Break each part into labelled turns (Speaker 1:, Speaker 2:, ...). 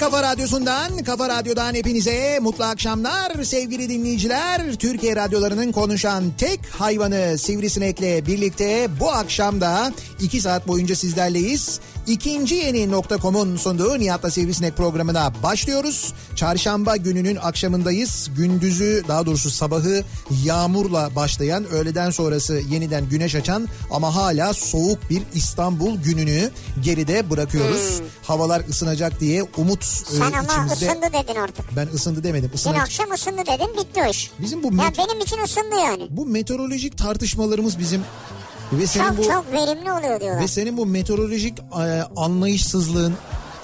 Speaker 1: Kafa Radyosu'ndan, Kafa Radyo'dan hepinize mutlu akşamlar sevgili dinleyiciler. Türkiye radyolarının konuşan tek hayvanı Sivrisinek'le birlikte bu akşam da 2 saat boyunca sizlerleyiz. İkinci yeni nokta.com'un sunduğu Nihat'la Sivrisinek programına başlıyoruz. Çarşamba gününün akşamındayız. Gündüzü daha doğrusu sabahı yağmurla başlayan öğleden sonrası yeniden güneş açan ama hala soğuk bir İstanbul gününü geride bırakıyoruz. Havalar ısınacak diye umut e,
Speaker 2: Hmm. Sen ama
Speaker 1: içimizde.
Speaker 2: ısındı dedin artık.
Speaker 1: Ben ısındı demedim.
Speaker 2: Dün
Speaker 1: Isınak.
Speaker 2: akşam ısındı dedin bitti o iş.
Speaker 1: Bizim bu
Speaker 2: Ya
Speaker 1: met-
Speaker 2: benim için ısındı yani.
Speaker 1: bu meteorolojik tartışmalarımız bizim ve senin
Speaker 2: Çok
Speaker 1: bu
Speaker 2: çok verimli oluyor
Speaker 1: ve
Speaker 2: diyorlar.
Speaker 1: senin bu meteorolojik e, anlayışsızlığın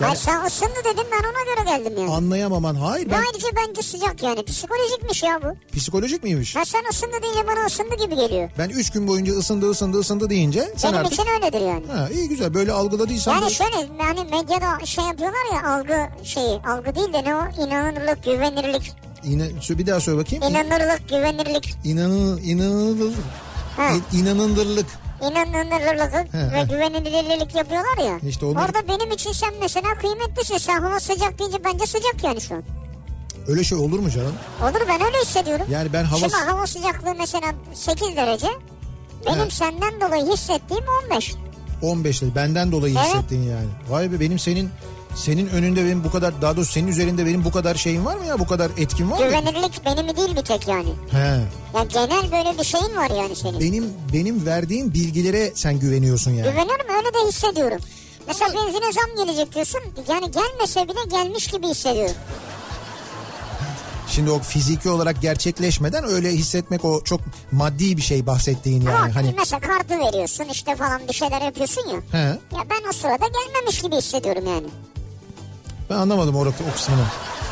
Speaker 1: yani
Speaker 2: Ay sen ısındı dedin ben ona göre geldim yani.
Speaker 1: anlayamaman hayır
Speaker 2: Ve
Speaker 1: ben
Speaker 2: ayrıca bence sıcak yani. Psikolojikmiş ya bu.
Speaker 1: psikolojik miymiş?
Speaker 2: Ha sen ısındı deyince bana ısındı gibi geliyor.
Speaker 1: Ben 3 gün boyunca ısındı ısındı ısındı deyince sen
Speaker 2: Benim
Speaker 1: artık
Speaker 2: için öyledir yani.
Speaker 1: ha, iyi güzel böyle algıladıysan da-
Speaker 2: Yani şöyle yani medyada şey yapıyorlar ya algı şeyi algı değil de ne o inanırlık güvenirlik
Speaker 1: yine şu bir daha söyle bakayım. İn-
Speaker 2: inanırlık güvenirlik
Speaker 1: İnanın inanılır
Speaker 2: ha,
Speaker 1: in- inanılırlık.
Speaker 2: inanırlık
Speaker 1: He,
Speaker 2: ve
Speaker 1: he.
Speaker 2: güvenilirlik yapıyorlar ya
Speaker 1: İşte onlar-
Speaker 2: orada benim için sen mesela kıymetlisin sen hava sıcak deyince bence sıcak yani şu an
Speaker 1: Öyle şey olur mu canım?
Speaker 2: olur ben öyle hissediyorum
Speaker 1: Yani ben hava
Speaker 2: şimdi hava sıcaklığı mesela 8 derece benim
Speaker 1: Evet.
Speaker 2: senden dolayı hissettiğim 15
Speaker 1: 15'te benden dolayı
Speaker 2: Evet.
Speaker 1: hissettin yani. Vay be benim senin senin önünde benim bu kadar daha doğrusu senin üzerinde benim bu kadar şeyim var mı ya bu kadar etkin var mı?
Speaker 2: güvenirlik benimi değil bir tek yani
Speaker 1: He.
Speaker 2: ya genel böyle bir şeyin var yani senin
Speaker 1: Benim benim verdiğim bilgilere sen güveniyorsun yani.
Speaker 2: Güveniyorum öyle de hissediyorum. Mesela benzine zam gelecek diyorsun. Yani gelmese bile gelmiş gibi hissediyorum.
Speaker 1: Şimdi o fiziki olarak gerçekleşmeden öyle hissetmek o çok maddi bir şey bahsettiğin yani.
Speaker 2: Ama
Speaker 1: Hani
Speaker 2: mesela kartı veriyorsun işte falan bir şeyler yapıyorsun ya.
Speaker 1: he.
Speaker 2: Ya ben o sırada gelmemiş gibi hissediyorum yani.
Speaker 1: Ben anlamadım orası o kısmını.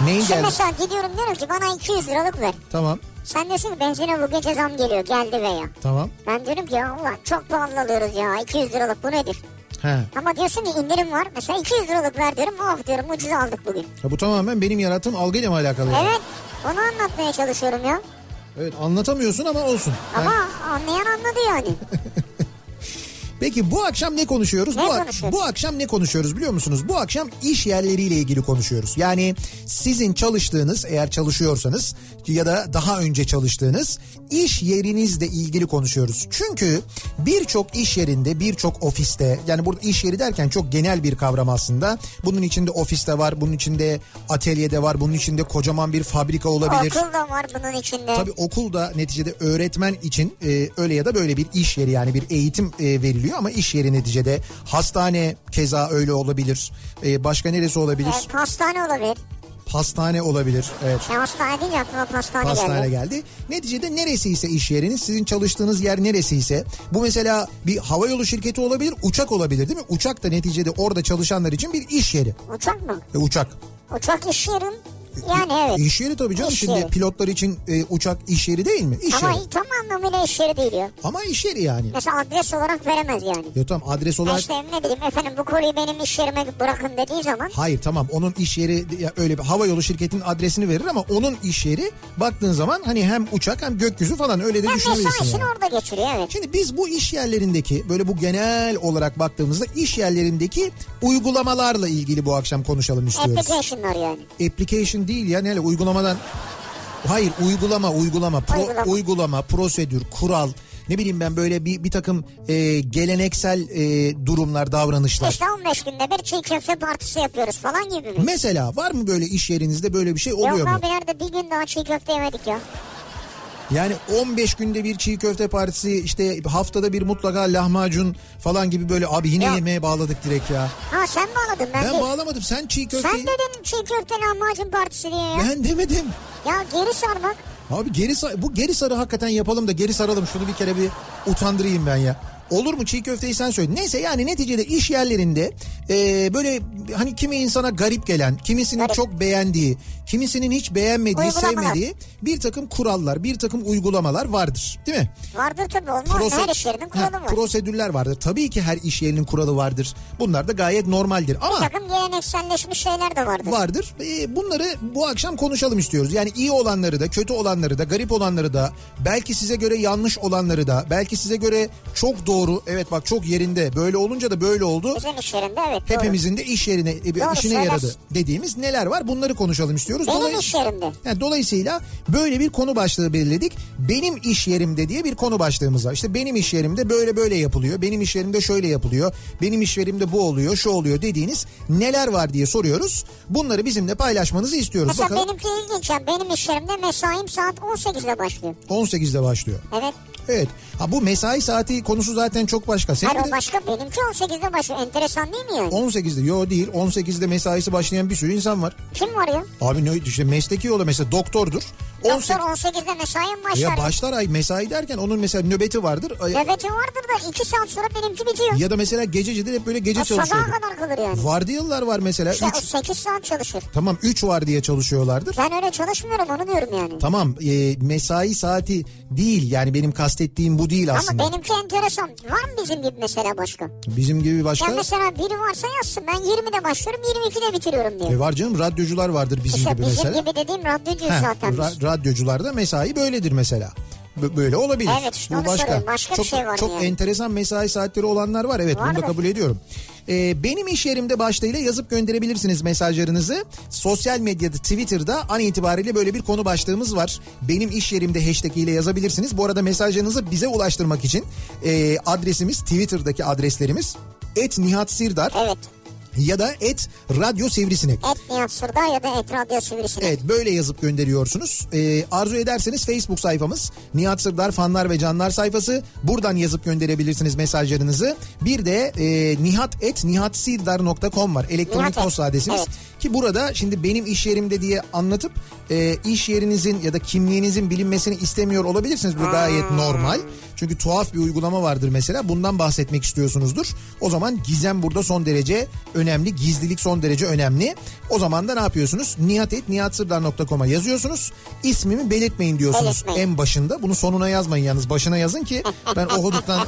Speaker 1: Neyin
Speaker 2: Şimdi
Speaker 1: geldi?
Speaker 2: mesela gidiyorum diyorum ki bana 200 liralık ver.
Speaker 1: Tamam.
Speaker 2: Sen diyorsun ki benzine bu gece zam geliyor geldi veya.
Speaker 1: Tamam.
Speaker 2: Ben diyorum ki ya Allah çok pahalı alıyoruz ya 200 liralık bu nedir?
Speaker 1: He.
Speaker 2: Ama diyorsun ki indirim var mesela 200 liralık ver diyorum oh diyorum ucuz aldık bugün.
Speaker 1: Ya bu tamamen benim yarattığım algıyla mı alakalı? yani?
Speaker 2: Evet onu anlatmaya çalışıyorum ya.
Speaker 1: Evet, anlatamıyorsun ama olsun. Ben-
Speaker 2: Ama anlayan anladı yani.
Speaker 1: Peki bu akşam ne konuşuyoruz?
Speaker 2: Ne
Speaker 1: bu, ak-
Speaker 2: konuşuyoruz?
Speaker 1: bu akşam ne konuşuyoruz biliyor musunuz? Bu akşam iş yerleriyle ilgili konuşuyoruz. Yani sizin çalıştığınız eğer çalışıyorsanız ya da daha önce çalıştığınız iş yerinizle ilgili konuşuyoruz. Çünkü birçok iş yerinde, birçok ofiste yani burada iş yeri derken çok genel bir kavram aslında. Bunun içinde ofiste var, bunun içinde atölyede var, bunun içinde kocaman bir fabrika olabilir.
Speaker 2: Okul da var bunun içinde.
Speaker 1: Tabii okul da neticede öğretmen için e, öyle ya da böyle bir iş yeri yani bir eğitim e, veriliyor ama iş yeri neticede hastane keza öyle olabilir. E, başka neresi olabilir?
Speaker 2: E, pastane olabilir.
Speaker 1: Pastane olabilir. Evet.
Speaker 2: Ya hastane deyince aklıma pastane,
Speaker 1: Pastane
Speaker 2: geldi.
Speaker 1: geldi. Neticede neresi ise iş yeriniz, sizin çalıştığınız yer neresi ise bu mesela bir havayolu şirketi olabilir, uçak olabilir değil mi? Uçak da neticede orada çalışanlar için bir iş yeri.
Speaker 2: Uçak mı?
Speaker 1: E, uçak.
Speaker 2: Uçak iş yerim. Yani evet.
Speaker 1: İş yeri tabii canım
Speaker 2: İş
Speaker 1: şimdi
Speaker 2: yeri.
Speaker 1: pilotlar için e, uçak iş yeri değil mi? İş
Speaker 2: Ama
Speaker 1: yeri.
Speaker 2: tam anlamıyla iş yeri değil ya.
Speaker 1: Ama iş yeri yani.
Speaker 2: Mesela adres olarak veremez yani.
Speaker 1: Ya tamam adres
Speaker 2: Ya
Speaker 1: olarak
Speaker 2: İşte ne bileyim efendim bu kolyeyi benim iş yerime bırakın dediği zaman
Speaker 1: Hayır tamam onun iş yeri ya öyle bir hava yolu şirketinin adresini verir ama onun iş yeri baktığın zaman hani hem uçak hem gökyüzü falan öyle de
Speaker 2: ben
Speaker 1: düşünebilirsin
Speaker 2: mesaisini
Speaker 1: yani.
Speaker 2: orada geçiriyor evet.
Speaker 1: Şimdi biz bu iş yerlerindeki böyle bu genel olarak baktığımızda iş yerlerindeki uygulamalarla ilgili bu akşam konuşalım istiyoruz.
Speaker 2: Application'lar yani.
Speaker 1: Application değil ya neyle uygulamadan Hayır uygulama uygulama pro-
Speaker 2: Uygulama.
Speaker 1: uygulama prosedür kural ne bileyim ben böyle bir bir takım e, geleneksel e, durumlar davranışlar.
Speaker 2: İşte 15 günde bir çiğ köfte partisi yapıyoruz falan gibi mi?
Speaker 1: Mesela var mı böyle iş yerinizde böyle bir şey oluyor
Speaker 2: Yok
Speaker 1: mu?
Speaker 2: abi nerede bir gün daha çiğ köfte yemedik ya.
Speaker 1: Yani 15 günde bir çiğ köfte partisi işte haftada bir mutlaka lahmacun falan gibi böyle abi yine
Speaker 2: Ya.
Speaker 1: yemeğe bağladık direkt ya.
Speaker 2: Ha sen bağladın ben,
Speaker 1: Ben
Speaker 2: değil.
Speaker 1: bağlamadım sen çiğ köfte.
Speaker 2: Sen dedin çiğ köfte lahmacun partisi diye ya.
Speaker 1: Ben demedim.
Speaker 2: Ya geri sar bak.
Speaker 1: Abi geri sar- bu geri sarı hakikaten yapalım da geri saralım şunu bir kere bir utandırayım ben ya. Olur mu çiğ köfteyi sen söyle. Neyse yani neticede iş yerlerinde e, böyle hani kimi insana garip gelen, kimisinin
Speaker 2: Garip.
Speaker 1: çok beğendiği, kimisinin hiç beğenmediği,
Speaker 2: Uygulamalar.
Speaker 1: sevmediği bir takım kurallar, bir takım uygulamalar vardır. Değil mi?
Speaker 2: Vardır tabii olmaz.
Speaker 1: Prose-
Speaker 2: Her iş yerinin
Speaker 1: Ha,
Speaker 2: kuralı var.
Speaker 1: Prosedürler vardır. Tabii ki her iş yerinin kuralı vardır. Bunlar da gayet normaldir.
Speaker 2: Bir
Speaker 1: Ama
Speaker 2: takım gelenekselleşmiş şeyler de vardır.
Speaker 1: vardır. Ee, bunları bu akşam konuşalım istiyoruz. Yani iyi olanları da, kötü olanları da, garip olanları da, belki size göre yanlış olanları da, belki size göre çok doğru doğru. Evet bak çok yerinde. Böyle olunca da böyle oldu.
Speaker 2: Bizim iş yerinde evet doğru.
Speaker 1: Hepimizin de iş yerine e,
Speaker 2: Doğru,
Speaker 1: işine
Speaker 2: söylersin.
Speaker 1: yaradı dediğimiz neler var bunları konuşalım istiyoruz.
Speaker 2: Benim
Speaker 1: Dolay-
Speaker 2: iş yerimde.
Speaker 1: Yani dolayısıyla böyle bir konu başlığı belirledik. Benim iş yerimde diye bir konu başlığımız var. İşte benim iş yerimde böyle böyle yapılıyor. Benim iş yerimde şöyle yapılıyor. Benim iş yerimde bu oluyor, şu oluyor dediğiniz neler var diye soruyoruz. Bunları bizimle paylaşmanızı istiyoruz.
Speaker 2: Mesela
Speaker 1: Bakalım
Speaker 2: benimki ilginç ya. Benim iş yerimde mesaim saat 18'de başlıyor.
Speaker 1: 18'de başlıyor.
Speaker 2: Evet.
Speaker 1: Evet. Ha bu mesai saati konusu zaten çok başka. Senin
Speaker 2: Hayır
Speaker 1: bir
Speaker 2: o
Speaker 1: de-
Speaker 2: başka benimki 18'de başlıyor. Enteresan değil mi yani?
Speaker 1: 18'de yo değil 18'de mesaisi başlayan bir sürü insan var.
Speaker 2: Kim var ya?
Speaker 1: Abi ne işte mesleki yolu mesela doktordur. 18
Speaker 2: Doktor 18'de mesai mi başlar?
Speaker 1: ya başlar ay mesai derken onun mesela nöbeti vardır. Ay-
Speaker 2: Nöbeti vardır da 2 saat sonra benimki bitiyor.
Speaker 1: Ya da mesela gececidir hep böyle gece
Speaker 2: O sabaha
Speaker 1: çalışıyordu.
Speaker 2: kadar kalır yani.
Speaker 1: Vardiyalılar var mesela.
Speaker 2: İşte o
Speaker 1: Üç,
Speaker 2: 8 saat çalışır.
Speaker 1: tamam 3 vardiya çalışıyorlardır.
Speaker 2: Ben öyle çalışmıyorum onu diyorum yani.
Speaker 1: Tamam e, mesai saati değil yani benim kastettiğim bu değil
Speaker 2: Ama
Speaker 1: aslında.
Speaker 2: benimki enteresan. Var mı bizim gibi mesela başka?
Speaker 1: Bizim gibi
Speaker 2: Ya
Speaker 1: başka
Speaker 2: mesela biri varsa yazsın. Ben 20'de başlıyorum 22'de bitiriyorum diyor.
Speaker 1: E, var canım radyocular vardır bizim
Speaker 2: İşte
Speaker 1: gibi
Speaker 2: bizim
Speaker 1: mesela.
Speaker 2: gibi dediğim radyocuyuz
Speaker 1: Heh,
Speaker 2: Şey zaten biz.
Speaker 1: ra- radyocularda mesai böyledir mesela. B- böyle olabilir.
Speaker 2: Evet, işte onu soruyorum. Başka bir
Speaker 1: çok,
Speaker 2: şey var
Speaker 1: Çok
Speaker 2: yani.
Speaker 1: enteresan mesai saatleri olanlar var. Evet bunu da
Speaker 2: Vardır.
Speaker 1: kabul ediyorum. Ee, benim iş yerimde başlığıyla yazıp gönderebilirsiniz mesajlarınızı. Sosyal medyada Twitter'da an itibariyle böyle bir konu başlığımız var. Benim iş yerimde hashtag ile yazabilirsiniz. Bu arada mesajlarınızı bize ulaştırmak için e, adresimiz Twitter'daki adreslerimiz et Nihat Sirdar
Speaker 2: Evet.
Speaker 1: ya da et Radyo Sivrisinek.
Speaker 2: Et Nihat Sırdar ya da Et Radyo Sivrisine.
Speaker 1: Evet böyle yazıp gönderiyorsunuz. Ee, arzu ederseniz Facebook sayfamız Nihat Sırdar fanlar ve canlar sayfası. Buradan yazıp gönderebilirsiniz mesajlarınızı. Bir de e, nihat.nihatsirdar.com var. Elektronik
Speaker 2: Nihat et,
Speaker 1: posta adresimiz.
Speaker 2: evet.
Speaker 1: Ki burada şimdi benim iş yerimde diye anlatıp e, iş yerinizin ya da kimliğinizin bilinmesini istemiyor olabilirsiniz. Bu gayet normal. Çünkü tuhaf bir uygulama vardır mesela. Bundan bahsetmek istiyorsunuzdur. O zaman gizem burada son derece önemli. Gizlilik son derece önemli. O zaman da ne yapıyorsunuz? nihatetnihatsırdar.com'a yazıyorsunuz. İsmimi belirtmeyin diyorsunuz
Speaker 2: Belirtmeyin.
Speaker 1: en başında. Bunu sonuna yazmayın yalnız. Başına yazın ki ben okuduktan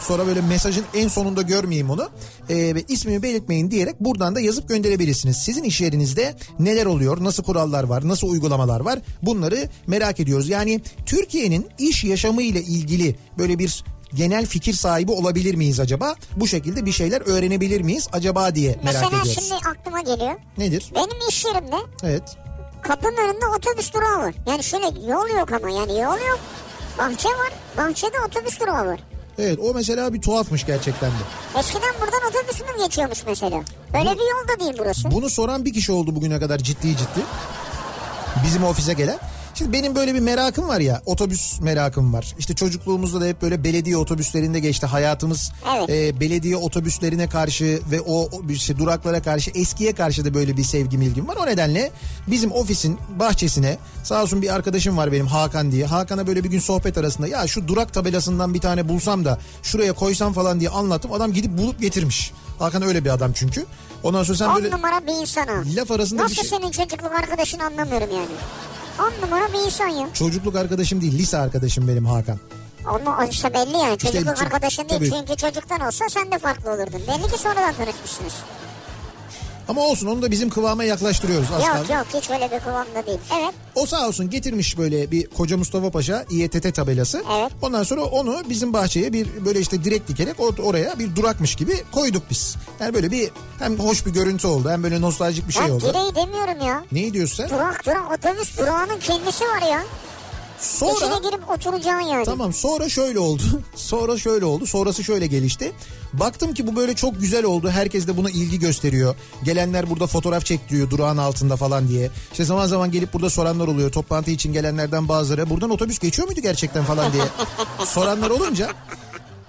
Speaker 1: sonra böyle mesajın en sonunda görmeyeyim onu. Ee, ve ismimi belirtmeyin diyerek buradan da yazıp gönderebilirsiniz. Sizin iş yerinizde neler oluyor, nasıl kurallar var, nasıl uygulamalar var bunları merak ediyoruz. Yani Türkiye'nin iş yaşamı ile ilgili böyle bir genel fikir sahibi olabilir miyiz acaba? Bu şekilde bir şeyler öğrenebilir miyiz acaba diye merak
Speaker 2: Mesela
Speaker 1: ediyoruz.
Speaker 2: şimdi aklıma geliyor.
Speaker 1: Nedir?
Speaker 2: Benim iş yerimde
Speaker 1: Evet.
Speaker 2: kapının önünde otobüs durağı var. Yani şöyle yol yok ama yani yol yok. Bahçe var. Bahçede otobüs durağı var.
Speaker 1: Evet o mesela bir tuhafmış gerçekten de.
Speaker 2: Eskiden buradan otobüs mü geçiyormuş mesela? Böyle bir yol da değil burası.
Speaker 1: Bunu soran bir kişi oldu bugüne kadar ciddi ciddi. Bizim ofise gelen. Şimdi benim böyle bir merakım var ya otobüs merakım var. İşte çocukluğumuzda da hep böyle belediye otobüslerinde geçti hayatımız.
Speaker 2: Evet.
Speaker 1: Ee, belediye otobüslerine karşı ve o o işte duraklara karşı eskiye karşı da böyle bir sevgim ilgim var. O nedenle bizim ofisin bahçesine sağ olsun bir arkadaşım var benim Hakan diye. Hakan'a böyle bir gün sohbet arasında ya şu durak tabelasından bir tane bulsam da şuraya koysam falan diye anlattım. Adam gidip bulup getirmiş. Hakan öyle bir adam çünkü. Ondan sonra sen
Speaker 2: On
Speaker 1: böyle...
Speaker 2: numara bir insan o.
Speaker 1: Laf arasında
Speaker 2: Nasıl
Speaker 1: bir şey.
Speaker 2: senin çocukluk arkadaşın anlamıyorum yani. On numara bir insan ya.
Speaker 1: Çocukluk arkadaşım değil, lise arkadaşım benim Hakan.
Speaker 2: Onu işte belli yani. Çocukluk
Speaker 1: çok-
Speaker 2: arkadaşın
Speaker 1: tabii.
Speaker 2: değil. Çünkü çocuktan olsa sen de farklı olurdun. Belli ki sonradan tanışmışsınız.
Speaker 1: Ama olsun onu da bizim kıvama yaklaştırıyoruz az
Speaker 2: Yok
Speaker 1: kaldı.
Speaker 2: yok hiç öyle bir kıvamda değil. Evet.
Speaker 1: O sağ olsun getirmiş böyle bir Koca Mustafa Paşa İETT tabelası.
Speaker 2: Evet.
Speaker 1: Ondan sonra onu bizim bahçeye bir böyle işte direkt dikerek or- oraya bir durakmış gibi koyduk biz. Yani böyle bir hem hoş bir görüntü oldu hem böyle nostaljik bir şey
Speaker 2: ben
Speaker 1: oldu.
Speaker 2: direği demiyorum ya.
Speaker 1: Neyi diyorsun sen?
Speaker 2: Durak durak otobüs durağının kendisi var ya.
Speaker 1: Sonra...
Speaker 2: İçine girip oturacaksın yani.
Speaker 1: Tamam sonra şöyle oldu. Sonra şöyle oldu. Sonrası şöyle gelişti. Baktım ki bu böyle çok güzel oldu. Herkes de buna ilgi gösteriyor. Gelenler burada fotoğraf çektiriyor durağın altında falan diye. İşte zaman zaman gelip burada soranlar oluyor. Toplantı için gelenlerden bazıları buradan otobüs geçiyor muydu gerçekten falan diye soranlar olunca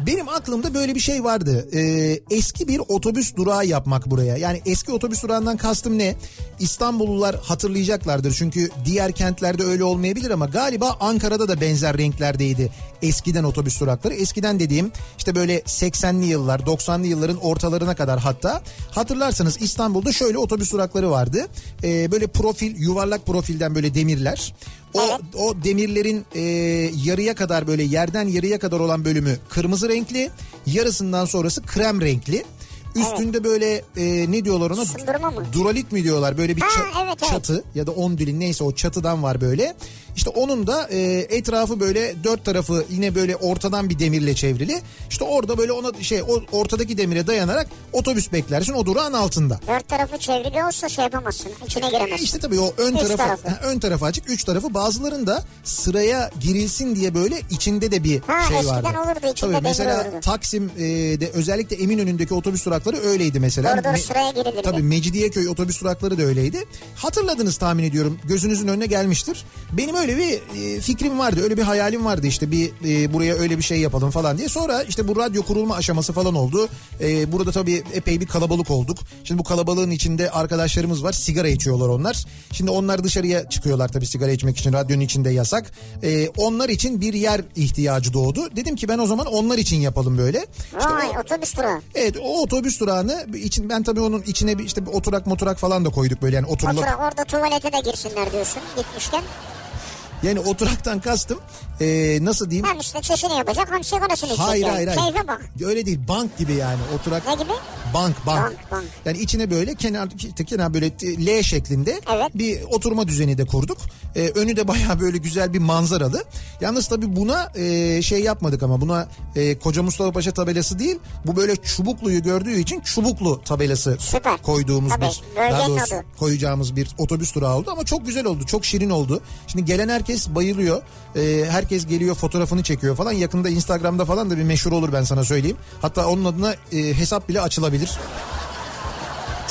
Speaker 1: benim aklımda böyle bir şey vardı. Ee, eski bir otobüs durağı yapmak buraya. Yani eski otobüs durağından kastım ne? İstanbullular hatırlayacaklardır. Çünkü diğer kentlerde öyle olmayabilir ama galiba Ankara'da da benzer renklerdeydi. Eskiden otobüs durakları. Eskiden dediğim işte böyle 80'li yıllar, 90'lı yılların ortalarına kadar hatta. Hatırlarsanız İstanbul'da şöyle otobüs durakları vardı. Ee, böyle profil, yuvarlak profilden böyle demirler. O,
Speaker 2: Evet.
Speaker 1: o demirlerin e, yarıya kadar böyle yerden yarıya kadar olan bölümü kırmızı renkli. Yarısından sonrası krem renkli. Üstünde böyle e, ne diyorlar ona?
Speaker 2: Sındırma mı?
Speaker 1: Duralit mi diyorlar? Böyle bir
Speaker 2: Ha,
Speaker 1: ça-
Speaker 2: evet, evet.
Speaker 1: çatı ya da on dilin neyse o çatıdan var böyle. İşte onun da e, etrafı böyle dört tarafı yine böyle ortadan bir demirle çevrili. İşte orada böyle ona şey o ortadaki demire dayanarak otobüs beklersin o durağın altında.
Speaker 2: Dört tarafı çevrili olsa şey yapamazsın. İçine giremezsin.
Speaker 1: İşte tabii o ön
Speaker 2: Üç
Speaker 1: tarafı,
Speaker 2: tarafı.
Speaker 1: ha, ön tarafı açık, üç tarafı bazılarında sıraya girilsin diye böyle içinde de bir
Speaker 2: Ha,
Speaker 1: şey
Speaker 2: eskiden
Speaker 1: vardı.
Speaker 2: olurdu, içinde
Speaker 1: tabii
Speaker 2: demir
Speaker 1: mesela
Speaker 2: olurdu.
Speaker 1: Taksim e, de özellikle Eminönü'ndeki otobüs durakları öyleydi mesela.
Speaker 2: Doğru, doğru,
Speaker 1: Me-
Speaker 2: sıraya girilirdi.
Speaker 1: Tabii Mecidiyeköy otobüs durakları da öyleydi. Hatırladınız tahmin ediyorum. Gözünüzün önüne gelmiştir. Benim öyle bir e, fikrim vardı. Öyle bir hayalim vardı işte bir e, buraya öyle bir şey yapalım falan diye. Sonra işte bu radyo kurulma aşaması falan oldu. E, burada tabii epey bir kalabalık olduk. Şimdi bu kalabalığın içinde arkadaşlarımız var. Sigara içiyorlar onlar. Şimdi onlar dışarıya çıkıyorlar tabii sigara içmek için. Radyonun içinde yasak. E, onlar için bir yer ihtiyacı doğdu. Dedim ki ben o zaman onlar için yapalım böyle. İşte
Speaker 2: Vay
Speaker 1: o-
Speaker 2: otobüs durağı.
Speaker 1: Evet o otobüs durağını için ben tabii onun içine bir işte bir oturak moturak falan da koyduk böyle yani oturulak.
Speaker 2: Oturak orada tuvalete de girsinler diyorsun gitmişken.
Speaker 1: Yani oturaktan kastım ee, nasıl diyeyim?
Speaker 2: Hem işte çeşini yapacak hem sigarasını içecek.
Speaker 1: Hayır
Speaker 2: yani.
Speaker 1: hayır hayır.
Speaker 2: şey Keyfe bak.
Speaker 1: Öyle değil bank gibi yani oturak.
Speaker 2: Ne gibi?
Speaker 1: Bank, bank
Speaker 2: Bank, bank.
Speaker 1: Yani içine böyle kenar işte kenar böyle t- L şeklinde
Speaker 2: Evet.
Speaker 1: bir oturma düzeni de kurduk. Ee, önü de bayağı böyle güzel bir manzaralı. Yalnız tabii buna e, şey yapmadık ama buna e, Koca Mustafa Paşa tabelası değil. Bu böyle Çubuklu'yu gördüğü için Çubuklu tabelası
Speaker 2: Süper.
Speaker 1: koyduğumuz
Speaker 2: Tabii,
Speaker 1: bir
Speaker 2: bölgenin
Speaker 1: daha doğrusu
Speaker 2: adı.
Speaker 1: koyacağımız bir otobüs durağı oldu ama çok güzel oldu. Çok şirin oldu. Şimdi gelen herkes bayılıyor. Ee, herkes geliyor fotoğrafını çekiyor falan. Yakında Instagram'da falan da bir meşhur olur ben sana söyleyeyim. Hatta onun adına e, hesap bile açılabilir.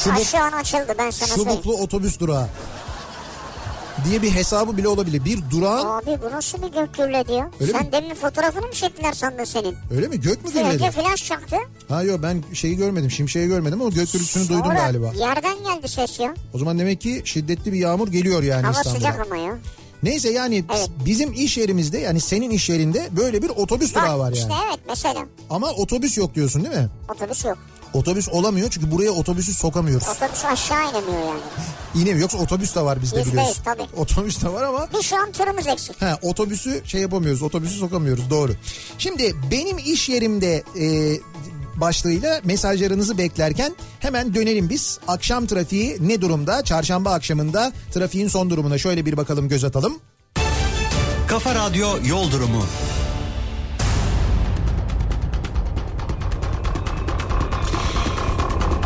Speaker 1: Çubuk,
Speaker 2: Ay, şu an açıldı ben sana söyleyeyim.
Speaker 1: çubuklu otobüs durağı diye bir hesabı bile olabilir. Bir durağın
Speaker 2: Abi bu nasıl bir gök gürledi ya?
Speaker 1: Öyle
Speaker 2: Sen
Speaker 1: mi?
Speaker 2: demin fotoğrafını mı çektiler sandın senin?
Speaker 1: öyle mi gök mü
Speaker 2: Bir
Speaker 1: gürledi?
Speaker 2: önce flash çaktı.
Speaker 1: Ha yok ben şeyi görmedim şimşeği görmedim ama gök gürültüsünü duydum
Speaker 2: Sonra
Speaker 1: galiba.
Speaker 2: Yerden geldi ses ya.
Speaker 1: O zaman demek ki şiddetli bir yağmur geliyor yani
Speaker 2: Hava
Speaker 1: İstanbul'a.
Speaker 2: sıcak ama ya.
Speaker 1: Neyse yani
Speaker 2: Evet.
Speaker 1: bizim iş yerimizde yani senin iş yerinde böyle bir otobüs durağı var
Speaker 2: işte
Speaker 1: yani.
Speaker 2: evet mesela.
Speaker 1: Ama otobüs yok diyorsun değil mi?
Speaker 2: Otobüs yok.
Speaker 1: Otobüs olamıyor çünkü buraya otobüsü sokamıyoruz.
Speaker 2: Otobüs aşağı inemiyor yani.
Speaker 1: Yine mi? Yoksa otobüs de var bizde
Speaker 2: Yüzde
Speaker 1: biliyorsun.
Speaker 2: yüz tabii.
Speaker 1: Otobüs de var ama
Speaker 2: Bir şu an tırımız eksik.
Speaker 1: Ha, otobüsü şey yapamıyoruz, otobüsü sokamıyoruz doğru. Şimdi benim iş yerimde e, başlığıyla mesajlarınızı beklerken hemen dönelim biz. Akşam trafiği ne durumda? Çarşamba akşamında trafiğin son durumuna şöyle bir bakalım göz atalım.
Speaker 3: Kafa Radyo Yol Durumu.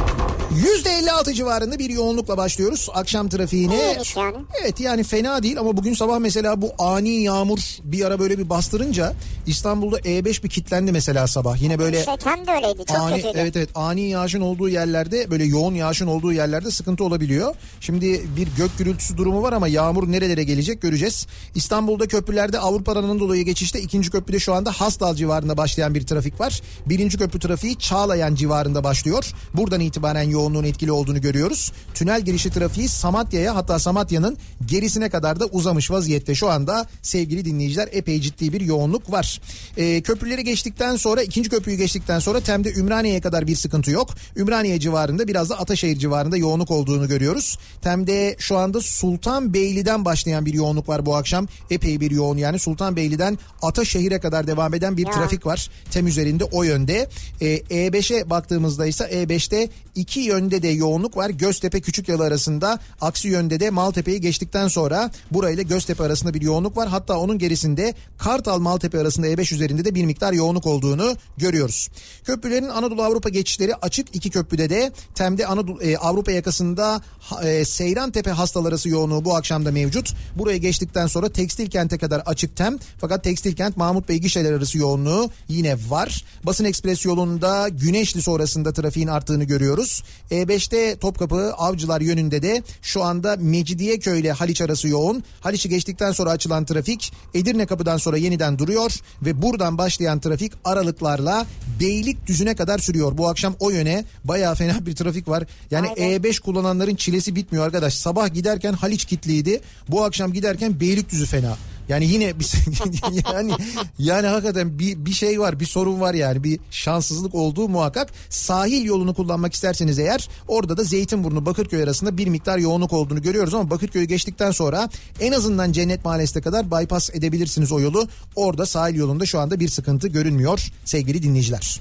Speaker 1: %56 civarında bir yoğunlukla başlıyoruz akşam trafiğine.
Speaker 2: İyiymiş yani.
Speaker 1: Evet yani fena değil ama bugün sabah mesela bu ani yağmur bir ara böyle bir bastırınca İstanbul'da E5 bir kitlendi mesela sabah. Yine böyle
Speaker 2: Şekem de öyleydi. Çok
Speaker 1: ani
Speaker 2: kötüydü.
Speaker 1: evet evet ani yağışın olduğu yerlerde böyle yoğun yağışın olduğu yerlerde sıkıntı olabiliyor. Şimdi bir gök gürültüsü durumu var ama yağmur nerelere gelecek göreceğiz. İstanbul'da köprülerde Avrupa Anadolu'ya geçişte ikinci köprüde şu anda Hastal civarında başlayan bir trafik var. Birinci köprü trafiği Çağlayan civarında başlıyor. Buradan itibaren yoğunluğun etkili olduğunu görüyoruz. Tünel girişi trafiği Samatya'ya hatta Samatya'nın gerisine kadar da uzamış vaziyette şu anda sevgili dinleyiciler epey ciddi bir yoğunluk var. Ee, köprüleri geçtikten sonra ikinci köprüyü geçtikten sonra Tem'de Ümraniye'ye kadar bir sıkıntı yok. Ümraniye civarında biraz da Ataşehir civarında yoğunluk olduğunu görüyoruz. Tem'de şu anda Sultanbeyli'den başlayan bir yoğunluk var bu akşam. Epey bir yoğun yani Sultanbeyli'den Ataşehir'e kadar devam eden bir
Speaker 2: Ya.
Speaker 1: trafik trafik var. Tem üzerinde o yönde. Ee, E5'e baktığımızda ise E5'te iki yönde de yoğunluk var. Göztepe Küçükyalı arasında aksi yönde de Maltepe'yi geçtikten sonra burayla Göztepe arasında bir yoğunluk var. Hatta onun gerisinde Kartal Maltepe arasında E5 üzerinde de bir miktar yoğunluk olduğunu görüyoruz. Köprülerin Anadolu Avrupa geçişleri açık iki köprüde de Tem'de Anadolu e, Avrupa yakasında ha- e, Seyran Tepe hastalar arası yoğunluğu bu akşam da mevcut. Buraya geçtikten sonra tekstil kente kadar açık tem. Fakat tekstil kent Mahmut Bey gişeler arası yoğunluğu yine var. Basın ekspres yolunda Güneşli sonrasında trafiğin arttığını görüyoruz. E5'te Topkapı Avcılar yönünde de şu anda Mecidiyeköy ile Haliç arası yoğun. Haliç'i geçtikten sonra açılan trafik Edirne kapıdan sonra yeniden duruyor ve buradan başlayan trafik aralıklarla Beylikdüzü'ne kadar sürüyor. Bu akşam o yöne bayağı fena bir trafik var. Yani
Speaker 2: Aynen.
Speaker 1: E5 E5 E kullananların çilesi bitmiyor arkadaş. Sabah giderken Haliç kitliydi. Bu akşam giderken Beylikdüzü fena. Yani yine bir yani yani hakikaten bir bir şey var, bir sorun var yani. Bir şanssızlık olduğu muhakkak. Sahil yolunu kullanmak isterseniz eğer orada da Zeytinburnu Bakırköy arasında bir miktar yoğunluk olduğunu görüyoruz ama Bakırköy'ü geçtikten sonra en azından Cennet Mahallesi'ne kadar bypass edebilirsiniz o yolu. Orada sahil yolunda şu anda bir sıkıntı görünmüyor sevgili dinleyiciler.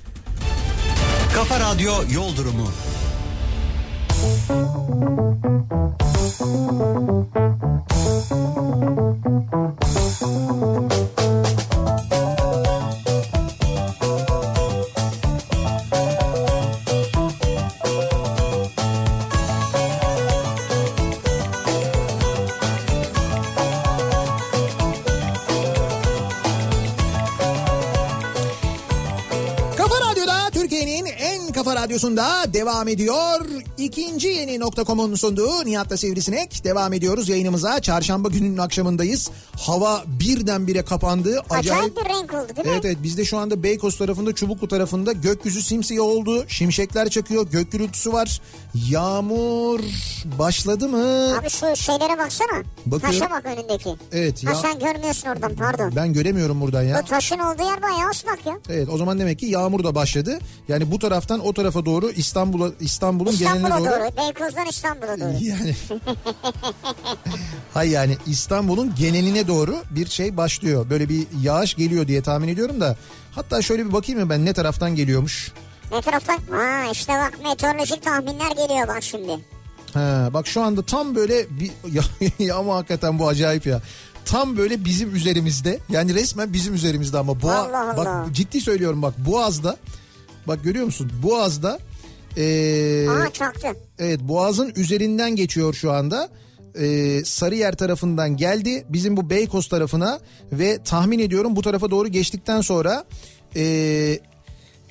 Speaker 3: Kafa Radyo Yol Durumu.
Speaker 1: Kafa Radyo'da Türkiye'nin en kafa radyosunda devam ediyor. İkinci yeni nokta.com'un sunduğu Nihat'la Sivrisinek. Devam ediyoruz yayınımıza. Çarşamba gününün akşamındayız. Hava birdenbire kapandı.
Speaker 2: Acayip bir renk oldu değil mi?
Speaker 1: Evet evet biz de şu anda Beykoz tarafında Çubuklu tarafında gökyüzü simsiyah oldu. Şimşekler çakıyor. Gök gürültüsü var. Yağmur başladı mı?
Speaker 2: Abi şu şeylere baksana.
Speaker 1: Bakıyorum.
Speaker 2: Taşa bak önündeki.
Speaker 1: Evet
Speaker 2: Ha
Speaker 1: ya
Speaker 2: sen görmüyorsun oradan pardon.
Speaker 1: ben göremiyorum buradan ya.
Speaker 2: Bu taşın olduğu yer bayağı ıslak ya.
Speaker 1: Evet o zaman demek ki yağmur da başladı. Yani bu taraftan o tarafa doğru İstanbul'a İstanbul'un geneline
Speaker 2: İstanbul'a
Speaker 1: doğru.
Speaker 2: doğru. Beykoz'dan İstanbul'a doğru.
Speaker 1: Yani Hay yani İstanbul'un geneline doğru bir şey başlıyor. Böyle bir yağış geliyor diye tahmin ediyorum da. Hatta şöyle bir bakayım mı ben ne taraftan geliyormuş.
Speaker 2: Ne taraftan? Ha işte bak meteorolojik tahminler geliyor bak şimdi.
Speaker 1: Ha, bak şu anda tam böyle bir ya, ya ama hakikaten bu acayip ya. Tam böyle bizim üzerimizde yani resmen bizim üzerimizde ama boğa,
Speaker 2: Allah Allah.
Speaker 1: bak ciddi söylüyorum bak Boğaz'da bak görüyor musun Boğaz'da ee,
Speaker 2: Aa çaktı.
Speaker 1: evet Boğaz'ın üzerinden geçiyor şu anda. Ee, Sarıyer tarafından geldi bizim bu Beykoz tarafına ve tahmin ediyorum bu tarafa doğru geçtikten sonra ee,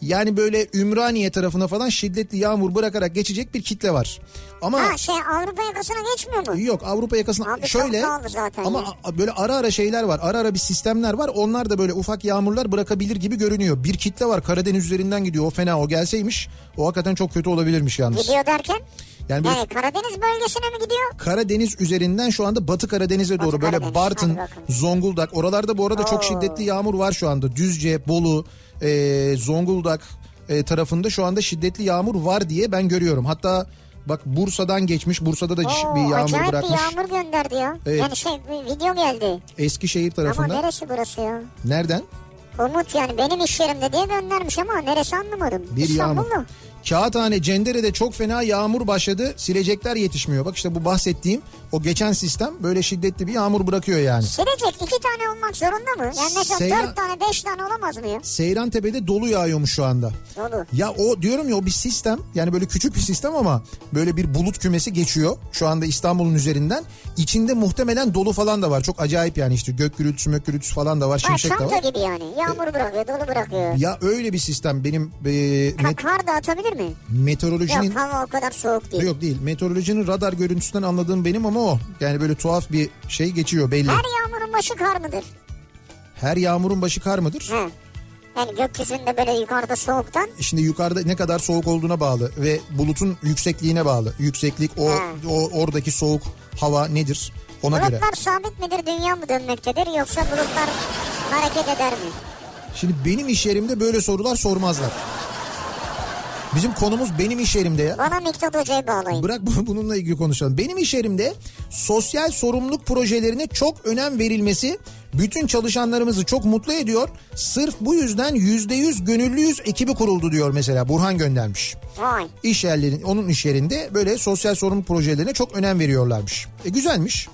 Speaker 1: yani böyle Ümraniye tarafına falan şiddetli yağmur bırakarak geçecek bir kitle var. Ama
Speaker 2: Ha şey Avrupa yakasına geçmiyor mu?
Speaker 1: Yok Avrupa yakasına
Speaker 2: Abi çok
Speaker 1: şöyle
Speaker 2: pahalı zaten
Speaker 1: ama
Speaker 2: ya.
Speaker 1: a- böyle ara ara şeyler var. Ara ara bir sistemler var. Onlar da böyle ufak yağmurlar bırakabilir gibi görünüyor. Bir kitle var Karadeniz üzerinden gidiyor. O fena o gelseymiş. O hakikaten çok kötü olabilirmiş yalnız.
Speaker 2: Gidiyor derken?
Speaker 1: Yani böyle
Speaker 2: Yani Karadeniz bölgesine mi gidiyor?
Speaker 1: Karadeniz üzerinden şu anda Batı Karadeniz'e doğru böyle
Speaker 2: Karadeniz,
Speaker 1: Bartın,
Speaker 2: hadi bakalım.
Speaker 1: Zonguldak oralarda bu arada çok
Speaker 2: Oo.
Speaker 1: şiddetli yağmur var şu anda. Düzce, Bolu, e, Zonguldak e, tarafında şu anda şiddetli yağmur var diye ben görüyorum. Hatta bak Bursa'dan geçmiş. Bursa'da da
Speaker 2: Oo,
Speaker 1: bir yağmur
Speaker 2: acayip
Speaker 1: bırakmış.
Speaker 2: bir yağmur gönderdi ya.
Speaker 1: Evet.
Speaker 2: Yani şey bir video geldi.
Speaker 1: Eskişehir
Speaker 2: Ama
Speaker 1: tarafında.
Speaker 2: neresi burası ya?
Speaker 1: Nereden?
Speaker 2: Umut yani benim iş yerimde diye göndermiş ama neresi anlamadım.
Speaker 1: Bir
Speaker 2: İstanbul
Speaker 1: yağmur.
Speaker 2: mu?
Speaker 1: Kağıthane Cendere'de çok fena yağmur başladı. Silecekler yetişmiyor. Bak işte bu bahsettiğim o geçen sistem böyle şiddetli bir yağmur bırakıyor yani.
Speaker 2: Silecek iki tane olmak zorunda mı? Yani mesela
Speaker 1: Seyran-
Speaker 2: dört tane beş tane olamaz mı ya?
Speaker 1: Seyran Tepe'de dolu yağıyormuş şu anda.
Speaker 2: Dolu.
Speaker 1: Ya o diyorum ya o bir sistem yani böyle küçük bir sistem ama böyle bir bulut kümesi geçiyor şu anda İstanbul'un üzerinden. İçinde muhtemelen dolu falan da var. Çok acayip yani işte gök gürültüsü mök gürültüsü falan da var
Speaker 2: Ha,
Speaker 1: şimşek E- de
Speaker 2: çanta
Speaker 1: var.
Speaker 2: gibi yani. Yağmur bırakıyor, dolu bırakıyor.
Speaker 1: Ya öyle bir sistem benim e,
Speaker 2: Ka-
Speaker 1: met-
Speaker 2: kar da atabilir mi?
Speaker 1: meteorolojinin
Speaker 2: Yok hava o kadar soğuk değil.
Speaker 1: Yok değil. Meteorolojinin radar görüntüsünden anladığım benim ama o. Yani böyle tuhaf bir şey geçiyor belli.
Speaker 2: Her yağmurun başı kar mıdır?
Speaker 1: Her yağmurun başı kar mıdır?
Speaker 2: He. Yani gökyüzünde böyle yukarıda soğuktan
Speaker 1: Şimdi yukarıda ne kadar soğuk olduğuna bağlı ve bulutun yüksekliğine bağlı. Yükseklik o,
Speaker 2: He.
Speaker 1: o oradaki soğuk hava nedir? Ona göre.
Speaker 2: bulutlar sabit midir dünya mı dönmektedir yoksa bulutlar hareket eder mi?
Speaker 1: Şimdi benim iş yerimde böyle sorular sormazlar. Bizim konumuz benim iş yerimde ya.
Speaker 2: Bana Miktat Hoca'yı bağlayın.
Speaker 1: Bırak bu- bununla ilgili konuşalım. Benim iş yerimde sosyal sorumluluk projelerine çok önem verilmesi bütün çalışanlarımızı çok mutlu ediyor. Sırf bu yüzden yüzde yüz gönüllüyüz ekibi kuruldu diyor mesela Burhan göndermiş.
Speaker 2: Vay.
Speaker 1: İş yerlerin, onun iş yerinde böyle sosyal sorumluluk projelerine çok önem veriyorlarmış. E güzelmiş.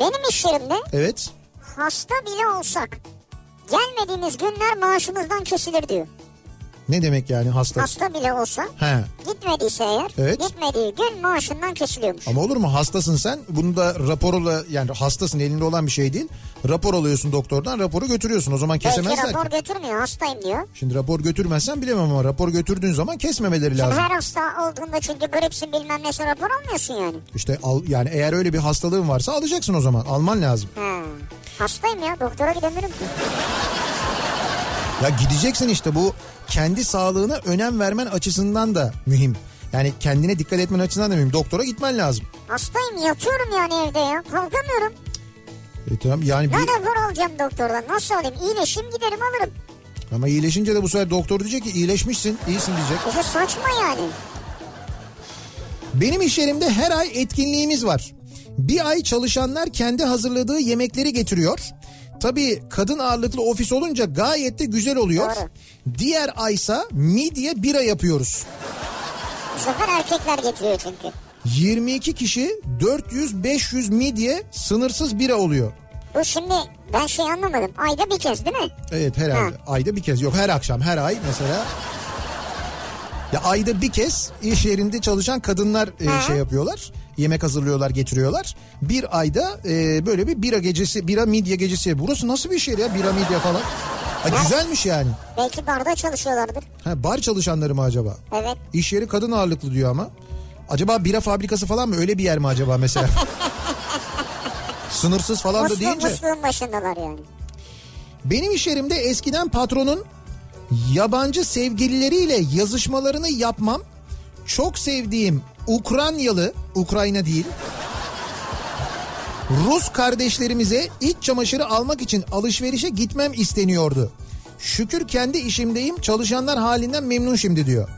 Speaker 2: Benim iş yerimde
Speaker 1: Evet.
Speaker 2: hasta bile olsak gelmediğimiz günler maaşımızdan kesilir diyor.
Speaker 1: Ne demek yani hasta?
Speaker 2: Hasta bile olsa
Speaker 1: He.
Speaker 2: gitmediyse eğer
Speaker 1: Evet.
Speaker 2: gitmediği gün maaşından kesiliyormuş.
Speaker 1: Ama olur mu hastasın sen bunu da raporla yani hastasın elinde olan bir şey değil. Rapor alıyorsun doktordan raporu götürüyorsun o zaman
Speaker 2: Belki
Speaker 1: kesemezler ki.
Speaker 2: rapor götürmüyor hastayım diyor.
Speaker 1: Şimdi rapor götürmezsen bilemem ama rapor götürdüğün zaman kesmemeleri
Speaker 2: Şimdi
Speaker 1: lazım.
Speaker 2: her hasta olduğunda çünkü gripsin bilmem neyse rapor almıyorsun yani.
Speaker 1: İşte al, yani eğer öyle bir hastalığın varsa alacaksın o zaman. Alman lazım.
Speaker 2: Ha. Hastayım ya doktora gidemiyorum ki.
Speaker 1: Ya gideceksin işte bu kendi sağlığına önem vermen açısından da mühim. Yani kendine dikkat etmen açısından da mühim. Doktora gitmen lazım.
Speaker 2: Hastayım yatıyorum yani evde ya kalkamıyorum.
Speaker 1: E tamam yani
Speaker 2: Ne
Speaker 1: bir-
Speaker 2: rapor alacağım doktordan nasıl alayım iyileşim giderim alırım.
Speaker 1: ama iyileşince de bu sefer doktor diyecek ki iyileşmişsin, iyisin diyecek.
Speaker 2: Bize saçma yani.
Speaker 1: Benim iş yerimde her ay etkinliğimiz var. Bir ay çalışanlar kendi hazırladığı yemekleri getiriyor. Tabii kadın ağırlıklı ofis olunca gayet de güzel oluyor.
Speaker 2: Doğru.
Speaker 1: Diğer aysa midye bira yapıyoruz.
Speaker 2: bu sefer erkekler getiriyor çünkü.
Speaker 1: 22 kişi 400-500 midye sınırsız bira oluyor.
Speaker 2: Bu şimdi ben şey anlamadım. Ayda bir kez değil mi?
Speaker 1: Evet herhalde.
Speaker 2: Ha.
Speaker 1: Ayda bir kez. Yok her akşam her ay mesela. Ya ayda bir kez iş yerinde çalışan kadınlar e,
Speaker 2: Ha.
Speaker 1: şey yapıyorlar. Yemek hazırlıyorlar, getiriyorlar. Bir ayda e, böyle bir bira gecesi, bira midye gecesi. Burası nasıl bir şey ya bira midye falan? Ha, güzelmiş yani.
Speaker 2: Belki barda çalışıyorlardır.
Speaker 1: Ha, bar çalışanları mı acaba?
Speaker 2: Evet.
Speaker 1: İş yeri kadın ağırlıklı diyor ama. Acaba bira fabrikası falan mı? Öyle bir yer mi acaba mesela? Sınırsız falan da
Speaker 2: Muslu,
Speaker 1: deyince.
Speaker 2: musluğun başındalar yani.
Speaker 1: Benim iş yerimde eskiden patronun yabancı sevgilileriyle yazışmalarını yapmam çok sevdiğim Ukraynalı, Ukrayna değil, Rus kardeşlerimize iç çamaşırı almak için alışverişe gitmem isteniyordu. Şükür kendi işimdeyim çalışanlar halinden memnun şimdi diyor.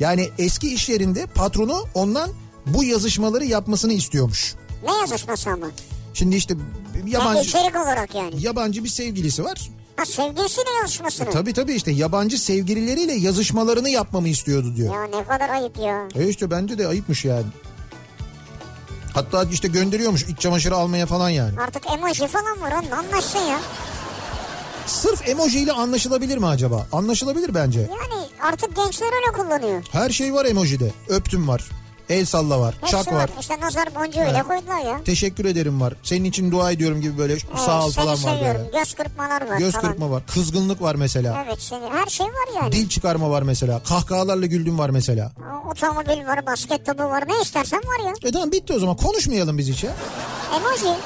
Speaker 1: Yani eski iş yerinde patronu ondan bu yazışmaları yapmasını istiyormuş.
Speaker 2: Ne yazışması ama?
Speaker 1: Şimdi işte
Speaker 2: Yani
Speaker 1: yabancı
Speaker 2: içerik olarak yani.
Speaker 1: yabancı bir sevgilisi var.
Speaker 2: Ha sevgilisiyle yazışmasını.
Speaker 1: Tabii tabii işte yabancı sevgilileriyle yazışmalarını yapmamı istiyordu diyor.
Speaker 2: Ya ne kadar ayıp ya.
Speaker 1: E işte bence de ayıpmış yani. Hatta işte gönderiyormuş iç çamaşırı almaya falan yani.
Speaker 2: Artık emoji falan var onun anlaşsın ya.
Speaker 1: Sırf emoji ile anlaşılabilir mi acaba? Anlaşılabilir bence.
Speaker 2: Yani artık gençler öyle kullanıyor.
Speaker 1: Her şey var emojide. Öptüm var. El salla var.
Speaker 2: Hepsi
Speaker 1: Çak var.
Speaker 2: var. İşte nazar boncuğu öyle koydular ya.
Speaker 1: Teşekkür ederim var. Senin için dua ediyorum gibi böyle sağ ol
Speaker 2: seni
Speaker 1: falan var
Speaker 2: seviyorum.
Speaker 1: böyle.
Speaker 2: Göz kırpmalar var
Speaker 1: Göz
Speaker 2: falan.
Speaker 1: kırpma var. Kızgınlık var mesela.
Speaker 2: Evet şimdi her şey var yani.
Speaker 1: Dil çıkarma var mesela. Kahkahalarla güldüm var mesela.
Speaker 2: O- Otomobil var, basket topu var. Ne istersen var ya.
Speaker 1: E tamam bitti o zaman. Konuşmayalım biz hiç ya.
Speaker 2: Emoji.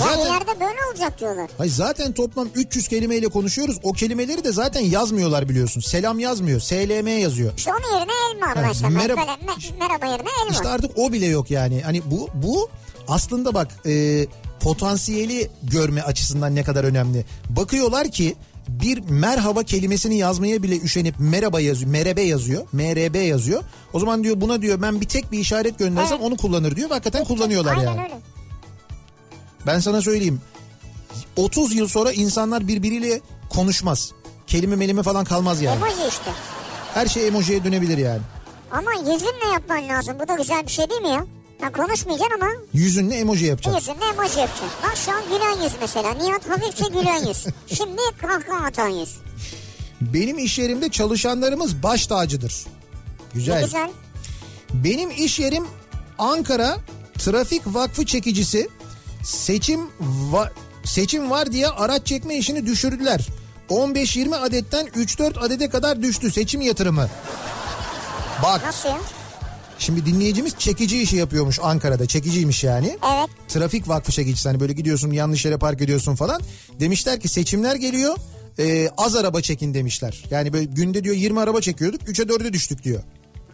Speaker 2: Ya
Speaker 1: Zaten-
Speaker 2: ileride böyle olacak diyorlar.
Speaker 1: Hayır zaten toplam 300 kelimeyle konuşuyoruz. O kelimeleri de zaten yazmıyorlar biliyorsun. Selam yazmıyor. SLM yazıyor.
Speaker 2: İşte onun yerine elma anlaşılmak.
Speaker 1: merhaba-
Speaker 2: Böyle me- merhaba yerine elma.
Speaker 1: İşte artık o bile yok yani. Hani bu bu aslında bak e, potansiyeli görme açısından ne kadar önemli. Bakıyorlar ki bir merhaba kelimesini yazmaya bile üşenip merhaba yazıyor, merebe yazıyor, mrb yazıyor. O zaman diyor buna diyor ben bir tek bir işaret göndersem
Speaker 2: Evet.
Speaker 1: onu kullanır diyor. Ve Hakikaten kullanıyorlar
Speaker 2: Aynen
Speaker 1: yani.
Speaker 2: öyle.
Speaker 1: Ben sana söyleyeyim. 30 yıl sonra insanlar birbiriyle konuşmaz. Kelime melime falan kalmaz yani.
Speaker 2: Emoji işte.
Speaker 1: Her şey emojiye dönebilir yani.
Speaker 2: Ama yüzünle yapman lazım. Bu da güzel bir şey değil mi ya? Ya konuşmayacaksın ama
Speaker 1: Yüzünle emoji yapacak.
Speaker 2: yüzünle emoji yapacaksın. Bak şu an gülen yüz mesela. Nihat hafifçe gülen yüz. Şimdi kahkaha atan yüz.
Speaker 1: Benim iş yerimde çalışanlarımız baş tacıdır.
Speaker 2: Ne
Speaker 1: Güzel.
Speaker 2: güzel.
Speaker 1: Benim iş yerim Ankara Trafik Vakfı çekicisi. Seçim va- seçim var diye araç çekme işini düşürdüler. 15-20 adetten 3-4 adede kadar düştü seçim yatırımı. Bak
Speaker 2: Nasıl ya?
Speaker 1: Şimdi dinleyicimiz çekici işi yapıyormuş Ankara'da. Çekiciymiş yani.
Speaker 2: Evet.
Speaker 1: Trafik vakfı çekicisi. Hani böyle gidiyorsun yanlış yere park ediyorsun falan. Demişler ki seçimler geliyor. e, az araba çekin demişler. Yani böyle günde diyor 20 araba çekiyorduk. 3'e 4'e düştük diyor.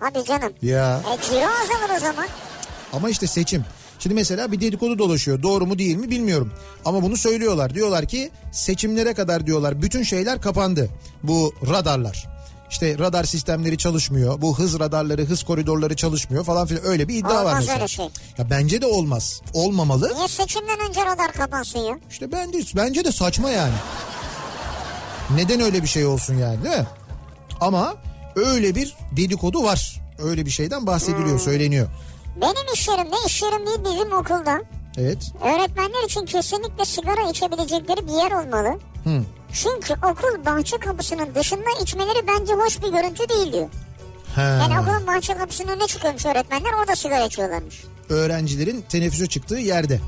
Speaker 2: Hadi canım.
Speaker 1: Ya.
Speaker 2: E ciro azalır o zaman.
Speaker 1: Ama işte seçim. Şimdi mesela bir dedikodu dolaşıyor. Doğru mu değil mi bilmiyorum. Ama bunu söylüyorlar. Diyorlar ki seçimlere kadar diyorlar bütün şeyler kapandı. Bu radarlar. İşte radar sistemleri çalışmıyor. Bu hız radarları, hız koridorları çalışmıyor falan filan. Öyle bir iddia var
Speaker 2: Olmaz
Speaker 1: mesela.
Speaker 2: öyle şey.
Speaker 1: Ya bence de olmaz. Olmamalı.
Speaker 2: Niye seçimden önce radar kapansın ya?
Speaker 1: İşte bence bence de saçma yani. Neden öyle bir şey olsun yani değil mi? Ama öyle bir dedikodu var. Öyle bir şeyden bahsediliyor, söyleniyor.
Speaker 2: Benim iş yerimde, iş yerim değil bizim okulda.
Speaker 1: Evet.
Speaker 2: Öğretmenler için kesinlikle sigara içebilecekleri bir yer olmalı.
Speaker 1: Hı.
Speaker 2: Çünkü okul bahçe kapısının dışında içmeleri bence hoş bir görüntü değil diyor.
Speaker 1: Ha.
Speaker 2: Yani okulun bahçe kapısının önüne çıkıyormuş öğretmenler orada sigara içiyorlarmış.
Speaker 1: Öğrencilerin teneffüse çıktığı yerde.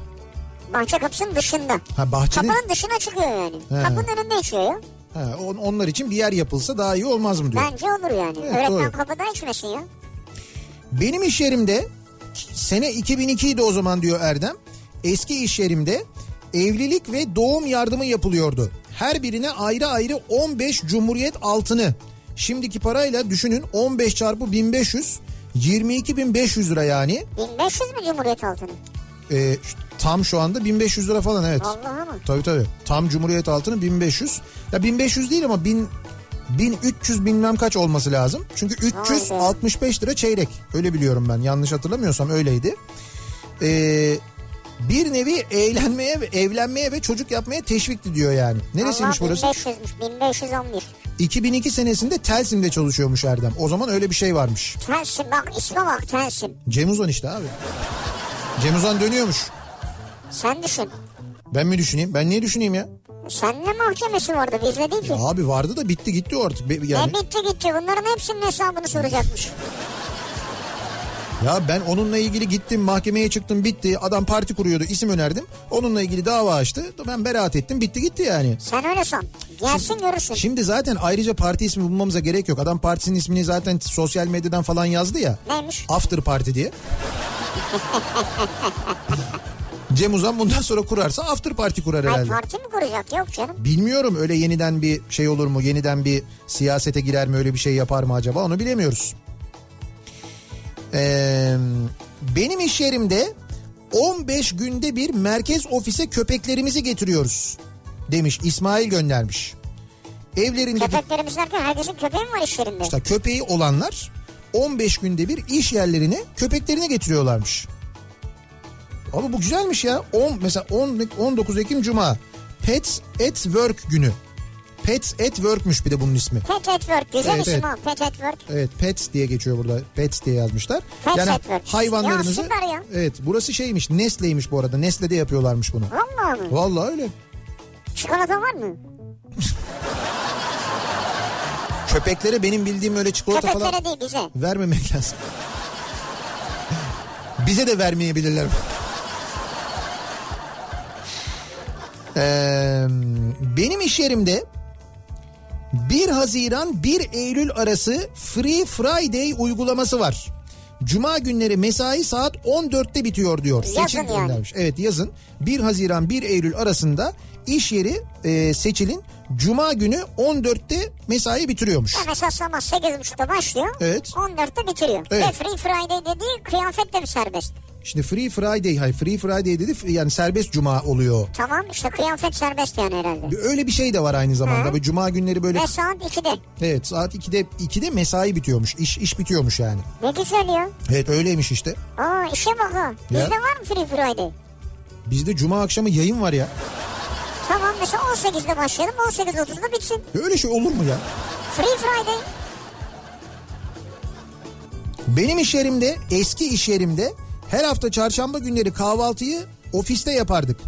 Speaker 2: Bahçe kapısının dışında.
Speaker 1: Ha bahçenin
Speaker 2: Kapının dışına çıkıyor yani.
Speaker 1: He.
Speaker 2: Kapının önünde içiyor ya.
Speaker 1: ha, on- onlar için bir yer yapılsa daha iyi olmaz mı diyor.
Speaker 2: Bence olur yani.
Speaker 1: Evet,
Speaker 2: Öğretmen
Speaker 1: doğru.
Speaker 2: kapıda içmesin ya.
Speaker 1: Benim iş yerimde sene 2002'ydi o zaman diyor Erdem. Eski iş yerimde evlilik ve doğum yardımı yapılıyordu. Her birine ayrı ayrı 15 cumhuriyet altını. Şimdiki parayla düşünün 15 çarpı 1500 22.500 lira yani.
Speaker 2: 1500 mi Cumhuriyet altını?
Speaker 1: Ee, tam şu anda 1500 lira falan evet.
Speaker 2: Allah'a mı?
Speaker 1: Tabii tabii. Tam Cumhuriyet altını 1500. Ya 1500 değil ama 1000 1300 bilmem kaç olması lazım. Çünkü 365 lira çeyrek. Öyle biliyorum ben. Yanlış hatırlamıyorsam öyleydi. Ee, bir nevi eğlenmeye, ve- evlenmeye ve çocuk yapmaya teşvikti diyor yani. Neresiymiş
Speaker 2: Allah
Speaker 1: burası?
Speaker 2: 1500'müş 1511.
Speaker 1: 2002 senesinde Telsim'de çalışıyormuş Erdem. O zaman öyle bir şey varmış.
Speaker 2: Telsim bak isme bak Telsim.
Speaker 1: Cem Uzan işte abi. Cem Uzan dönüyormuş.
Speaker 2: Sen düşün.
Speaker 1: Ben mi düşüneyim? Ben niye düşüneyim ya?
Speaker 2: Sen ne mahkemesi vardı bizde değil ki.
Speaker 1: Abi vardı da bitti gitti o artık. Be- Yani,
Speaker 2: Ne bitti gitti bunların hepsinin hesabını soracakmış.
Speaker 1: ya ben onunla ilgili gittim mahkemeye çıktım bitti. Adam parti kuruyordu isim önerdim. Onunla ilgili dava açtı. Ben beraat ettim bitti gitti yani.
Speaker 2: Sen öyle san. Gelsin görürsün.
Speaker 1: Şimdi zaten ayrıca parti ismi bulmamıza gerek yok. Adam partisinin ismini zaten sosyal medyadan falan yazdı ya.
Speaker 2: Neymiş?
Speaker 1: After Party diye. Cem Uzan bundan sonra kurarsa After Party kurar
Speaker 2: Ay
Speaker 1: herhalde.
Speaker 2: parti mi kuracak? Yok canım.
Speaker 1: Bilmiyorum öyle yeniden bir şey olur mu? Yeniden bir siyasete girer mi? Öyle bir şey yapar mı acaba? Onu bilemiyoruz. Ee, benim iş yerimde 15 günde bir merkez ofise köpeklerimizi getiriyoruz demiş İsmail göndermiş. Evlerindeki
Speaker 2: Köpeklerimiz derken herkesin köpeği mi var iş yerinde?
Speaker 1: işte köpeği olanlar 15 günde bir iş yerlerine köpeklerini getiriyorlarmış. Abi bu güzelmiş ya. 10 mesela 10 19 Ekim Cuma. Pets at Work günü. Pets at Work'müş bir de bunun ismi.
Speaker 2: Pet at work. Güzel
Speaker 1: Evet,
Speaker 2: isim
Speaker 1: evet.
Speaker 2: ha. Pet at work.
Speaker 1: Evet pets diye geçiyor burada. Pets diye yazmışlar.
Speaker 2: Pets
Speaker 1: yani
Speaker 2: at Work.
Speaker 1: hayvanlarımızı.
Speaker 2: Ya süper ya.
Speaker 1: Evet burası şeymiş. Nestle'ymiş bu arada. Nestle'de yapıyorlarmış bunu.
Speaker 2: Vallahi mı?
Speaker 1: Vallahi öyle.
Speaker 2: Çikolata var mı?
Speaker 1: Köpeklere benim bildiğim öyle çikolata falan
Speaker 2: Köpeklere değil bize.
Speaker 1: vermemek lazım. Bize de vermeyebilirler. Ee, benim iş yerimde 1 Haziran 1 Eylül arası Free Friday uygulaması var. Cuma günleri mesai saat 14'te bitiyor diyor.
Speaker 2: Yazın
Speaker 1: Seçil
Speaker 2: yani.
Speaker 1: göndermiş. Evet yazın 1 Haziran 1 Eylül arasında iş yeri e, seçilin Cuma günü 14'te mesai bitiriyormuş.
Speaker 2: Ya mesela sabah 8.30'da başlıyor.
Speaker 1: Evet.
Speaker 2: 14'te bitiriyor.
Speaker 1: Evet.
Speaker 2: Ve Free Friday dediği kıyafet de mi serbest?
Speaker 1: Şimdi Free Friday, hayır Free Friday dedi f- yani serbest cuma oluyor.
Speaker 2: Tamam işte kıyafet serbest yani herhalde.
Speaker 1: Bir- Öyle bir şey de var aynı zamanda.
Speaker 2: Hı. Ah.
Speaker 1: Böyle cuma günleri böyle
Speaker 2: Ve saat 2'de.
Speaker 1: evet saat 2'de 2'de mesai bitiyormuş. İş iş bitiyormuş yani.
Speaker 2: Ne güzel ya.
Speaker 1: Evet öyleymiş işte.
Speaker 2: Aa işe bak ha. Bizde
Speaker 1: Ya.
Speaker 2: var mı Free Friday?
Speaker 1: Bizde cuma akşamı yayın var ya.
Speaker 2: Tamam mesela 18'de başlayalım 18.30'da bitsin.
Speaker 1: Öyle şey olur mu ya?
Speaker 2: Free Friday.
Speaker 1: Benim iş yerimde, eski iş yerimde her hafta çarşamba günleri kahvaltıyı ofiste yapardık.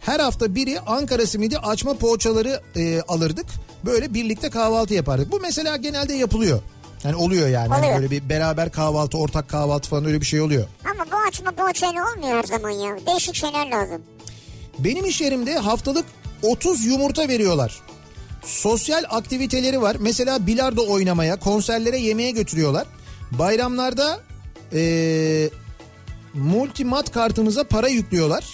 Speaker 1: Her hafta biri Ankara simidi açma poğaçaları e, alırdık. Böyle birlikte kahvaltı yapardık. Bu mesela genelde yapılıyor. Yani oluyor yani. Hani
Speaker 2: Oluyor.
Speaker 1: böyle bir beraber kahvaltı, ortak kahvaltı falan öyle bir şey oluyor.
Speaker 2: Ama bu açma bu açayla olmuyor her zaman ya. Değişik şeyler lazım.
Speaker 1: Benim iş yerimde haftalık 30 yumurta veriyorlar. Sosyal aktiviteleri var. Mesela bilardo oynamaya, konserlere, yemeğe götürüyorlar. Bayramlarda eee multimat kartımıza para yüklüyorlar.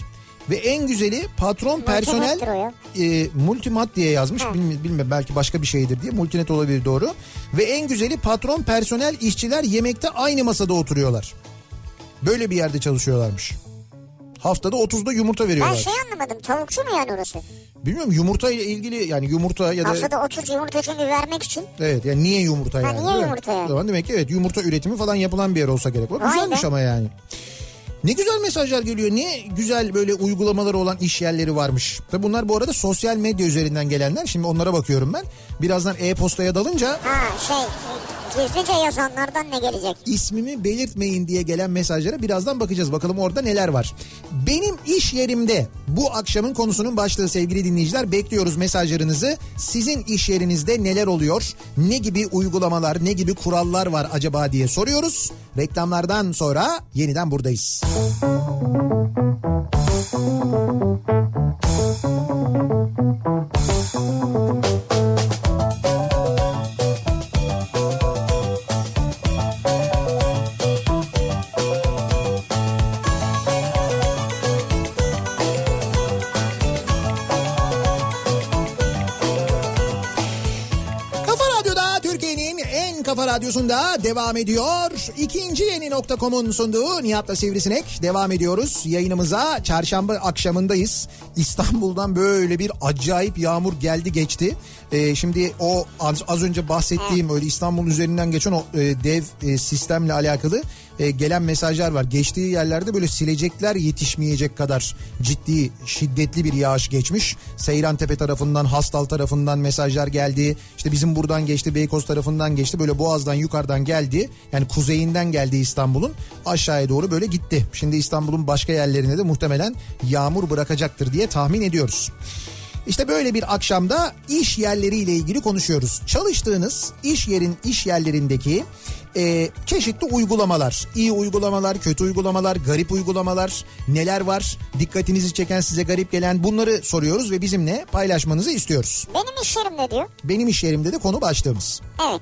Speaker 1: Ve en güzeli patron personel
Speaker 2: Multimat'tır o ya.
Speaker 1: eee, multimat diye yazmış. Bilmiyorum belki başka bir şeydir diye. Multinet olabilir doğru. Ve en güzeli patron personel işçiler yemekte aynı masada oturuyorlar. Böyle bir yerde çalışıyorlarmış. Haftada 30'da yumurta
Speaker 2: Ben
Speaker 1: veriyorlar.
Speaker 2: şey anlamadım tavukçu mu yani orası?
Speaker 1: Bilmiyorum yumurta ile ilgili yani yumurta ya da
Speaker 2: Haftada 30 yumurta çünkü vermek için.
Speaker 1: evet yani niye yumurta yani?
Speaker 2: niye
Speaker 1: değil mi?
Speaker 2: yumurta yani?
Speaker 1: O zaman demek ki evet yumurta üretimi falan yapılan bir yer olsa gerek. O
Speaker 2: Vay
Speaker 1: güzelmiş
Speaker 2: be.
Speaker 1: ama yani. Ne güzel mesajlar geliyor. Ne güzel böyle uygulamaları olan iş yerleri varmış. Tabi bunlar bu arada sosyal medya üzerinden gelenler. Şimdi onlara bakıyorum ben. Birazdan e-postaya dalınca
Speaker 2: Ha şey e, gizlice yazanlardan ne gelecek?
Speaker 1: ismimi belirtmeyin diye gelen mesajlara birazdan bakacağız. Bakalım orada neler var. Benim iş yerimde bu akşamın konusunun başlığı sevgili dinleyiciler. Bekliyoruz mesajlarınızı. Sizin iş yerinizde neler oluyor? Ne gibi uygulamalar, ne gibi kurallar var acaba diye soruyoruz. Reklamlardan sonra yeniden buradayız. Kafa Radyo'da Türkiye'nin en kafa radyosunda devam ediyor. İkinci yeni nokta.com'un sunduğu Nihat'la Sivrisinek devam ediyoruz. Yayınımıza çarşamba akşamındayız. İstanbul'dan böyle bir acayip yağmur geldi geçti. Ee, şimdi o az, az önce bahsettiğim öyle İstanbul üzerinden geçen o e, dev e, sistemle alakalı e, gelen mesajlar var. Geçtiği yerlerde böyle silecekler yetişmeyecek kadar ciddi şiddetli bir yağış geçmiş. Seyrantepe tarafından, Hastal tarafından mesajlar geldi. İşte bizim buradan geçti, Beykoz tarafından geçti. Böyle Boğaz'dan yukarıdan geldi. Yani kuzeyinden geldi İstanbul'un. Aşağıya doğru böyle gitti. Şimdi İstanbul'un başka yerlerine de muhtemelen yağmur bırakacaktır diye tahmin ediyoruz. İşte böyle bir akşamda iş yerleriyle ilgili konuşuyoruz. Çalıştığınız iş yerin iş yerlerindeki e, çeşitli uygulamalar, iyi uygulamalar, kötü uygulamalar, garip uygulamalar neler var? Dikkatinizi çeken size garip gelen bunları soruyoruz ve bizimle paylaşmanızı istiyoruz.
Speaker 2: Benim iş yerimde diyor.
Speaker 1: Benim iş yerimde de konu başlığımız.
Speaker 2: Evet.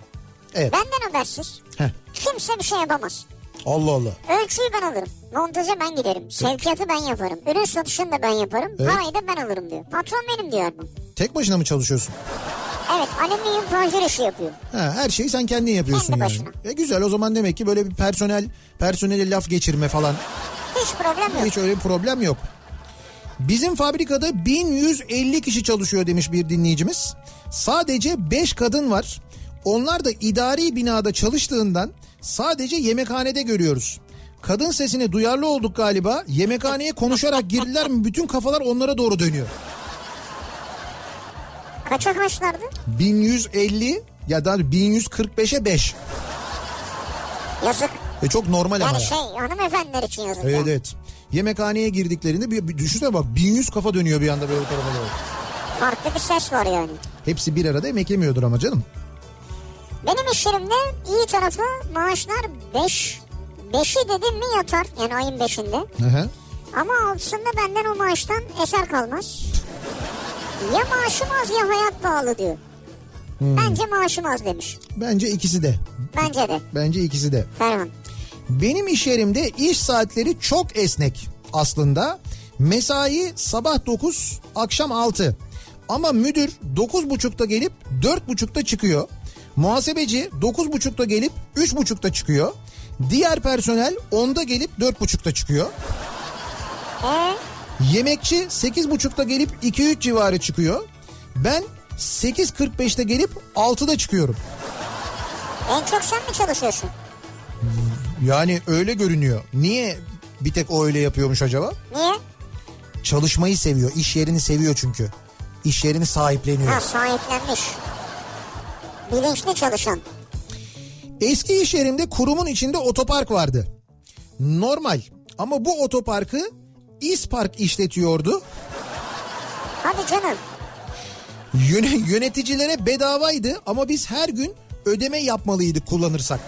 Speaker 1: Evet.
Speaker 2: Benden habersiz.
Speaker 1: Heh.
Speaker 2: Kimse bir şey yapamaz.
Speaker 1: Allah Allah.
Speaker 2: Ölçüyü ben alırım. Montajı ben giderim. Sevkiyatı ben yaparım. Ürün satışını da ben yaparım.
Speaker 1: Evet.
Speaker 2: Parayı da ben alırım diyor. Patron benim diyor bu.
Speaker 1: Tek başına mı çalışıyorsun?
Speaker 2: Evet alüminyum panjur işi yapıyor.
Speaker 1: Ha, her şeyi sen kendin yapıyorsun
Speaker 2: Kendi
Speaker 1: yani.
Speaker 2: başına.
Speaker 1: E güzel o zaman demek ki böyle bir personel personele laf geçirme falan
Speaker 2: Hiç problem yok.
Speaker 1: Hiç öyle bir problem yok. Bizim fabrikada 1150 kişi çalışıyor demiş bir dinleyicimiz. Sadece 5 kadın var. Onlar da idari binada çalıştığından sadece yemekhanede görüyoruz. Kadın sesine duyarlı olduk galiba. Yemekhaneye konuşarak girdiler mi bütün kafalar onlara doğru dönüyor.
Speaker 2: Kaça kaçlardı?
Speaker 1: 1150 ya da 1145'e 5.
Speaker 2: Yazık.
Speaker 1: E çok normal ama.
Speaker 2: Yani
Speaker 1: ya.
Speaker 2: şey hanımefendiler için yazık.
Speaker 1: Evet
Speaker 2: yani.
Speaker 1: evet. Yemekhaneye girdiklerinde bir, bir düşünsene bak 1100 kafa dönüyor bir anda böyle bu tarafa doğru.
Speaker 2: Farklı bir ses var yani.
Speaker 1: Hepsi bir arada emek yemiyordur ama canım.
Speaker 2: Benim iş yerimde iyi tarafı maaşlar 5. 5'i dedim mi yatar yani ayın 5'inde.
Speaker 1: Hı hı.
Speaker 2: Ama altısında benden o maaştan eser kalmaz. Ya maaşım az ya hayat pahalı diyor. Bence maaşım az demiş.
Speaker 1: Bence ikisi de.
Speaker 2: Bence de
Speaker 1: Bence ikisi de.
Speaker 2: Ferhan.
Speaker 1: Benim iş yerimde iş saatleri çok esnek aslında. Mesai sabah 9, akşam 6. Ama müdür 9.30'da gelip 4.30'da çıkıyor. Muhasebeci 9.30'da gelip 3.30'da çıkıyor. Diğer personel 10'da gelip 4.30'da çıkıyor.
Speaker 2: Ee,
Speaker 1: Yemekçi 8.30'da gelip 2-3 civarı çıkıyor. Ben 8.45'te gelip 6'da çıkıyorum.
Speaker 2: en çok sen mi çalışıyorsun?
Speaker 1: Yani öyle görünüyor. Niye bir tek o öyle yapıyormuş acaba?
Speaker 2: Niye?
Speaker 1: Çalışmayı seviyor. iş yerini seviyor çünkü. İş yerini
Speaker 2: Ha
Speaker 1: sahipleniyor.
Speaker 2: sahiplenmiş. Bilinçli çalışan.
Speaker 1: Eski iş yerimde kurumun içinde otopark vardı. Normal ama bu otoparkı İspark işletiyordu.
Speaker 2: Hadi canım.
Speaker 1: Yöne- yöneticilere bedavaydı ama biz her gün ödeme yapmalıydık kullanırsak.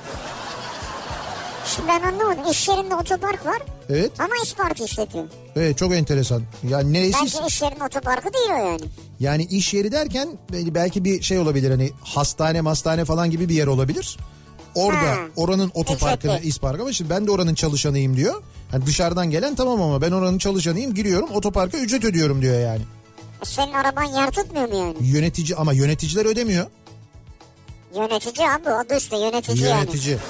Speaker 2: Şimdi ben anlamadım. İş yerinde otopark var
Speaker 1: Evet,
Speaker 2: ama iş parkı işletiyor.
Speaker 1: evet çok enteresan. Yani neresi
Speaker 2: Bence iş yerinin otoparkı değil o yani.
Speaker 1: Yani iş yeri derken bel- belki bir şey olabilir hani hastane hastane falan gibi bir yer olabilir. Orada
Speaker 2: Ha.
Speaker 1: oranın otoparkını
Speaker 2: Ücretli.
Speaker 1: ispark ama şimdi ben de oranın çalışanıyım diyor. Yani dışarıdan gelen tamam ama ben oranın çalışanıyım giriyorum otoparka ücret ödüyorum diyor yani.
Speaker 2: E, Senin araban yer tutmuyor mu yani?
Speaker 1: Yönetici ama yöneticiler ödemiyor.
Speaker 2: Yönetici abi adı üstü yönetici,
Speaker 1: Yönetici
Speaker 2: yani.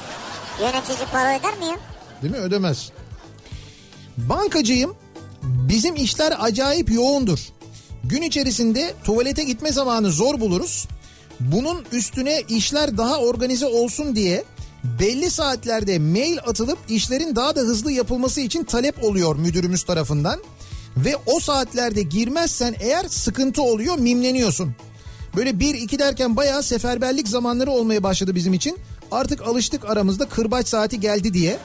Speaker 2: Yönetici para öder mi ya?
Speaker 1: değil mi ödemez. Bankacıyım bizim işler acayip yoğundur. Gün içerisinde tuvalete gitme zamanı zor buluruz. Bunun üstüne işler daha organize olsun diye belli saatlerde mail atılıp işlerin daha da hızlı yapılması için talep oluyor müdürümüz tarafından. Ve o saatlerde girmezsen eğer sıkıntı oluyor mimleniyorsun. Böyle bir iki derken bayağı seferberlik zamanları olmaya başladı bizim için. Artık alıştık aramızda kırbaç saati geldi diye.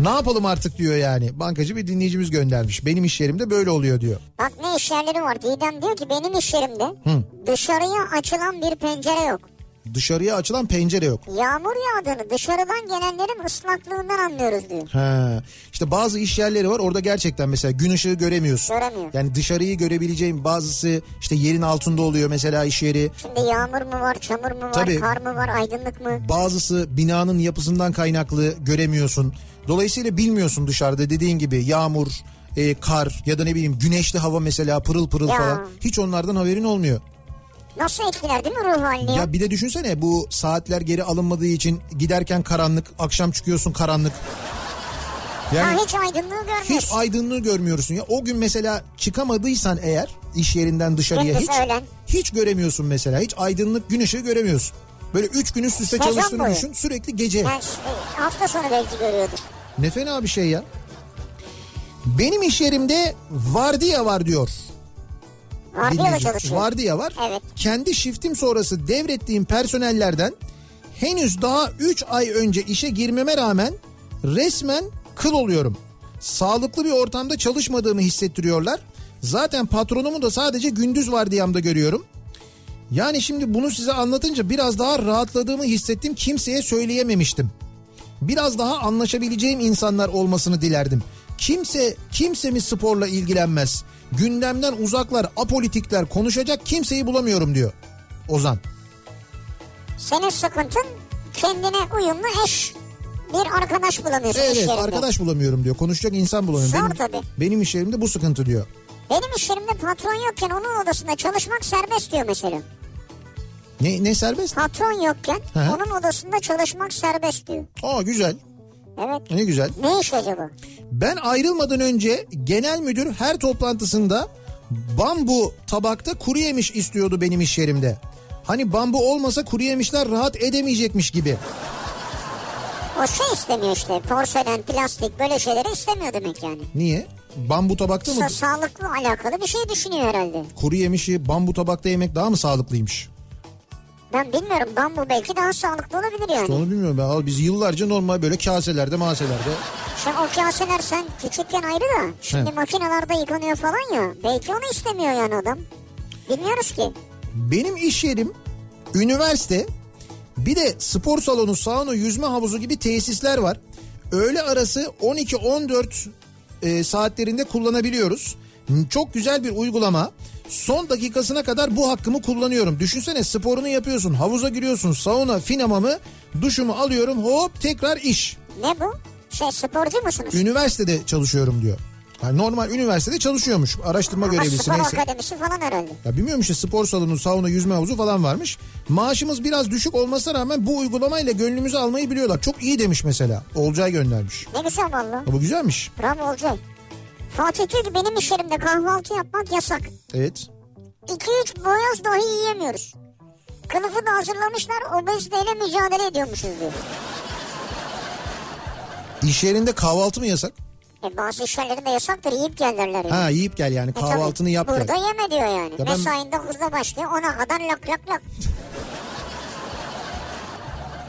Speaker 1: Ne yapalım artık diyor yani. Bankacı bir dinleyicimiz göndermiş. Benim iş yerimde böyle oluyor diyor.
Speaker 2: Bak ne iş yerleri var. Didem diyor ki benim iş yerimde dışarıya açılan bir pencere yok.
Speaker 1: Dışarıya açılan pencere yok.
Speaker 2: Yağmur yağdığını dışarıdan gelenlerin ıslaklığından anlıyoruz diyor.
Speaker 1: Ha. İşte bazı iş yerleri var orada gerçekten mesela gün ışığı göremiyorsun.
Speaker 2: Göremiyor.
Speaker 1: Yani dışarıyı görebileceğim bazısı işte yerin altında oluyor mesela iş yeri.
Speaker 2: Şimdi yağmur mu var, çamur mu var,
Speaker 1: Tabii.
Speaker 2: kar mı var, aydınlık mı?
Speaker 1: Bazısı binanın yapısından kaynaklı göremiyorsun. Dolayısıyla bilmiyorsun dışarıda dediğin gibi yağmur, e, kar ya da ne bileyim güneşli hava mesela pırıl pırıl
Speaker 2: Ya.
Speaker 1: falan. Hiç onlardan haberin olmuyor.
Speaker 2: Nasıl etkiler değil mi ruh halini? ya?
Speaker 1: Ya bir de düşünsene bu saatler geri alınmadığı için giderken karanlık, akşam çıkıyorsun karanlık.
Speaker 2: Ha,
Speaker 1: Yani
Speaker 2: hiç aydınlığı görmüyorsun.
Speaker 1: hiç aydınlığı görmüyorsun ya. O gün mesela çıkamadıysan eğer iş yerinden dışarıya
Speaker 2: Gündüz
Speaker 1: hiç
Speaker 2: öğlen.
Speaker 1: hiç göremiyorsun mesela. Hiç aydınlık gün ışığı göremiyorsun. Böyle üç gün üst üste
Speaker 2: Sezon
Speaker 1: çalıştığını
Speaker 2: boyu.
Speaker 1: düşün sürekli gece.
Speaker 2: Ben e, hafta sonu belki görüyordum.
Speaker 1: Ne fena bir şey ya. Benim iş yerimde vardiya var diyor.
Speaker 2: Vardiya da
Speaker 1: dinleyici.
Speaker 2: çalışıyor.
Speaker 1: Vardiya var.
Speaker 2: Evet.
Speaker 1: Kendi shiftim sonrası devrettiğim personellerden henüz daha 3 ay önce işe girmeme rağmen resmen kıl oluyorum. Sağlıklı bir ortamda çalışmadığımı hissettiriyorlar. Zaten patronumu da sadece gündüz vardiyamda görüyorum. Yani şimdi bunu size anlatınca biraz daha rahatladığımı hissettim. Kimseye söyleyememiştim. Biraz daha anlaşabileceğim insanlar olmasını dilerdim. Kimse kimse mi sporla ilgilenmez? Gündemden uzaklar, apolitikler, konuşacak kimseyi bulamıyorum diyor Ozan.
Speaker 2: Senin sıkıntın kendine uyumlu eş. Bir arkadaş bulamıyorsun iş
Speaker 1: Evet,
Speaker 2: yerinde.
Speaker 1: arkadaş bulamıyorum diyor. Konuşacak insan bulamıyorum.
Speaker 2: Zor
Speaker 1: Benim,
Speaker 2: tabii.
Speaker 1: benim iş yerimde bu sıkıntı diyor.
Speaker 2: Benim iş yerimde patron yokken onun odasında çalışmak serbest diyor mesela.
Speaker 1: Ne ne serbest?
Speaker 2: Patron yokken
Speaker 1: Hı hı.
Speaker 2: onun odasında çalışmak serbest diyor.
Speaker 1: Aa güzel.
Speaker 2: Evet.
Speaker 1: Ne güzel.
Speaker 2: Ne iş acaba?
Speaker 1: Ben ayrılmadan önce genel müdür her toplantısında bambu tabakta kuru yemiş istiyordu benim iş yerimde. Hani bambu olmasa kuru yemişler rahat edemeyecekmiş gibi.
Speaker 2: O şey istemiyor işte. Porselen, plastik böyle şeyleri istemiyor demek yani.
Speaker 1: Niye? Bambu tabakta mı?
Speaker 2: Sa- sağlıkla alakalı bir şey düşünüyor herhalde.
Speaker 1: Kuru yemişi bambu tabakta yemek daha mı sağlıklıymış?
Speaker 2: Ben bilmiyorum. Bambu belki daha sağlıklı olabilir yani.
Speaker 1: Onu bilmiyorum ben. Al Biz yıllarca normal böyle kaselerde maselerde.
Speaker 2: Şimdi o kaseler sen küçükken ayrı da şimdi
Speaker 1: He.
Speaker 2: makinelerde yıkanıyor falan ya. Belki onu istemiyor yani adam. Bilmiyoruz ki.
Speaker 1: Benim iş yerim üniversite bir de spor salonu, sauna, yüzme havuzu gibi tesisler var. Öğle arası 12-14 e, saatlerinde kullanabiliyoruz. Çok güzel bir uygulama. Son dakikasına kadar bu hakkımı kullanıyorum. Düşünsene sporunu yapıyorsun, havuza giriyorsun, sauna, fin hamamı, duşumu alıyorum hop tekrar iş.
Speaker 2: Ne bu? Şey sporcu musunuz?
Speaker 1: üniversitede çalışıyorum diyor. Yani normal üniversitede çalışıyormuş. Araştırma
Speaker 2: Ama
Speaker 1: görevlisi
Speaker 2: spor
Speaker 1: neyse.
Speaker 2: akademisi falan herhalde.
Speaker 1: Ya bilmiyorum işte spor salonu, sauna, yüzme havuzu falan varmış. Maaşımız biraz düşük olmasına rağmen bu uygulamayla gönlümüzü almayı biliyorlar. Çok iyi demiş mesela. Olcay göndermiş.
Speaker 2: Ne güzel valla.
Speaker 1: Ya bu güzelmiş.
Speaker 2: Bravo Olcay. Fatih diyor ki benim iş yerimde kahvaltı yapmak yasak.
Speaker 1: Evet.
Speaker 2: 2-3 boyoz dahi yiyemiyoruz. Kılıfı da hazırlamışlar obeziteyle mücadele ediyormuşuz diyor.
Speaker 1: İş yerinde kahvaltı mı yasak?
Speaker 2: E bazı iş yerlerinde yasaktır yiyip gelirler yani.
Speaker 1: Ha yiyip gel yani
Speaker 2: E tabii,
Speaker 1: kahvaltını yap
Speaker 2: Burada
Speaker 1: gel.
Speaker 2: yeme diyor yani.
Speaker 1: ben-
Speaker 2: Mesain 9'da başlıyor ona kadar lak lak lak.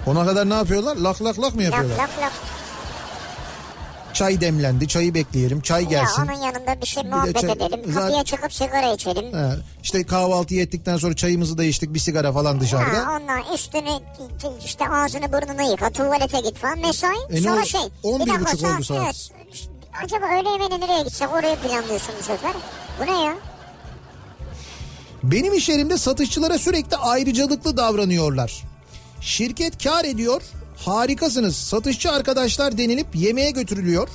Speaker 1: Ona kadar ne yapıyorlar? Lak lak lak mı
Speaker 2: Lak
Speaker 1: yapıyorlar?
Speaker 2: lak lak.
Speaker 1: Çay demlendi, çayı bekleyelim, çay gelsin.
Speaker 2: Ya onun yanında bir şey muhabbet
Speaker 1: çay-
Speaker 2: edelim.
Speaker 1: zaten-
Speaker 2: Kapıya çıkıp sigara içelim.
Speaker 1: Ha, işte kahvaltıyı ettikten sonra çayımızı da içtik, bir sigara falan dışarıda.
Speaker 2: Ha, ondan üstünü işte ağzını burnunu yıka tuvalete git falan mesai.
Speaker 1: E ne
Speaker 2: Sonra
Speaker 1: oldu?
Speaker 2: şey.
Speaker 1: 11.30
Speaker 2: dakika,
Speaker 1: oldu saat.
Speaker 2: evet. Acaba öğle yemeğine nereye gitsek oraya planlıyorsun bu sefer. Bu ne ya?
Speaker 1: Benim iş yerimde satışçılara sürekli ayrıcalıklı davranıyorlar. Şirket kar ediyor, harikasınız satışçı arkadaşlar denilip yemeğe götürülüyor.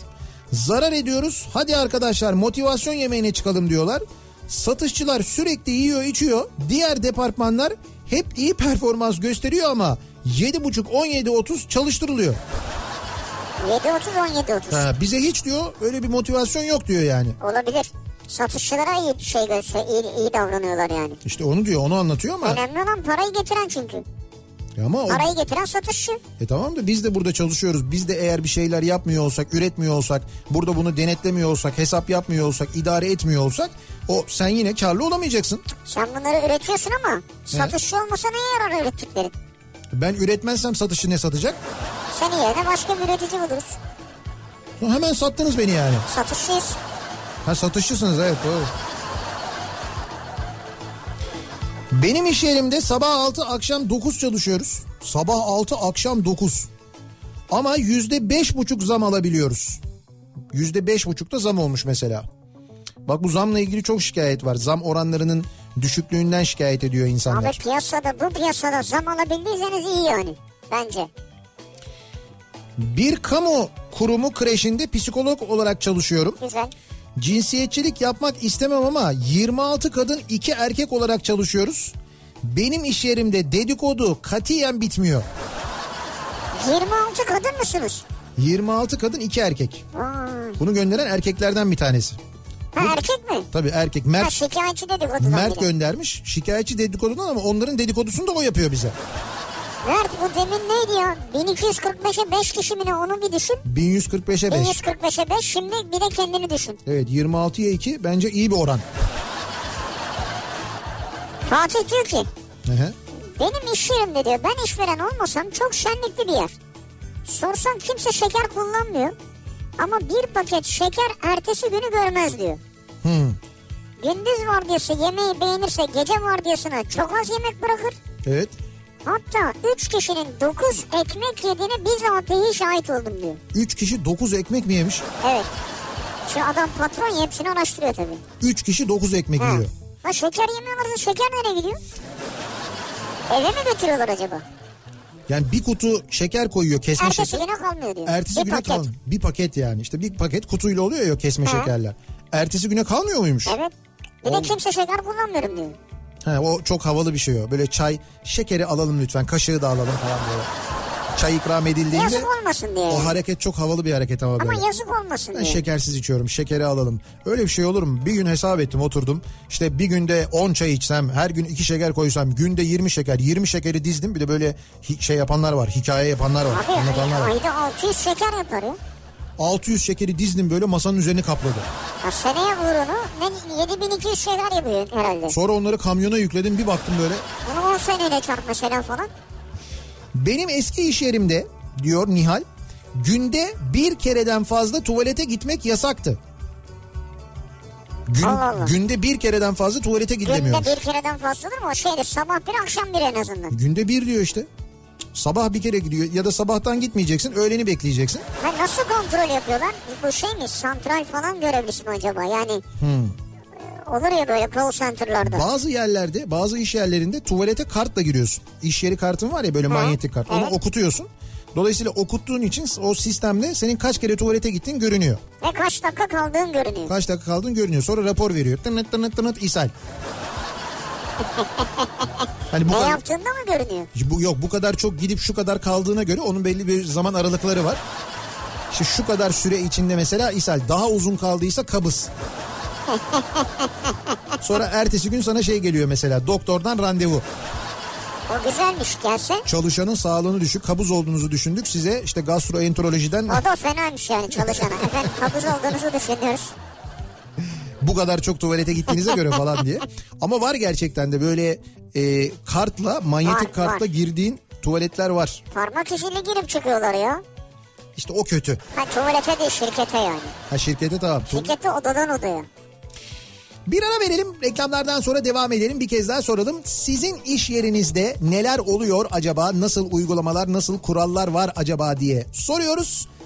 Speaker 1: Zarar ediyoruz, hadi arkadaşlar motivasyon yemeğine çıkalım diyorlar. Satışçılar sürekli yiyor içiyor, diğer departmanlar hep iyi performans gösteriyor ama 7.30-17.30 çalıştırılıyor.
Speaker 2: 7.30 17.30.
Speaker 1: Ha, bize hiç diyor öyle bir motivasyon yok diyor yani.
Speaker 2: Olabilir. Satışçılara iyi şey göster, iyi, iyi davranıyorlar yani.
Speaker 1: İşte onu diyor onu anlatıyor ama,
Speaker 2: Önemli olan parayı getiren çünkü.
Speaker 1: ama o-
Speaker 2: Parayı getiren satışçı.
Speaker 1: E tamam da biz de burada çalışıyoruz. Biz de eğer bir şeyler yapmıyor olsak, üretmiyor olsak, burada bunu denetlemiyor olsak, hesap yapmıyor olsak, idare etmiyor olsak o sen yine karlı olamayacaksın.
Speaker 2: Sen bunları üretiyorsun ama satışçı olmasa neye yarar ürettiklerin?
Speaker 1: Ben üretmezsem satışı ne satacak?
Speaker 2: Seni yerine başka bir üretici buluruz.
Speaker 1: Hemen sattınız beni yani.
Speaker 2: Satışçıyız.
Speaker 1: Ha satışçısınız evet doğru. Benim iş yerimde sabah 6 akşam 9 çalışıyoruz. Sabah 6 akşam 9. Ama yüzde beş buçuk zam alabiliyoruz. Yüzde beş buçukta zam olmuş mesela. Bak bu zamla ilgili çok şikayet var. Zam oranlarının düşüklüğünden şikayet ediyor
Speaker 2: Abi
Speaker 1: insanlar.
Speaker 2: piyasada bu piyasada zam alabildiyseniz iyi yani. Bence.
Speaker 1: Bir kamu kurumu kreşinde psikolog olarak çalışıyorum.
Speaker 2: Güzel.
Speaker 1: Cinsiyetçilik yapmak istemem ama 26 kadın 2 erkek olarak çalışıyoruz. Benim iş yerimde dedikodu katiyen bitmiyor.
Speaker 2: 26 kadın mısınız?
Speaker 1: 26 kadın 2 erkek.
Speaker 2: Vay.
Speaker 1: Bunu gönderen erkeklerden bir tanesi.
Speaker 2: Ha erkek mi?
Speaker 1: Tabii erkek
Speaker 2: Ha
Speaker 1: Mert
Speaker 2: şikayetçi dedikodudan
Speaker 1: Mert
Speaker 2: biri.
Speaker 1: göndermiş. Şikayetçi dedikodudan ama onların dedikodusunu da o yapıyor bize.
Speaker 2: Mert bu demin neydi ya? 1245'e 5 kişi mi ne onu bir düşün.
Speaker 1: 1145'e 5.
Speaker 2: 1145'e 5 şimdi bir de kendini düşün.
Speaker 1: Evet 26'ya 2 bence iyi bir oran.
Speaker 2: Fatih diyor ki
Speaker 1: Hı hı.
Speaker 2: benim iş yerimde diyor ben işveren olmasam çok şenlikli bir yer. Sorsan kimse şeker kullanmıyor. Ama bir paket şeker ertesi günü görmez diyor.
Speaker 1: Hı.
Speaker 2: Gündüz vardiyası yemeği beğenirse gece vardiyasına çok az yemek bırakır.
Speaker 1: Evet.
Speaker 2: Hatta 3 kişinin 9 ekmek yediğine bizatihi şahit oldum diyor.
Speaker 1: 3 kişi 9 ekmek mi yemiş?
Speaker 2: Evet. Şu adam patron ya, hepsini araştırıyor tabii.
Speaker 1: 3 kişi 9 ekmek
Speaker 2: Ha.
Speaker 1: yiyor.
Speaker 2: Ha şeker yemiyorlarsa şeker nereye gidiyor? Eve mi götürüyorlar acaba?
Speaker 1: Yani bir kutu şeker koyuyor kesme
Speaker 2: Ertesi
Speaker 1: şeker.
Speaker 2: güne kalmıyor diyor.
Speaker 1: Ertesi
Speaker 2: Bir
Speaker 1: güne
Speaker 2: paket.
Speaker 1: kalmıyor. Bir paket yani işte bir paket kutuyla oluyor ya kesme
Speaker 2: Hı.
Speaker 1: şekerler. Ertesi güne kalmıyor muymuş?
Speaker 2: Evet. Bir de
Speaker 1: Oğlum.
Speaker 2: kimse şeker kullanmıyorum diyor.
Speaker 1: He, o çok havalı bir şey o. Böyle çay şekeri alalım lütfen kaşığı da alalım falan böyle. Çay ikram edildiğinde
Speaker 2: Yazık olmasın diye.
Speaker 1: o hareket çok havalı bir hareket ama böyle.
Speaker 2: Ama yazık olmasın
Speaker 1: Ben
Speaker 2: diye.
Speaker 1: şekersiz içiyorum şekeri alalım. Öyle bir şey olur mu? Bir gün hesap ettim oturdum. İşte bir günde 10 çay içsem her gün 2 şeker koysam günde 20 şeker 20 şekeri dizdim. Bir de böyle hi- şey yapanlar var hikaye yapanlar var
Speaker 2: Abi
Speaker 1: anlatanlar var.
Speaker 2: ayda 600 şeker yapar ya.
Speaker 1: 600 şekeri dizdim böyle masanın üzerini kapladı.
Speaker 2: ya seneye uğrunu ne, 7200 şeker yapıyor herhalde.
Speaker 1: Sonra onları kamyona yükledim bir baktım böyle.
Speaker 2: Bunu 10 seneyle çarp mesela falan.
Speaker 1: Benim eski iş yerimde diyor Nihal günde bir kereden fazla tuvalete gitmek yasaktı. Gün-
Speaker 2: Allah Allah.
Speaker 1: Günde bir kereden fazla tuvalete
Speaker 2: Günde
Speaker 1: gidilemiyormuş.
Speaker 2: bir kereden fazladır mı? O şeydir sabah bir akşam bir en azından.
Speaker 1: Günde bir diyor işte. Sabah bir kere gidiyor ya da sabahtan gitmeyeceksin öğleni bekleyeceksin.
Speaker 2: Ha, nasıl kontrol yapıyorlar? Bu şey mi santral falan görevlisi mi acaba? Yani e, olur ya böyle call center'larda.
Speaker 1: Bazı yerlerde bazı iş yerlerinde tuvalete kartla giriyorsun. İş yeri kartın var ya böyle manyetik kart onu
Speaker 2: evet.
Speaker 1: okutuyorsun. Dolayısıyla okuttuğun için o sistemde senin kaç kere tuvalete gittiğin görünüyor.
Speaker 2: Ve kaç dakika kaldığın görünüyor.
Speaker 1: Kaç dakika kaldın görünüyor. Sonra rapor veriyor. Tınıt tınıt tınıt ishal. hani bu
Speaker 2: ne
Speaker 1: kadar,
Speaker 2: yaptığında mı görünüyor?
Speaker 1: bu yok bu kadar çok gidip şu kadar kaldığına göre onun belli bir zaman aralıkları var. İşte şu kadar süre içinde mesela ishal daha uzun kaldıysa kabız. Sonra ertesi gün sana şey geliyor mesela doktordan randevu.
Speaker 2: O güzelmiş gelse.
Speaker 1: Çalışanın sağlığını düşük, kabız olduğunuzu düşündük. Size işte gastroenterolojiden
Speaker 2: O da fenaymış yani çalışana. Efendim kabız olduğunuzu düşünüyoruz.
Speaker 1: bu kadar çok tuvalete gittiğinize göre falan diye. Ama var gerçekten de böyle e, kartla manyetik
Speaker 2: Var,
Speaker 1: kartla
Speaker 2: var.
Speaker 1: girdiğin tuvaletler var.
Speaker 2: Parmak iziyle girip çıkıyorlar ya.
Speaker 1: İşte o kötü.
Speaker 2: Ha tuvalete değil şirkete yani.
Speaker 1: Ha şirkete tamam.
Speaker 2: Şirkette odadan odaya.
Speaker 1: Bir ara verelim reklamlardan sonra devam edelim bir kez daha soralım. Sizin iş yerinizde neler oluyor acaba nasıl uygulamalar nasıl kurallar var acaba diye soruyoruz.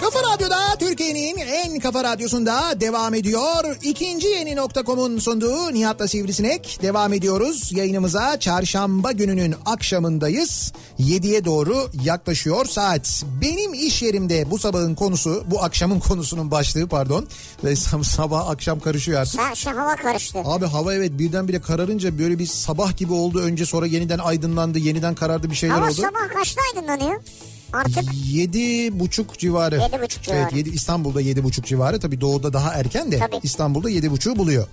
Speaker 1: Kafa Radyo'da Türkiye'nin en kafa radyosunda devam ediyor. İkinci yeni nokta.com'un sunduğu Nihat'la Sivrisinek devam ediyoruz. Yayınımıza çarşamba gününün akşamındayız. 7'ye doğru yaklaşıyor saat. Benim iş yerimde bu sabahın konusu, bu akşamın konusunun başlığı pardon. Ve sam- Sabah akşam karışıyor artık.
Speaker 2: Ha şu hava karıştı.
Speaker 1: Abi hava evet birdenbire kararınca böyle bir sabah gibi oldu. Önce sonra yeniden aydınlandı, yeniden karardı bir şeyler
Speaker 2: Ama
Speaker 1: oldu.
Speaker 2: sabah kaçta aydınlanıyor? Artık
Speaker 1: Yedi buçuk civarı.
Speaker 2: Yedi buçuk civarı.
Speaker 1: Evet, yedi, İstanbul'da yedi buçuk civarı. Tabii doğuda daha erken de
Speaker 2: Tabii.
Speaker 1: İstanbul'da yedi buçuğu buluyor.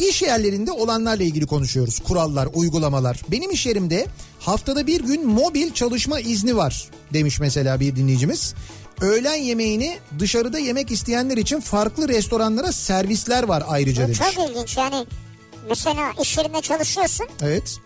Speaker 1: İş yerlerinde olanlarla ilgili konuşuyoruz. Kurallar, uygulamalar. Benim iş yerimde haftada bir gün mobil çalışma izni var demiş mesela bir dinleyicimiz. Öğlen yemeğini dışarıda yemek isteyenler için farklı restoranlara servisler var ayrıca
Speaker 2: bu
Speaker 1: demiş.
Speaker 2: çok ilginç yani. Mesela iş yerinde çalışıyorsun.
Speaker 1: Evet.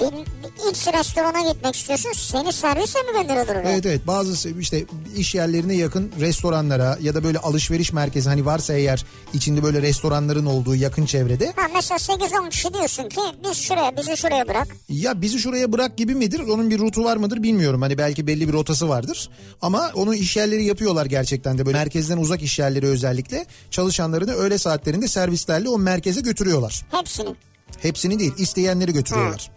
Speaker 2: Bir, bir X restorana gitmek istiyorsun. Seni servisle mi gönderilir oraya?
Speaker 1: Evet evet bazı se- işte iş yerlerine yakın restoranlara ya da böyle alışveriş merkezi hani varsa eğer içinde böyle restoranların olduğu yakın çevrede
Speaker 2: Ha mesela 8-10 kişi diyorsun ki biz şuraya bizi şuraya bırak.
Speaker 1: ya bizi şuraya bırak gibi midir onun bir rutu var mıdır bilmiyorum hani belki belli bir rotası vardır ama onu iş yerleri yapıyorlar gerçekten de böyle merkezden uzak iş yerleri özellikle çalışanlarını öğle saatlerinde servislerle o merkeze götürüyorlar.
Speaker 2: Hepsini.
Speaker 1: Hepsini değil isteyenleri götürüyorlar.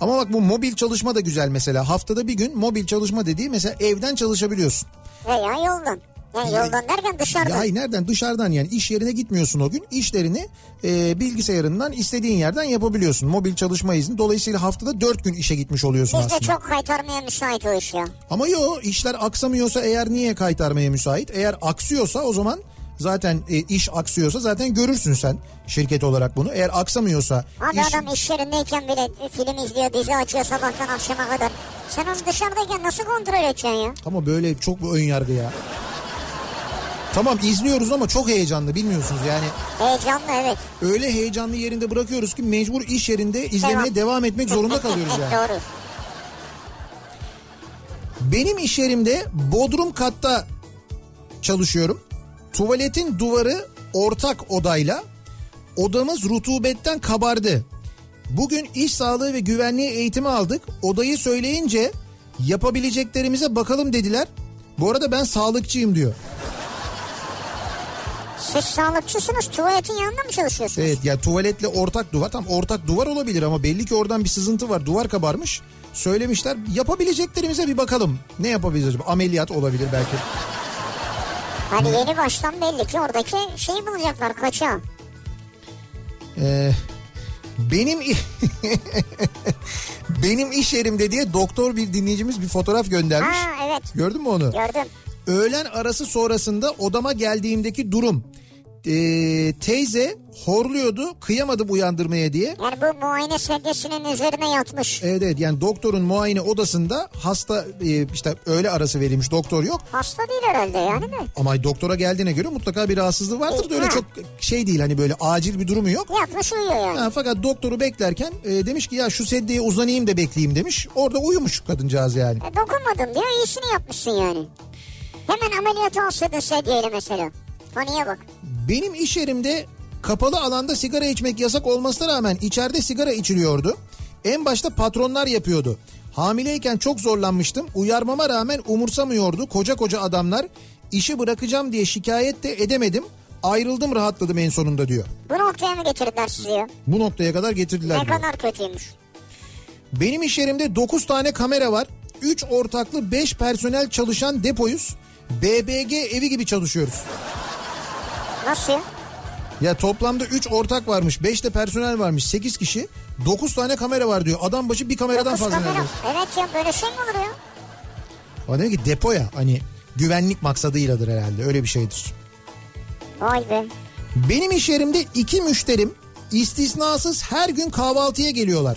Speaker 1: Ama bak bu mobil çalışma da güzel mesela haftada bir gün mobil çalışma dediği mesela evden çalışabiliyorsun.
Speaker 2: Veya yoldan. Yani yoldan derken
Speaker 1: Ya
Speaker 2: dışarıdan.
Speaker 1: hayır, nereden dışarıdan yani iş yerine gitmiyorsun o gün işlerini e, bilgisayarından istediğin yerden yapabiliyorsun mobil çalışma izni dolayısıyla haftada 4 gün işe gitmiş oluyorsun
Speaker 2: Biz de
Speaker 1: aslında.
Speaker 2: çok kaytarmaya müsait o iş ya.
Speaker 1: Ama yo işler aksamıyorsa eğer niye kaytarmaya müsait eğer aksıyorsa o zaman zaten e, iş aksıyorsa zaten görürsün sen şirket olarak bunu eğer aksamıyorsa
Speaker 2: Abi
Speaker 1: iş-
Speaker 2: adam iş yerindeyken bile film izliyor, dizi açıyor sabahtan akşama kadar. Sen onu dışarıdayken nasıl kontrol edeceksin ya?
Speaker 1: Ama böyle çok bu ön yargı ya. Tamam izliyoruz ama çok heyecanlı bilmiyorsunuz yani
Speaker 2: Heyecanlı evet.
Speaker 1: öyle heyecanlı yerinde bırakıyoruz ki mecbur iş yerinde izlemeye
Speaker 2: Devam.
Speaker 1: devam etmek zorunda kalıyoruz yani.
Speaker 2: Doğru.
Speaker 1: Benim iş yerimde bodrum katta çalışıyorum. Tuvaletin duvarı ortak odayla. Odamız rutubetten kabardı. Bugün iş sağlığı ve güvenliği eğitimi aldık. Odayı söyleyince yapabileceklerimize bakalım dediler. Bu arada ben sağlıkçıyım diyor.
Speaker 2: Siz sağlıkçısınız tuvaletin yanında mı çalışıyorsunuz?
Speaker 1: Evet ya tuvaletle ortak duvar tam ortak duvar olabilir ama belli ki oradan bir sızıntı var duvar kabarmış. Söylemişler yapabileceklerimize bir bakalım. Ne yapabiliriz? Ameliyat olabilir belki.
Speaker 2: Hani yeni baştan belli ki oradaki şeyi bulacaklar kaça.
Speaker 1: Ee, benim i- benim iş yerimde diye doktor bir dinleyicimiz bir fotoğraf göndermiş.
Speaker 2: Ha evet
Speaker 1: Gördün mü onu?
Speaker 2: gördüm.
Speaker 1: Öğlen arası sonrasında odama geldiğimdeki durum. Ee, teyze horluyordu kıyamadım uyandırmaya diye.
Speaker 2: Yani bu muayene sedyesinin üzerine yatmış.
Speaker 1: Evet evet yani doktorun muayene odasında hasta e, işte öğle arası verilmiş doktor yok.
Speaker 2: Hasta değil herhalde yani de.
Speaker 1: Ama doktora geldiğine göre mutlaka bir rahatsızlığı vardır da öyle
Speaker 2: Ha.
Speaker 1: çok şey değil hani böyle acil bir durumu yok.
Speaker 2: Yatmış uyuyor yani.
Speaker 1: Ha, fakat doktoru beklerken e, demiş ki ya şu sedyeye uzanayım da bekleyeyim demiş. Orada uyumuş kadıncağız yani.
Speaker 2: E, dokunmadım diyor iyisini yapmışsın yani. Hemen ameliyat olsaydın sedyeyle mesela. Paniğe bak.
Speaker 1: Benim iş yerimde kapalı alanda sigara içmek yasak olmasına rağmen içeride sigara içiliyordu. En başta patronlar yapıyordu. Hamileyken çok zorlanmıştım. Uyarmama rağmen umursamıyordu. Koca koca adamlar işi bırakacağım diye şikayet de edemedim. Ayrıldım rahatladım en sonunda diyor.
Speaker 2: Bu noktaya mı getirdiler sizi ya?
Speaker 1: Bu noktaya kadar getirdiler.
Speaker 2: Ne
Speaker 1: diyor.
Speaker 2: kadar kötüymüş.
Speaker 1: Benim iş yerimde 9 tane kamera var. 3 ortaklı 5 personel çalışan depoyuz. BBG evi gibi çalışıyoruz.
Speaker 2: Nasıl ya?
Speaker 1: Ya toplamda 3 ortak varmış, 5 de personel varmış, 8 kişi. 9 tane kamera var diyor. Adam başı bir kameradan
Speaker 2: Dokuz
Speaker 1: fazla
Speaker 2: kamera.
Speaker 1: neredeyse.
Speaker 2: Evet ya böyle şey mi olur ya?
Speaker 1: Ama demek ki depoya hani güvenlik maksadıyladır herhalde öyle bir şeydir.
Speaker 2: Vay be.
Speaker 1: Benim iş yerimde iki müşterim istisnasız her gün kahvaltıya geliyorlar.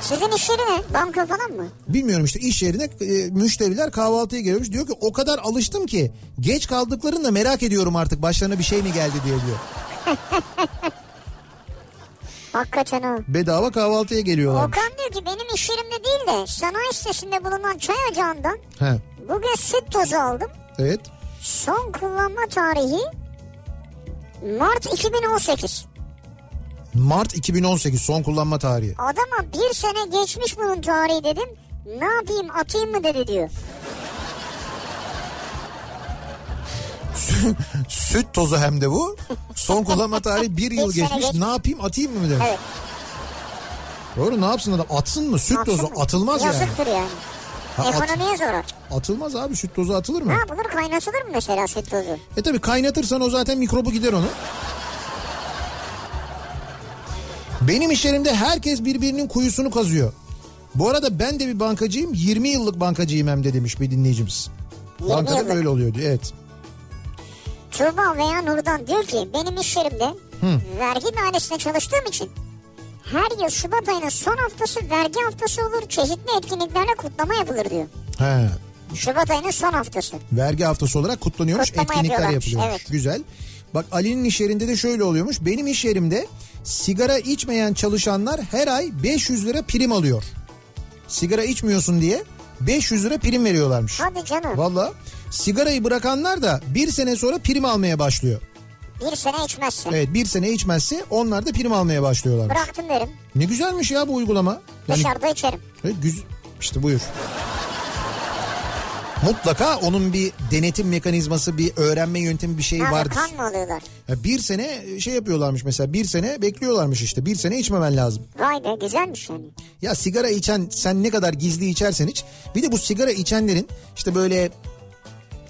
Speaker 2: Sizin iş yeri ne? Banka falan mı?
Speaker 1: Bilmiyorum işte iş yerine e, müşteriler kahvaltıya geliyormuş. Diyor ki o kadar alıştım ki geç kaldıklarını da merak ediyorum artık başlarına bir şey mi geldi diye diyor.
Speaker 2: Hakikaten ha.
Speaker 1: Bedava kahvaltıya geliyorlar.
Speaker 2: Okan diyor ki benim iş yerimde değil de sanayi sitesinde bulunan çay ocağından
Speaker 1: He.
Speaker 2: bugün süt tozu aldım.
Speaker 1: Evet.
Speaker 2: Son kullanma tarihi Mart 2018.
Speaker 1: Mart 2018 son kullanma tarihi.
Speaker 2: Adama bir sene geçmiş bunun tarihi dedim. Ne yapayım atayım mı dedi diyor.
Speaker 1: Süt tozu hem de bu. Son kullanma tarihi bir yıl
Speaker 2: Bir sene
Speaker 1: geçmiş.
Speaker 2: geçmiş.
Speaker 1: Ne yapayım atayım mı demiş.
Speaker 2: Evet.
Speaker 1: Doğru ne yapsın adam atsın mı? Süt
Speaker 2: Atsın
Speaker 1: tozu
Speaker 2: mı?
Speaker 1: atılmaz yani.
Speaker 2: Yazıktır yani.
Speaker 1: Ha, at-
Speaker 2: Ekonomiye zarar.
Speaker 1: Atılmaz abi süt tozu atılır mı?
Speaker 2: Ne yapılır kaynatılır mı mesela süt tozu?
Speaker 1: E tabi kaynatırsan o zaten mikrobu gider onu. Benim iş yerimde herkes birbirinin kuyusunu kazıyor. Bu arada ben de bir bankacıyım. 20 yıllık bankacıyım hem de demiş bir dinleyicimiz.
Speaker 2: 20
Speaker 1: Bankada
Speaker 2: yıllık.
Speaker 1: böyle oluyor diyor. Evet.
Speaker 2: Tuğba veya Nur'dan diyor ki benim iş yerimde vergi dairesinde çalıştığım için her yıl Şubat ayının son haftası vergi haftası olur çeşitli etkinliklerle kutlama yapılır diyor.
Speaker 1: He.
Speaker 2: Şubat ayının son haftası.
Speaker 1: Vergi haftası olarak kutlanıyormuş,
Speaker 2: Kutlama
Speaker 1: etkinlikler
Speaker 2: yapıyorlarmış,
Speaker 1: yapılıyormuş.
Speaker 2: evet.
Speaker 1: Güzel. Bak Ali'nin iş yerinde de şöyle oluyormuş. Benim iş yerimde sigara içmeyen çalışanlar her ay 500 lira prim alıyor. Sigara içmiyorsun diye 500 lira prim veriyorlarmış.
Speaker 2: Hadi canım
Speaker 1: Valla sigarayı bırakanlar da bir sene sonra prim almaya başlıyor.
Speaker 2: bir sene içmezsin.
Speaker 1: Evet bir sene içmezse onlar da prim almaya başlıyorlar.
Speaker 2: Bıraktım derim
Speaker 1: Ne güzelmiş ya bu uygulama. Yani
Speaker 2: dışarıda içerim.
Speaker 1: Evet, güz- işte buyur. Mutlaka onun bir denetim mekanizması, bir öğrenme yöntemi bir şey
Speaker 2: Ha,
Speaker 1: vardır.
Speaker 2: kan mı alıyorlar?
Speaker 1: Ya bir sene şey yapıyorlarmış mesela bir sene bekliyorlarmış işte bir sene içmemen lazım.
Speaker 2: Vay be güzelmiş yani.
Speaker 1: Ya sigara içen sen ne kadar gizli içersen iç. Bir de bu sigara içenlerin işte böyle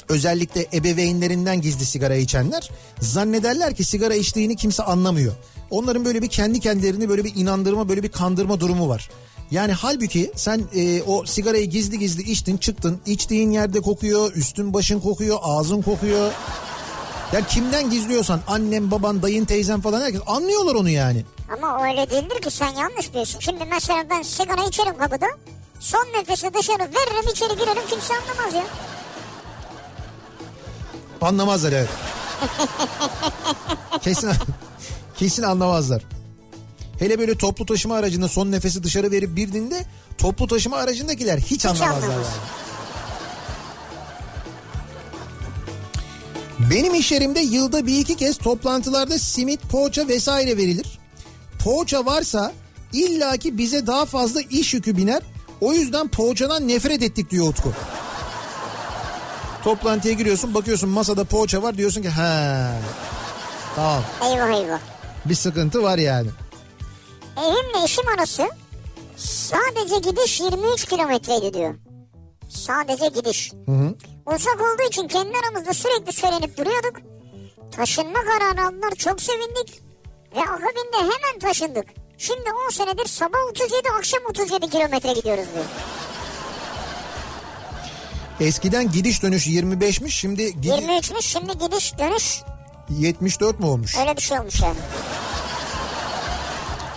Speaker 1: özellikle ebeveynlerinden gizli sigara içenler zannederler ki sigara içtiğini kimse anlamıyor. Onların böyle bir kendi kendilerini böyle bir inandırma böyle bir kandırma durumu var. Yani halbuki sen e, o sigarayı gizli gizli içtin çıktın içtiğin yerde kokuyor üstün başın kokuyor ağzın kokuyor. Yani kimden gizliyorsan annem baban dayın teyzen falan herkes anlıyorlar onu yani.
Speaker 2: Ama öyle değildir ki sen yanlış biliyorsun. Şimdi mesela ben sigara içerim kapıda. Son nefesi dışarı veririm içeri girerim kimse anlamaz ya.
Speaker 1: Anlamazlar evet. kesin kesin anlamazlar. Hele böyle toplu taşıma aracında son nefesi dışarı verip birdiğinde toplu taşıma aracındakiler hiç, anlamazlar.
Speaker 2: anlamaz.
Speaker 1: yani. Benim iş yerimde yılda bir iki kez toplantılarda simit, poğaça vesaire verilir. Poğaça varsa illaki bize daha fazla iş yükü biner. O yüzden poğaçadan nefret ettik diyor Utku. Toplantıya giriyorsun bakıyorsun masada poğaça var diyorsun ki ha tamam
Speaker 2: Eyvah eyvah.
Speaker 1: bir sıkıntı var yani.
Speaker 2: Evimle işim arası sadece gidiş 23 kilometreydi diyor. Sadece gidiş. Uzak olduğu için kendi aramızda sürekli söylenip duruyorduk. Taşınma kararı aldılar çok sevindik. Ve akabinde hemen taşındık. Şimdi 10 senedir sabah 37 akşam 37 kilometre gidiyoruz diyor.
Speaker 1: Eskiden gidiş dönüş 25'miş şimdi gidi-
Speaker 2: 23'müş şimdi gidiş dönüş
Speaker 1: 74 mü olmuş?
Speaker 2: öyle bir şey olmuş yani.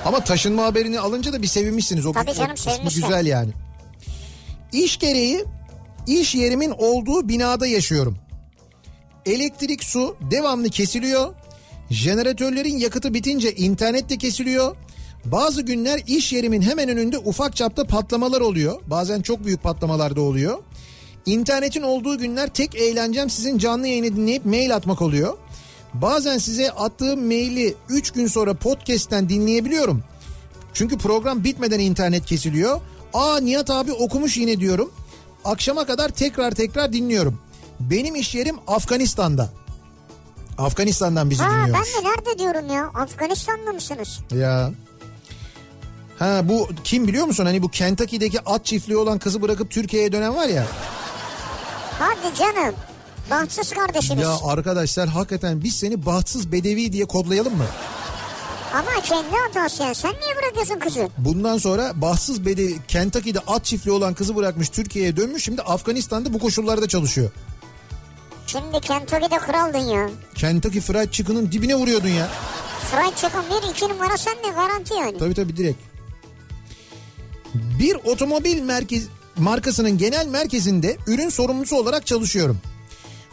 Speaker 1: Ama taşınma haberini alınca da bir sevinmişsiniz. O,
Speaker 2: Tabii
Speaker 1: o
Speaker 2: canım,
Speaker 1: kısmı
Speaker 2: sevinmişler.
Speaker 1: güzel yani. İş gereği iş yerimin olduğu binada yaşıyorum. Elektrik, su devamlı kesiliyor. Jeneratörlerin yakıtı bitince internet de kesiliyor. Bazı günler iş yerimin hemen önünde ufak çapta patlamalar oluyor. Bazen çok büyük patlamalar da oluyor. İnternetin olduğu günler tek eğlencem sizin canlı yayını dinleyip mail atmak oluyor. Bazen size attığım maili 3 gün sonra podcast'ten dinleyebiliyorum. Çünkü program bitmeden internet kesiliyor. Aa Nihat abi okumuş yine diyorum. Akşama kadar tekrar tekrar dinliyorum. Benim iş yerim Afganistan'da. Afganistan'dan bizi
Speaker 2: Ha ben
Speaker 1: dinliyormuş.
Speaker 2: de nerede diyorum ya Afganistan'da mısınız?
Speaker 1: Ya. Ha bu kim biliyor musun? Hani bu Kentucky'deki at çiftliği olan kızı bırakıp Türkiye'ye dönen var ya.
Speaker 2: Hadi canım. Bahtsız kardeşimiz.
Speaker 1: Ya arkadaşlar hakikaten biz seni bahtsız bedevi diye kodlayalım mı?
Speaker 2: Ama kendi hatası ya. Sen niye bırakıyorsun kızı?
Speaker 1: Bundan sonra bahtsız bedevi Kentucky'de at çiftliği olan kızı bırakmış Türkiye'ye dönmüş. Şimdi Afganistan'da bu koşullarda çalışıyor.
Speaker 2: Şimdi Kentucky'de kraldın ya.
Speaker 1: Kentucky Fried Chicken'ın dibine vuruyordun ya.
Speaker 2: Fried chicken bir iki numara sen de garanti yani.
Speaker 1: Tabii tabii direkt. Bir otomobil merkez markasının genel merkezinde ürün sorumlusu olarak çalışıyorum.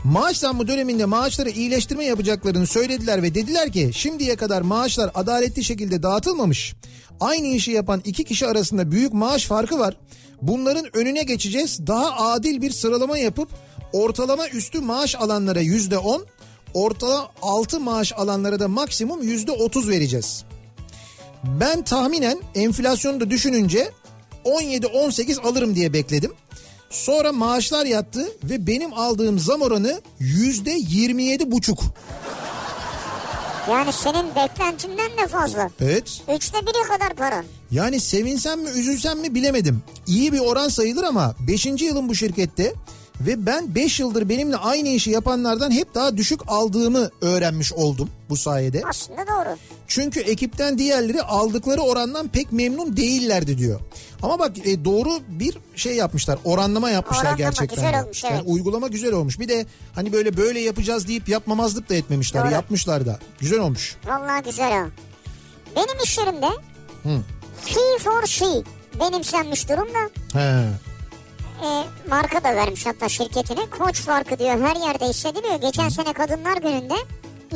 Speaker 1: Maaş zammı döneminde maaşlara iyileştirme yapacaklarını söylediler ve dediler ki şimdiye kadar maaşlar adaletli şekilde dağıtılmamış. Aynı işi yapan iki kişi arasında büyük maaş farkı var. Bunların önüne geçeceğiz. Daha adil bir sıralama yapıp ortalama üstü maaş alanlara yüzde on, ortalama altı maaş alanlara da maksimum yüzde otuz vereceğiz. Ben tahminen enflasyonu da düşününce 17-18 alırım diye bekledim. Sonra maaşlar yattı ve benim aldığım zam oranı yüzde 27 buçuk.
Speaker 2: Yani senin beklentinden de fazla.
Speaker 1: Evet.
Speaker 2: Üçte biri kadar para.
Speaker 1: Yani sevinsem mi üzülsem mi bilemedim. İyi bir oran sayılır ama 5. yılım bu şirkette ve ben 5 yıldır benimle aynı işi yapanlardan hep daha düşük aldığımı öğrenmiş oldum bu sayede.
Speaker 2: Aslında doğru.
Speaker 1: Çünkü ekipten diğerleri aldıkları orandan pek memnun değillerdi diyor. Ama bak e, doğru bir şey yapmışlar. Oranlama yapmışlar
Speaker 2: Oranlama
Speaker 1: gerçekten.
Speaker 2: güzel
Speaker 1: de.
Speaker 2: olmuş, evet.
Speaker 1: Yani uygulama güzel olmuş. Bir de hani böyle böyle yapacağız deyip yapmamazlık da etmemişler.
Speaker 2: Doğru.
Speaker 1: Yapmışlar da. Güzel olmuş.
Speaker 2: Vallahi güzel ha. Benim iş yerimde
Speaker 1: Hı.
Speaker 2: he for she benimsenmiş durumda.
Speaker 1: He.
Speaker 2: E, marka da vermiş hatta şirketine. Koç farkı diyor her yerde hissediliyor. Geçen sene Kadınlar Günü'nde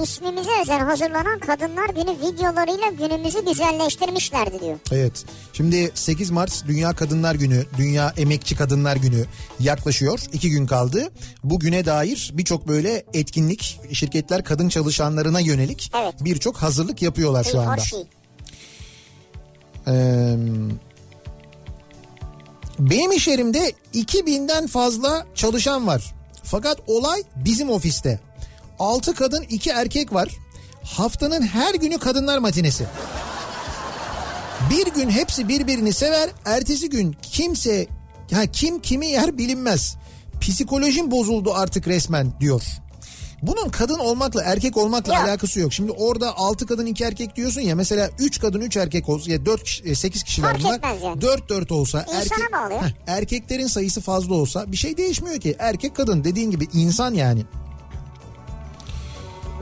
Speaker 2: ismimize özel hazırlanan Kadınlar Günü videolarıyla günümüzü güzelleştirmişlerdi diyor.
Speaker 1: Evet. Şimdi 8 Mart Dünya Kadınlar Günü, Dünya Emekçi Kadınlar Günü yaklaşıyor. İki gün kaldı. Bugüne dair birçok böyle etkinlik, şirketler kadın çalışanlarına yönelik
Speaker 2: Evet.
Speaker 1: birçok hazırlık yapıyorlar şu
Speaker 2: He for
Speaker 1: anda.
Speaker 2: she.
Speaker 1: Ee, benim iş yerimde 2000'den fazla çalışan var. Fakat olay bizim ofiste. 6 kadın 2 erkek var. Haftanın her günü kadınlar matinesi. Bir gün hepsi birbirini sever, ertesi gün kimse ha kim kimi yer bilinmez. Psikolojim bozuldu artık resmen diyor. Bunun kadın olmakla erkek olmakla
Speaker 2: Yok.
Speaker 1: alakası yok. Şimdi orada 6 kadın 2 erkek diyorsun ya mesela 3 kadın 3 erkek olsa ya e, 4 8 kişiler
Speaker 2: Fark
Speaker 1: bunlar.
Speaker 2: etmez yani.
Speaker 1: 4 4 olsa
Speaker 2: İnsana bağlı ya.
Speaker 1: erkeklerin sayısı fazla olsa bir şey değişmiyor ki. Erkek kadın dediğin gibi insan yani.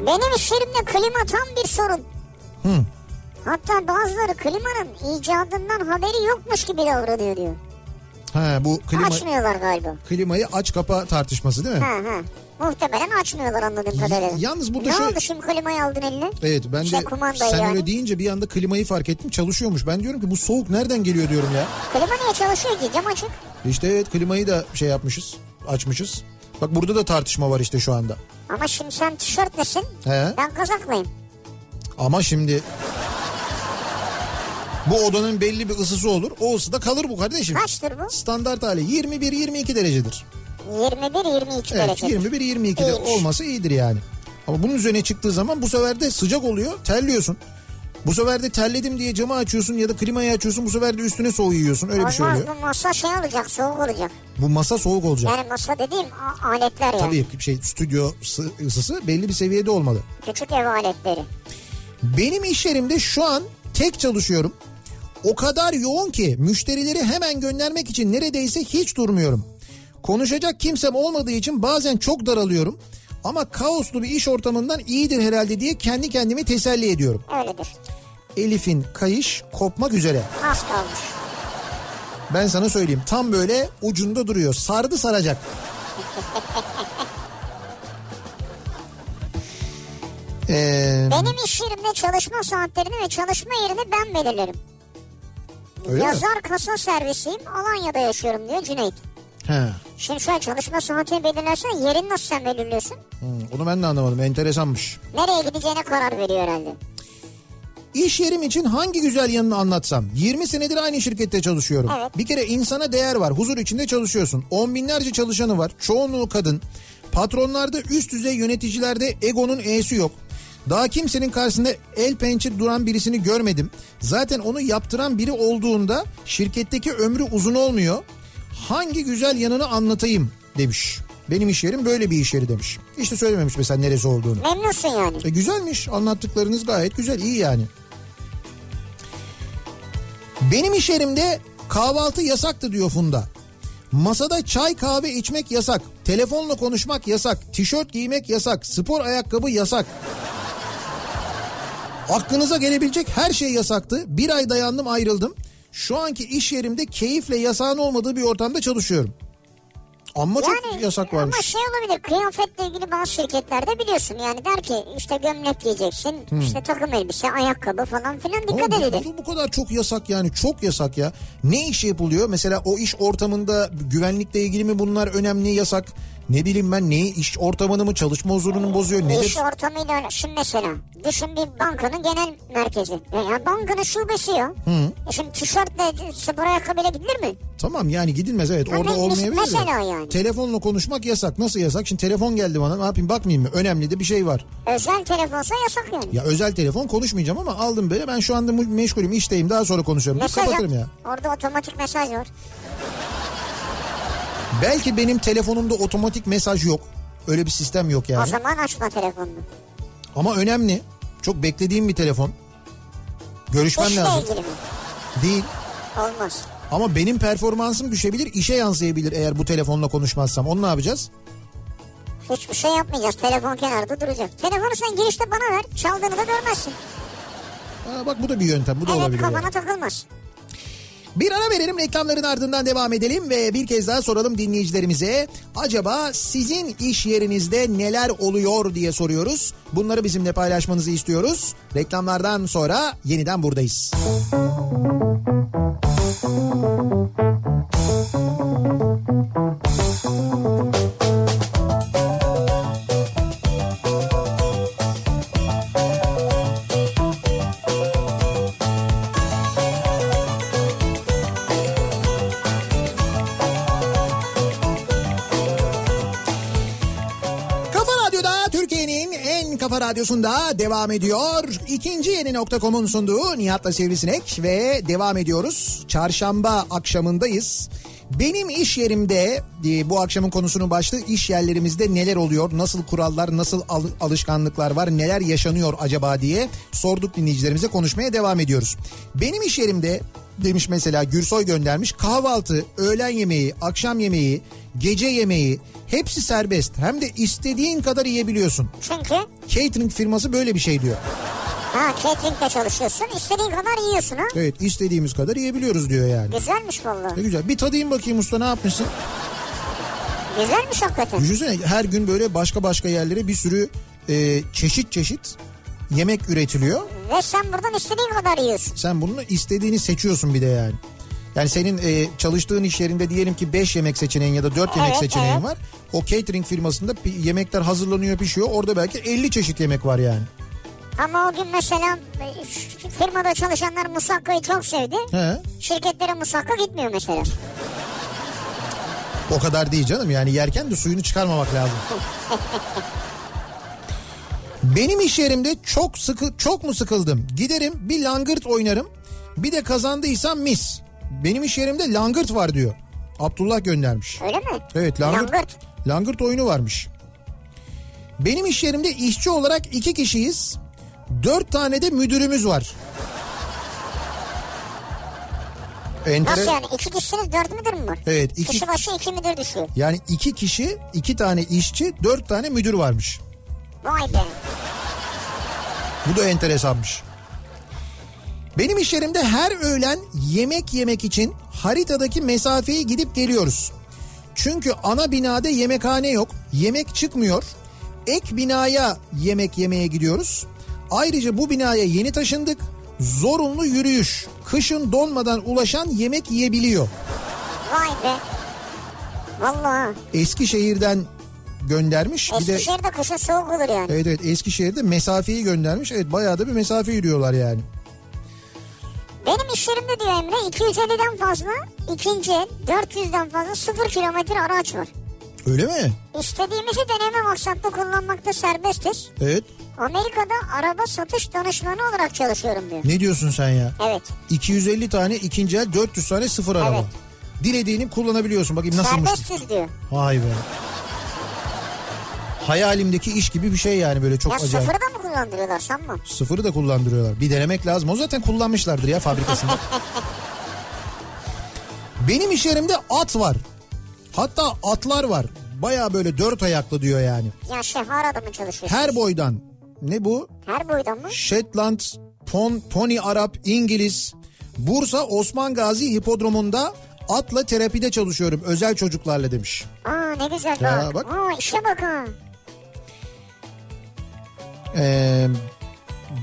Speaker 2: Benim iş yerimde klima tam bir sorun. Hatta bazıları klimanın icadından haberi yokmuş gibi davranıyor diyor.
Speaker 1: Ha bu klima
Speaker 2: Açmıyorlar galiba.
Speaker 1: klimayı aç kapa tartışması değil mi?
Speaker 2: Ha ha. Muhtemelen açmıyorlar anladığım kadarıyla.
Speaker 1: yalnız E- burada
Speaker 2: ne
Speaker 1: şöyle-
Speaker 2: oldu şimdi klimayı aldın eline?
Speaker 1: Evet ben
Speaker 2: İşte
Speaker 1: de
Speaker 2: kumandayı
Speaker 1: sen
Speaker 2: yani.
Speaker 1: öyle deyince bir anda klimayı fark ettim çalışıyormuş. Ben diyorum ki bu soğuk nereden geliyor diyorum ya.
Speaker 2: Klima niye çalışıyor ki? Cam açık.
Speaker 1: İşte evet klimayı da şey yapmışız açmışız. Bak burada da tartışma var işte şu anda.
Speaker 2: Ama şimdi sen tişörtlesin.
Speaker 1: He.
Speaker 2: Ben kazaklıyım.
Speaker 1: Ama şimdi bu odanın belli bir ısısı olur. O ısıda kalır bu kardeşim.
Speaker 2: Kaçtır bu?
Speaker 1: Standart hali 21-22 derecedir.
Speaker 2: 21-22
Speaker 1: Evet
Speaker 2: derece.
Speaker 1: 21-22'de
Speaker 2: İyiymiş.
Speaker 1: olması iyidir yani. Ama bunun üzerine çıktığı zaman bu sefer de sıcak oluyor terliyorsun. Bu sefer de terledim diye camı açıyorsun ya da klimayı açıyorsun bu sefer de üstüne soğuğu yiyorsun öyle bir şey
Speaker 2: Olmaz
Speaker 1: oluyor.
Speaker 2: bu masa şey olacak soğuk olacak.
Speaker 1: Bu masa soğuk olacak.
Speaker 2: Yani masa dediğim a- aletler yani.
Speaker 1: Tabii ki şey stüdyo ısı- ısısı belli bir seviyede olmalı.
Speaker 2: Küçük ev aletleri.
Speaker 1: Benim iş yerimde şu an tek çalışıyorum. O kadar yoğun ki müşterileri hemen göndermek için neredeyse hiç durmuyorum. Konuşacak kimsem olmadığı için bazen çok daralıyorum. Ama kaoslu bir iş ortamından iyidir herhalde diye kendi kendimi teselli ediyorum.
Speaker 2: Öyledir.
Speaker 1: Elif'in kayış kopmak üzere.
Speaker 2: Az kalmış.
Speaker 1: Ben sana söyleyeyim tam böyle ucunda duruyor. Sardı saracak. Ee,
Speaker 2: Benim iş yerimde çalışma saatlerini ve çalışma yerini ben belirlerim.
Speaker 1: öyle mi?
Speaker 2: Yazar kasa servisiyim Alanya'da yaşıyorum diyor Cüneyt.
Speaker 1: He.
Speaker 2: Şimdi sen çalışma saatini belirlersen yerini nasıl sen belirliyorsun?
Speaker 1: Hmm, onu ben de anlamadım. Enteresanmış.
Speaker 2: Nereye gideceğine karar veriyor herhalde.
Speaker 1: İş yerim için hangi güzel yanını anlatsam? 20 senedir aynı şirkette çalışıyorum.
Speaker 2: Evet.
Speaker 1: Bir kere insana değer var. Huzur içinde çalışıyorsun. On binlerce çalışanı var. Çoğunluğu kadın. Patronlarda üst düzey yöneticilerde egonun e'si yok. Daha kimsenin karşısında el pençe duran birisini görmedim. Zaten onu yaptıran biri olduğunda şirketteki ömrü uzun olmuyor. Hangi güzel yanını anlatayım demiş. Benim iş yerim böyle bir iş yeri demiş. İşte söylememiş mesela neresi olduğunu.
Speaker 2: Memnunsun yani.
Speaker 1: E güzelmiş anlattıklarınız gayet güzel iyi yani. Benim iş yerimde kahvaltı yasaktı diyor Funda. Masada çay kahve içmek yasak. Telefonla konuşmak yasak. Tişört giymek yasak. Spor ayakkabı yasak. Aklınıza gelebilecek her şey yasaktı. Bir ay dayandım ayrıldım. Şu anki iş yerimde keyifle yasağın olmadığı bir ortamda çalışıyorum. Ama çok
Speaker 2: Yani
Speaker 1: yasak varmış.
Speaker 2: Ama şey olabilir kıyafetle ilgili bazı şirketlerde biliyorsun yani der ki işte gömlek giyeceksin işte takım elbise ayakkabı falan filan dikkat
Speaker 1: Hmm. Ama bu-
Speaker 2: edilir.
Speaker 1: bu- Bu kadar çok yasak yani çok yasak ya. Ne iş yapılıyor? Mesela o iş ortamında güvenlikle ilgili mi bunlar önemli yasak? Ne bileyim ben neyi iş ortamını mı çalışma huzurunu mu bozuyor nedir?
Speaker 2: İş ortamıyla öyle. Şimdi mesela düşün bir bankanın genel merkezi. Ya bankanın şubesi ya. E şimdi tişörtle spor ayakkabıyla gidilir mi?
Speaker 1: Tamam yani gidilmez evet
Speaker 2: Ama
Speaker 1: orada
Speaker 2: mes-
Speaker 1: olmayabilir de.
Speaker 2: mesela yani.
Speaker 1: Telefonla konuşmak yasak nasıl yasak? Şimdi telefon geldi bana ne yapayım bakmayayım mı? Önemli de bir şey var.
Speaker 2: Özel telefonsa yasak yani.
Speaker 1: Ya özel telefon konuşmayacağım ama aldım böyle ben şu anda mu- meşgulüm işteyim daha sonra konuşuyorum. Dur,
Speaker 2: Mesaj at.
Speaker 1: kapatırım ya.
Speaker 2: Orada otomatik mesaj var.
Speaker 1: Belki benim telefonumda otomatik mesaj yok. Öyle bir sistem yok yani.
Speaker 2: O zaman açma telefonunu.
Speaker 1: Ama önemli. Çok beklediğim bir telefon. Görüşmem
Speaker 2: İşle
Speaker 1: lazım.
Speaker 2: ilgili mi?
Speaker 1: Değil.
Speaker 2: Olmaz.
Speaker 1: Ama benim performansım düşebilir, işe yansıyabilir eğer bu telefonla konuşmazsam. Onu ne yapacağız?
Speaker 2: Hiçbir şey yapmayacağız. Telefon kenarda duracak. Telefonu sen girişte bana ver. Çaldığını da görmezsin.
Speaker 1: Aa, bak bu da bir yöntem, bu da
Speaker 2: Evet
Speaker 1: olabilir.
Speaker 2: kafana
Speaker 1: yani.
Speaker 2: takılmaz.
Speaker 1: Bir ara verelim reklamların ardından devam edelim ve bir kez daha soralım dinleyicilerimize. Acaba sizin iş yerinizde neler oluyor diye soruyoruz. Bunları bizimle paylaşmanızı istiyoruz. Reklamlardan sonra yeniden buradayız. Kafa Radyo'da Türkiye'nin en kafa radyosunda devam ediyor. İkinci yeni nokta.com'un sunduğu Nihat'la Sivrisinek ve devam ediyoruz. Çarşamba akşamındayız. Benim iş yerimde e, bu akşamın konusunun başlığı iş yerlerimizde neler oluyor? Nasıl kurallar, nasıl al- alışkanlıklar var? Neler yaşanıyor acaba diye sorduk dinleyicilerimize konuşmaya devam ediyoruz. Benim iş yerimde demiş mesela Gürsoy göndermiş kahvaltı, öğlen yemeği, akşam yemeği, gece yemeği hepsi serbest. Hem de istediğin kadar yiyebiliyorsun.
Speaker 2: Çünkü
Speaker 1: Catering firması böyle bir şey diyor.
Speaker 2: ha catering'de çalışıyorsun. istediğin kadar yiyorsun ha.
Speaker 1: Evet istediğimiz kadar yiyebiliyoruz diyor yani.
Speaker 2: Güzelmiş valla.
Speaker 1: Ne güzel. Bir tadayım bakayım usta ne yapmışsın?
Speaker 2: Güzelmiş hakikaten.
Speaker 1: Düşünsene her gün böyle başka başka yerlere bir sürü e, çeşit çeşit yemek üretiliyor.
Speaker 2: Ve sen buradan istediğin kadar yiyorsun.
Speaker 1: Sen bunu istediğini seçiyorsun bir de yani. Yani senin e, çalıştığın iş yerinde diyelim ki 5 yemek seçeneğin ya da 4 yemek
Speaker 2: Evet,
Speaker 1: seçeneğin
Speaker 2: evet.
Speaker 1: var. O catering firmasında pi- yemekler hazırlanıyor pişiyor. Orada belki 50 çeşit yemek var yani.
Speaker 2: Ama o gün mesela e, ş- firmada çalışanlar musakkayı çok sevdi.
Speaker 1: He.
Speaker 2: Şirketlere musakka gitmiyor mesela.
Speaker 1: O kadar değil canım yani yerken de suyunu çıkarmamak lazım. Benim iş yerimde çok sıkı çok mu sıkıldım? Giderim bir langırt oynarım. Bir de kazandıysam mis. Benim iş yerimde langırt var diyor. Abdullah göndermiş.
Speaker 2: Öyle mi?
Speaker 1: Evet langırt, langırt. oyunu varmış. Benim iş yerimde işçi olarak iki kişiyiz. Dört tane de müdürümüz var. Entere-
Speaker 2: Nasıl yani? İki kişisiniz dört müdür mü var?
Speaker 1: Evet iki,
Speaker 2: Kişi başı iki müdür düşüyor.
Speaker 1: yani iki kişi, iki tane işçi, dört tane müdür varmış.
Speaker 2: Vay be.
Speaker 1: Bu da enteresanmış. Benim iş yerimde her öğlen yemek yemek için haritadaki mesafeyi gidip geliyoruz. Çünkü ana binada yemekhane yok, yemek çıkmıyor. Ek binaya yemek yemeye gidiyoruz. Ayrıca bu binaya yeni taşındık. Zorunlu yürüyüş. Kışın donmadan ulaşan yemek yiyebiliyor.
Speaker 2: Vay be. Valla.
Speaker 1: Eskişehir'den göndermiş. Bir de
Speaker 2: Eskişehir'de kışın soğuk olur yani.
Speaker 1: Evet evet Eskişehir'de mesafeyi göndermiş. Evet bayağı da bir mesafe yürüyorlar yani.
Speaker 2: Benim iş yerimde diyor Emre 250'den fazla ikinci el 400'den fazla 0 kilometre araç var.
Speaker 1: Öyle mi?
Speaker 2: İstediğimizi deneme maksatlı kullanmakta serbestiz.
Speaker 1: Evet.
Speaker 2: Amerika'da araba satış danışmanı olarak çalışıyorum diyor.
Speaker 1: Ne diyorsun sen ya?
Speaker 2: Evet.
Speaker 1: 250 tane ikinci el 400 tane sıfır araba.
Speaker 2: Evet.
Speaker 1: Dilediğini kullanabiliyorsun. Bakayım nasılmış.
Speaker 2: Serbestiz diyor.
Speaker 1: Vay be. Hayalimdeki iş gibi bir şey yani böyle çok
Speaker 2: Ya
Speaker 1: acayip.
Speaker 2: sıfırı da mı kullandırıyorlar sanma?
Speaker 1: Sıfırı da kullandırıyorlar. Bir denemek lazım. O zaten kullanmışlardır ya fabrikasında. Benim iş yerimde at var. Hatta atlar var. Baya böyle dört ayaklı diyor yani.
Speaker 2: Ya şehar adamı çalışıyor.
Speaker 1: Her boydan. Ne bu?
Speaker 2: Her boydan mı?
Speaker 1: Shetland, Pon, Pony Arap, İngiliz. Bursa Osman Gazi Hipodromu'nda atla terapide çalışıyorum özel çocuklarla demiş.
Speaker 2: Aa ne güzel
Speaker 1: Ya
Speaker 2: bak.
Speaker 1: bak.
Speaker 2: Aa işe bak ha.
Speaker 1: Ee,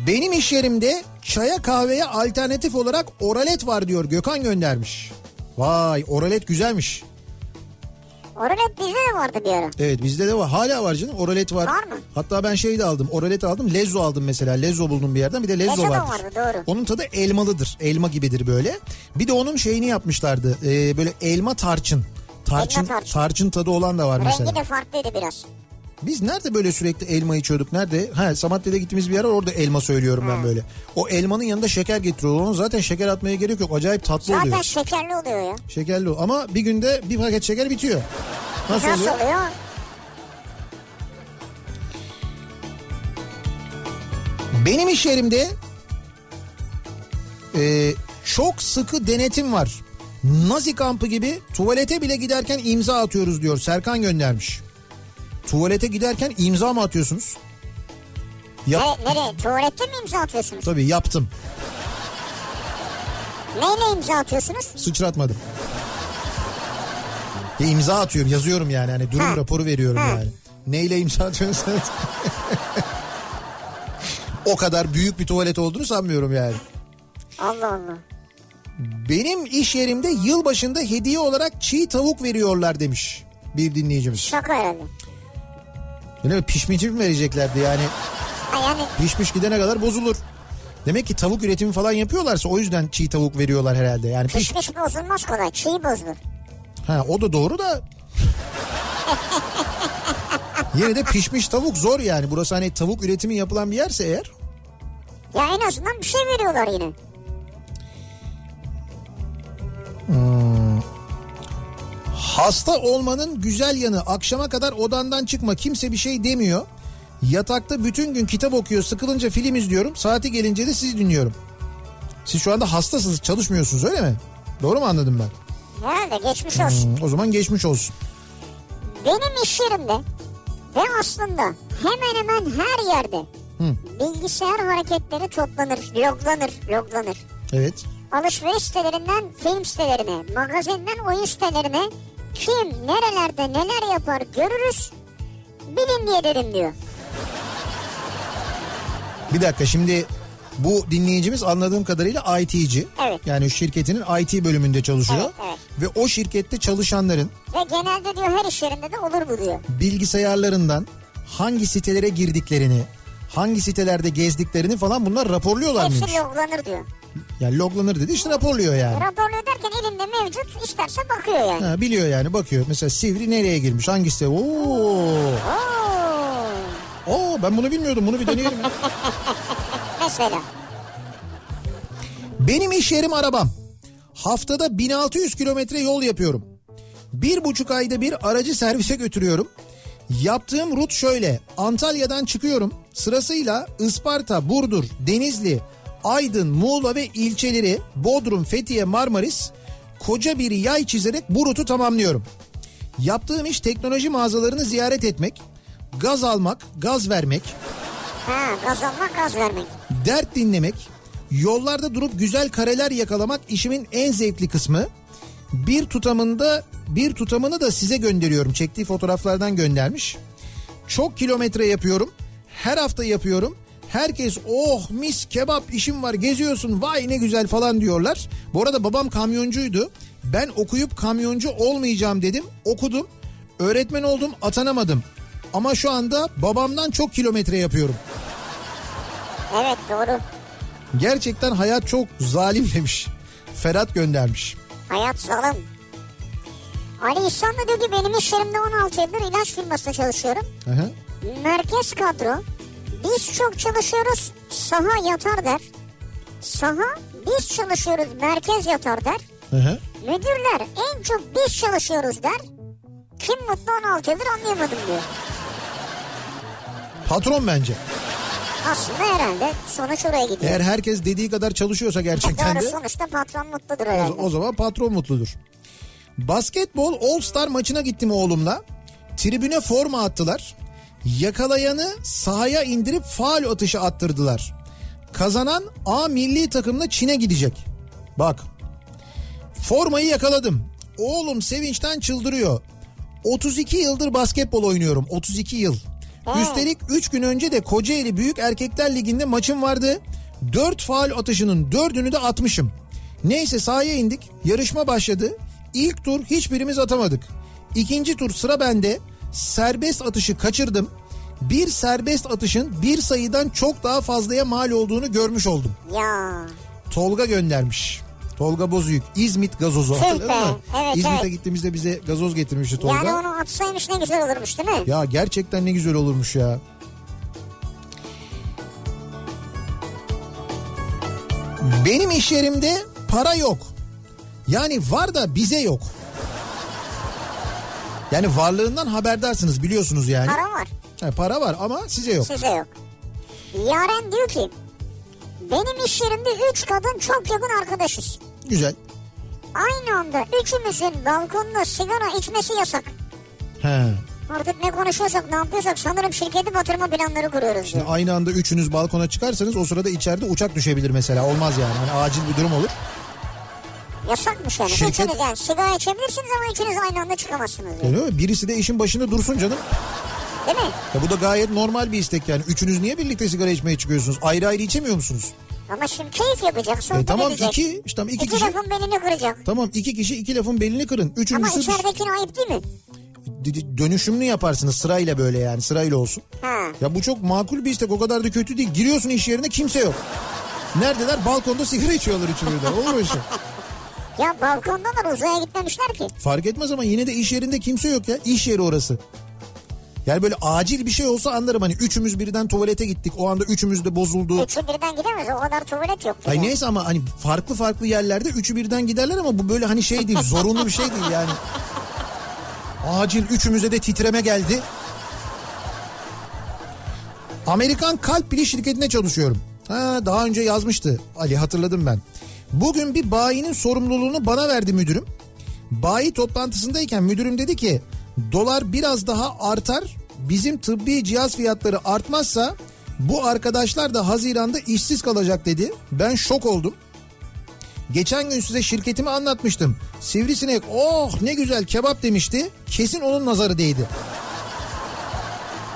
Speaker 1: benim iş yerimde çaya kahveye alternatif olarak oralet var diyor Gökhan göndermiş. Vay oralet güzelmiş.
Speaker 2: Oralet bizde de vardı bir ara.
Speaker 1: Evet bizde de var. Hala var canım. Oralet var.
Speaker 2: Var mı?
Speaker 1: Hatta ben şey de aldım. Oralet aldım. Lezzo aldım mesela. Lezzo buldum bir yerden. Bir de lezzo
Speaker 2: Lezzo da
Speaker 1: vardır.
Speaker 2: vardı, doğru.
Speaker 1: Onun tadı elmalıdır. Elma gibidir böyle. Bir de onun şeyini yapmışlardı. Ee, böyle elma tarçın. Tarçın,
Speaker 2: Elma tarçın.
Speaker 1: tarçın tadı olan da var mesela.
Speaker 2: Rengi de farklıydı biraz.
Speaker 1: Biz nerede böyle sürekli elma içiyorduk? Nerede? Ha Samatya'da gittiğimiz bir yer var. Orada elma söylüyorum ben böyle. O elmanın yanında şeker getiriyorlar. Onun zaten şeker atmaya gerek yok. Acayip tatlı
Speaker 2: Zaten
Speaker 1: oluyor.
Speaker 2: şekerli oluyor ya.
Speaker 1: Şekerli o. Ama bir günde bir paket şeker bitiyor. Nasıl,
Speaker 2: Nasıl
Speaker 1: oluyor?
Speaker 2: oluyor?
Speaker 1: Benim iş yerimde e, çok sıkı denetim var. Nazi kampı gibi tuvalete bile giderken imza atıyoruz diyor Serkan göndermiş. Tuvalete giderken imza mı atıyorsunuz? Yap,
Speaker 2: Ne, nereye? Tuvalette mi imza atıyorsunuz?
Speaker 1: Tabii yaptım.
Speaker 2: Neyle imza atıyorsunuz?
Speaker 1: Sıçratmadım. Ya imza atıyorum yazıyorum yani hani durum
Speaker 2: Ha.
Speaker 1: raporu veriyorum
Speaker 2: Ha.
Speaker 1: yani. Neyle imza atıyorsunuz? o kadar büyük bir tuvalet olduğunu sanmıyorum yani.
Speaker 2: Allah Allah.
Speaker 1: Benim iş yerimde yılbaşında hediye olarak çiğ tavuk veriyorlar demiş bir dinleyicimiz.
Speaker 2: Şaka herhalde.
Speaker 1: Yani pişmiş mi vereceklerdi yani
Speaker 2: Ha yani
Speaker 1: pişmiş gidene kadar bozulur. Demek ki tavuk üretimi falan yapıyorlarsa o yüzden çiğ tavuk veriyorlar herhalde. Yani piş...
Speaker 2: pişmiş bozulmaz kolay. Çiğ bozulur.
Speaker 1: Ha o da doğru da Yine de pişmiş tavuk zor yani. Burası hani tavuk üretimi yapılan bir yerse eğer.
Speaker 2: Ya en azından bir şey veriyorlar yine.
Speaker 1: Hasta olmanın güzel yanı akşama kadar odandan çıkma kimse bir şey demiyor. Yatakta bütün gün kitap okuyor sıkılınca film izliyorum saati gelince de sizi dinliyorum. Siz şu anda hastasınız çalışmıyorsunuz öyle mi? Doğru mu anladım ben?
Speaker 2: Herhalde geçmiş olsun.
Speaker 1: Hmm, O zaman geçmiş olsun.
Speaker 2: Benim iş yerimde ve aslında hemen hemen her yerde bilgisayar hareketleri toplanır, loglanır, loglanır.
Speaker 1: Evet.
Speaker 2: Alışveriş sitelerinden film sitelerine, magazinden oyun sitelerine kim nerelerde neler yapar görürüz bilin diye dedim diyor.
Speaker 1: Bir dakika şimdi bu dinleyicimiz anladığım kadarıyla IT'ci.
Speaker 2: Evet.
Speaker 1: Yani şirketinin IT bölümünde çalışıyor.
Speaker 2: Evet,
Speaker 1: Ve o şirkette çalışanların
Speaker 2: Ve genelde diyor her iş yerinde de olur bu diyor.
Speaker 1: bilgisayarlarından hangi sitelere girdiklerini, hangi sitelerde gezdiklerini falan bunlar raporluyorlar mıymış?
Speaker 2: Hepsi loglanır diyor.
Speaker 1: Yani loglanır dedi işte raporluyor yani.
Speaker 2: Raporluyor derken elinde mevcut isterse bakıyor yani.
Speaker 1: Ha, biliyor yani bakıyor. Mesela Sivri nereye girmiş? Hangi site? Oo.
Speaker 2: Oo.
Speaker 1: Oo ben bunu bilmiyordum. Bunu bir deneyelim. ya.
Speaker 2: Mesela.
Speaker 1: Benim iş yerim arabam. Haftada 1600 kilometre yol yapıyorum. Bir buçuk ayda bir aracı servise götürüyorum. Yaptığım rut şöyle. Antalya'dan çıkıyorum. Sırasıyla Isparta, Burdur, Denizli, Aydın, Muğla ve ilçeleri Bodrum, Fethiye, Marmaris koca bir yay çizerek bu rutu tamamlıyorum. Yaptığım iş teknoloji mağazalarını ziyaret etmek, gaz almak, gaz vermek,
Speaker 2: Ha gaz almak gaz vermek.
Speaker 1: dert dinlemek, yollarda durup güzel kareler yakalamak işimin en zevkli kısmı. Bir tutamında bir tutamını da size gönderiyorum. Çektiği fotoğraflardan göndermiş. Çok kilometre yapıyorum. Her hafta yapıyorum. Herkes oh mis kebap işim var geziyorsun vay ne güzel falan diyorlar. Bu arada babam kamyoncuydu. Ben okuyup kamyoncu olmayacağım dedim. Okudum. Öğretmen oldum atanamadım. Ama şu anda babamdan çok kilometre yapıyorum.
Speaker 2: Evet doğru.
Speaker 1: Gerçekten hayat çok zalim demiş. Ferhat göndermiş.
Speaker 2: Hayat zalim. Ali İhsan da diyor ki benim iş yerimde 16 yıldır ilaç firmasında çalışıyorum.
Speaker 1: Aha.
Speaker 2: Merkez kadro. Biz çok çalışıyoruz saha yatar der. Saha biz çalışıyoruz merkez yatar der.
Speaker 1: Aha.
Speaker 2: Müdürler en çok biz çalışıyoruz der. Kim mutlu 16 yıldır anlayamadım diyor.
Speaker 1: Patron bence.
Speaker 2: Aslında herhalde sonuç oraya gidiyor.
Speaker 1: Eğer herkes dediği kadar çalışıyorsa gerçekten
Speaker 2: Doğru
Speaker 1: de
Speaker 2: sonuçta patron mutludur
Speaker 1: o,
Speaker 2: herhalde.
Speaker 1: o zaman patron mutludur. Basketbol All Star maçına gittim oğlumla. Tribüne forma attılar. Yakalayanı sahaya indirip faal atışı attırdılar. Kazanan A milli takımla Çin'e gidecek. Bak. Formayı yakaladım. Oğlum sevinçten çıldırıyor. 32 yıldır basketbol oynuyorum. 32 yıl. Üstelik 3 gün önce de Kocaeli Büyük Erkekler Ligi'nde maçım vardı. 4 faal atışının 4'ünü de atmışım. Neyse sahaya indik. Yarışma başladı. İlk tur hiçbirimiz atamadık. İkinci tur sıra bende. Serbest atışı kaçırdım. Bir serbest atışın bir sayıdan çok daha fazlaya mal olduğunu görmüş oldum.
Speaker 2: Ya
Speaker 1: Tolga göndermiş. Tolga Bozüyük. İzmit gazozu
Speaker 2: Tüh be.
Speaker 1: hatırladın mı?
Speaker 2: Evet,
Speaker 1: İzmit'e
Speaker 2: evet.
Speaker 1: gittiğimizde bize gazoz getirmişti Tolga.
Speaker 2: yani onu atsaymış ne güzel olurmuş değil mi?
Speaker 1: Ya gerçekten ne güzel olurmuş ya. Benim iş yerimde para yok. Yani var da bize yok. Yani varlığından haberdarsınız biliyorsunuz yani.
Speaker 2: Para var.
Speaker 1: Ha, para var ama size yok.
Speaker 2: Size yok. Yaren diyor ki benim iş yerimde 3 kadın çok yakın arkadaşız.
Speaker 1: Güzel.
Speaker 2: Aynı anda üçümüzün balkonda sigara içmesi yasak.
Speaker 1: He.
Speaker 2: Artık ne konuşuyorsak ne yapıyorsak sanırım şirketi batırma planları kuruyoruz diyor.
Speaker 1: E, Aynı anda üçünüz balkona çıkarsanız o sırada içeride uçak düşebilir mesela. Olmaz yani. Hani acil bir durum olur.
Speaker 2: Yasakmış yani.
Speaker 1: Şirket-
Speaker 2: Üçünüz yani sigara içebilirsiniz ama ikiniz aynı anda çıkamazsınız diyor.
Speaker 1: Yani öyle birisi de işin başında dursun canım. E-
Speaker 2: Değil mi?
Speaker 1: Ya bu da gayet normal bir istek yani. Üçünüz niye birlikte sigara içmeye çıkıyorsunuz? Ayrı ayrı içemiyor musunuz?
Speaker 2: Ama şimdi keyif yapacak. sohbet
Speaker 1: E tamam
Speaker 2: edecek.
Speaker 1: iki, işte tamam iki,
Speaker 2: İki
Speaker 1: kişi.
Speaker 2: lafın belini kıracak.
Speaker 1: Tamam iki kişi iki lafın belini kırın.
Speaker 2: Ama
Speaker 1: Üçüncüsü
Speaker 2: içeridekine ayıp değil mi?
Speaker 1: d- d- dönüşümlü yaparsınız sırayla böyle yani sırayla olsun.
Speaker 2: Ha.
Speaker 1: Ya bu çok makul bir istek o kadar da kötü değil. Giriyorsun iş yerine kimse yok. Neredeler? Balkonda sigara içiyorlar içiyorlar. Olur mu öyle şey?
Speaker 2: Ya balkondalar uzaya gitmemişler ki.
Speaker 1: Fark etmez ama yine de iş yerinde kimse yok ya. İş yeri orası. Yani böyle acil bir şey olsa anlarım hani üçümüz birden tuvalete gittik. O anda üçümüz de bozuldu.
Speaker 2: Üçü birden gidemez o kadar tuvalet yok.
Speaker 1: E- Ay
Speaker 2: bile.
Speaker 1: neyse ama hani farklı farklı yerlerde üçü birden giderler ama bu böyle hani şey değil zorunlu bir şey değil yani. Acil üçümüze de titreme geldi. Amerikan kalp pili şirketine çalışıyorum. Ha, daha önce yazmıştı Ali hatırladım ben. Bugün bir bayinin sorumluluğunu bana verdi müdürüm. Bayi toplantısındayken müdürüm dedi ki dolar biraz daha artar bizim tıbbi cihaz fiyatları artmazsa bu arkadaşlar da Haziran'da işsiz kalacak dedi. Ben şok oldum. Geçen gün size şirketimi anlatmıştım. Sivrisinek oh ne güzel kebap demişti. Kesin onun nazarı değdi.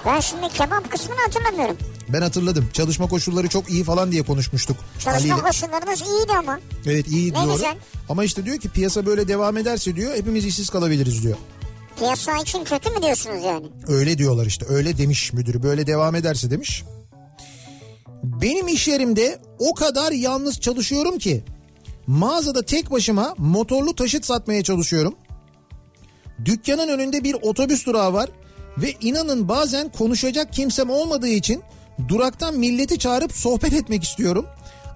Speaker 2: Ben şimdi kebap kısmını hatırlamıyorum.
Speaker 1: Ben hatırladım. Çalışma koşulları çok iyi falan diye konuşmuştuk.
Speaker 2: Çalışma
Speaker 1: Ali'yle.
Speaker 2: koşullarınız iyiydi ama.
Speaker 1: Evet iyi
Speaker 2: Ne
Speaker 1: diyor.
Speaker 2: güzel.
Speaker 1: Ama işte diyor ki piyasa böyle devam ederse diyor hepimiz işsiz kalabiliriz diyor.
Speaker 2: Piyasa için kötü mü diyorsunuz yani?
Speaker 1: Öyle diyorlar işte öyle demiş müdürü böyle devam ederse demiş. Benim iş yerimde o kadar yalnız çalışıyorum ki mağazada tek başıma motorlu taşıt satmaya çalışıyorum. Dükkanın önünde bir otobüs durağı var ve inanın bazen konuşacak kimsem olmadığı için duraktan milleti çağırıp sohbet etmek istiyorum.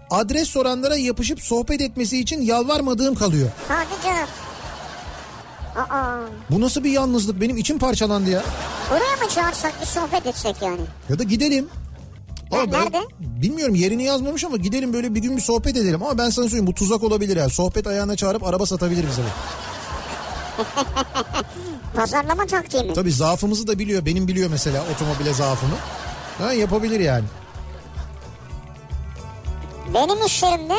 Speaker 1: Adres soranlara yapışıp sohbet etmesi için yalvarmadığım kalıyor.
Speaker 2: Hadi canım. Aa,
Speaker 1: Bu nasıl bir yalnızlık benim içim parçalandı ya.
Speaker 2: buraya mı çağırsak bir sohbet etsek yani?
Speaker 1: Ya da gidelim.
Speaker 2: Ne- nerede?
Speaker 1: Bilmiyorum yerini yazmamış ama gidelim böyle bir gün bir sohbet edelim. Ama ben sana söyleyeyim bu tuzak olabilir ya. Sohbet ayağına çağırıp araba satabilir bize. de.
Speaker 2: Pazarlama taktiği mi?
Speaker 1: Tabii zaafımızı da biliyor. Benim biliyor mesela otomobile zaafımı. Ha, yapabilir yani.
Speaker 2: Benim iş yerimde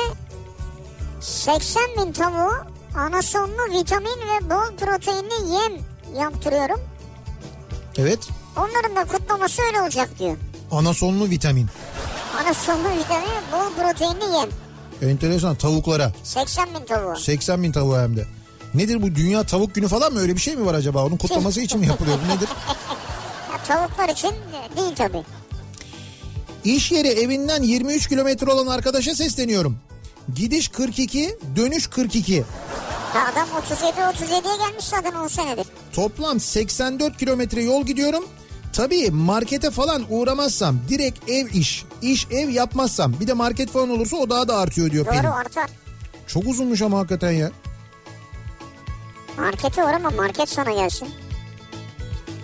Speaker 2: 80 bin tavuğu anasonlu vitamin ve bol proteinli yem yaptırıyorum.
Speaker 1: Evet.
Speaker 2: Onların da kutlaması öyle olacak diyor.
Speaker 1: Anasonlu vitamin.
Speaker 2: Anasonlu vitamin ve bol proteinli yem.
Speaker 1: Enteresan tavuklara.
Speaker 2: 80 bin tavuğu.
Speaker 1: 80 bin tavuğa hem de. Nedir bu dünya tavuk günü falan mı öyle bir şey mi var acaba? Onun kutlaması için mi yapılıyor? Bu nedir?
Speaker 2: Ya, tavuklar için değil tabii.
Speaker 1: İş yeri evinden 23 kilometre olan arkadaşa sesleniyorum. Gidiş 42, dönüş 42.
Speaker 2: Ya adam 37 37'ye gelmiş zaten 10 senedir.
Speaker 1: Toplam 84 kilometre yol gidiyorum. Tabii markete falan uğramazsam direkt ev iş, iş ev yapmazsam bir de market falan olursa o daha da artıyor diyor
Speaker 2: Doğru
Speaker 1: Pelin.
Speaker 2: artar.
Speaker 1: Çok uzunmuş ama hakikaten ya.
Speaker 2: Markete uğrama market sana gelsin.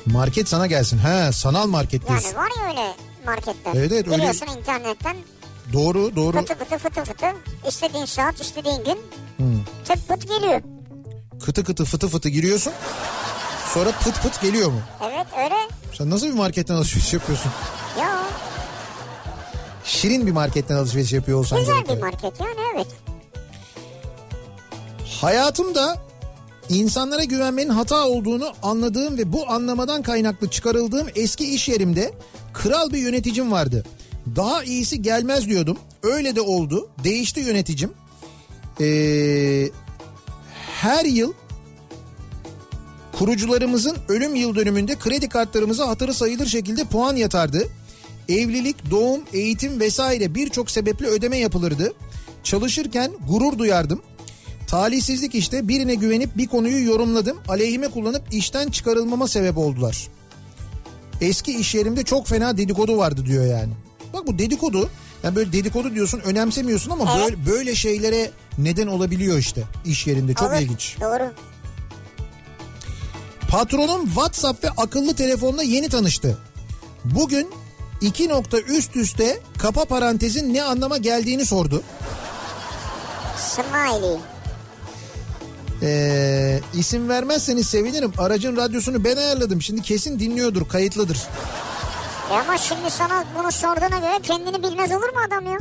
Speaker 1: Market sana gelsin. He sanal market diyorsun.
Speaker 2: Yani var ya öyle marketler.
Speaker 1: Evet, evet, öyle-
Speaker 2: Giriyorsun internetten
Speaker 1: Doğru doğru.
Speaker 2: fıtı fıtı fıtı fıtı istediğin saat istediğin gün tıp pıt geliyor.
Speaker 1: Kıtı kıtı fıtı fıtı giriyorsun. Sonra pıt pıt geliyor mu?
Speaker 2: Evet öyle
Speaker 1: Sen nasıl bir marketten alışveriş yapıyorsun?
Speaker 2: ya
Speaker 1: Şirin bir marketten alışveriş yapıyor olsan.
Speaker 2: güzel
Speaker 1: gerek
Speaker 2: bir
Speaker 1: yok.
Speaker 2: market yani evet.
Speaker 1: Hayatımda insanlara güvenmenin hata olduğunu anladığım ve bu anlamadan kaynaklı çıkarıldığım eski iş yerimde kral bir yöneticim vardı. Daha iyisi gelmez diyordum. Öyle de oldu. Değişti yöneticim. Ee, her yıl kurucularımızın ölüm yıl dönümünde kredi kartlarımıza hatırı sayılır şekilde puan yatardı. Evlilik, doğum, eğitim vesaire birçok sebeple ödeme yapılırdı. Çalışırken gurur duyardım. Talihsizlik işte birine güvenip bir konuyu yorumladım. Aleyhime kullanıp işten çıkarılmama sebep oldular. Eski iş yerimde çok fena dedikodu vardı diyor yani. Bak bu dedikodu yani böyle dedikodu diyorsun önemsemiyorsun ama
Speaker 2: Evet.
Speaker 1: böyle, böyle şeylere neden olabiliyor işte iş yerinde çok
Speaker 2: Olur.
Speaker 1: ilginç.
Speaker 2: Doğru.
Speaker 1: Patronum WhatsApp ve akıllı telefonla yeni tanıştı. Bugün iki nokta üst üste kapa parantezin ne anlama geldiğini sordu.
Speaker 2: Smiley.
Speaker 1: Ee, isim vermezseniz sevinirim. Aracın radyosunu ben ayarladım. Şimdi kesin dinliyordur, kayıtlıdır.
Speaker 2: E ama şimdi sana bunu sorduğuna göre kendini bilmez olur mu adam ya?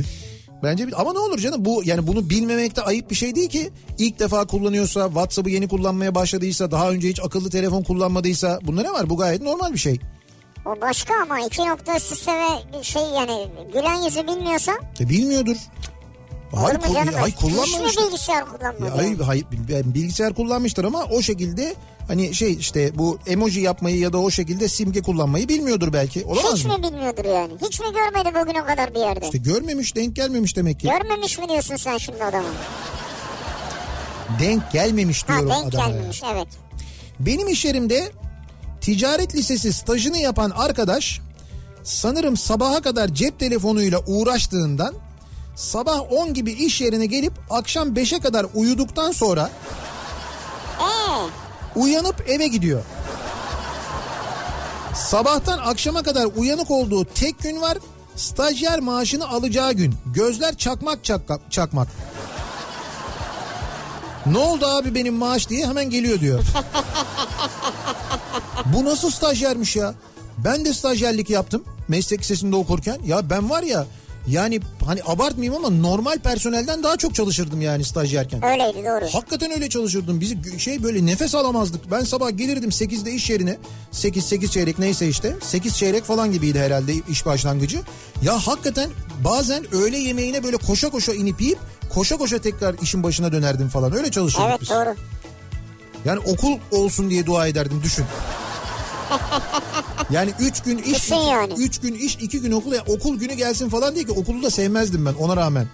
Speaker 1: Bence bil- ama ne olur canım bu yani bunu bilmemekte ayıp bir şey değil ki. İlk defa kullanıyorsa, WhatsApp'ı yeni kullanmaya başladıysa, daha önce hiç akıllı telefon kullanmadıysa bunda ne var? Bu gayet normal bir şey.
Speaker 2: O başka ama iki nokta üst üste ve bir şey yani gülen yüzü bilmiyorsa
Speaker 1: E, bilmiyordur. Hayır,
Speaker 2: olur mu canım?
Speaker 1: ku- hayır kullanmamıştır.
Speaker 2: Hiç mi bilgisayar kullanmadı?
Speaker 1: Ya E, Hayır, hayır ben bilgisayar kullanmıştır ama o şekilde hani şey işte bu emoji yapmayı ya da o şekilde simge kullanmayı bilmiyordur belki. Olamaz
Speaker 2: Hiç
Speaker 1: mı?
Speaker 2: mi bilmiyordur yani? Hiç mi görmedi bugüne kadar bir yerde?
Speaker 1: İşte görmemiş denk gelmemiş demek ki.
Speaker 2: Görmemiş mi diyorsun sen şimdi adamı?
Speaker 1: Denk gelmemiş
Speaker 2: Ha
Speaker 1: diyorum
Speaker 2: denk
Speaker 1: adama. ya.
Speaker 2: gelmemiş evet.
Speaker 1: Benim iş yerimde ticaret lisesi stajını yapan arkadaş sanırım sabaha kadar cep telefonuyla uğraştığından sabah 10 gibi iş yerine gelip akşam 5'e kadar uyuduktan sonra
Speaker 2: Ee,
Speaker 1: uyanıp eve gidiyor. Sabahtan akşama kadar uyanık olduğu tek gün var. Stajyer maaşını alacağı gün. Gözler çakmak çakka- çakmak. Ne oldu abi benim maaş diye hemen geliyor diyor. Bu nasıl stajyermiş ya? Ben de stajyerlik yaptım meslek lisesinde okurken. Ya ben var ya yani hani abartmayayım ama normal personelden daha çok çalışırdım yani stajyerken.
Speaker 2: Öyleydi doğru.
Speaker 1: Hakikaten öyle çalışırdım. Biz gü- şey böyle nefes alamazdık. Ben sabah gelirdim 8'de iş yerine. 8 8 çeyrek neyse işte. 8 çeyrek falan gibiydi herhalde iş başlangıcı. Ya hakikaten bazen öğle yemeğine böyle koşa koşa inip yiyip koşa koşa tekrar işin başına dönerdim falan. Öyle çalışırdık
Speaker 2: Evet
Speaker 1: biz.
Speaker 2: doğru.
Speaker 1: Yani okul olsun diye dua ederdim düşün. Yani 3 gün iş
Speaker 2: Düşün yani.
Speaker 1: 3 gün iş 2 gün okul ya okul günü gelsin falan diye ki okulu da sevmezdim ben ona rağmen.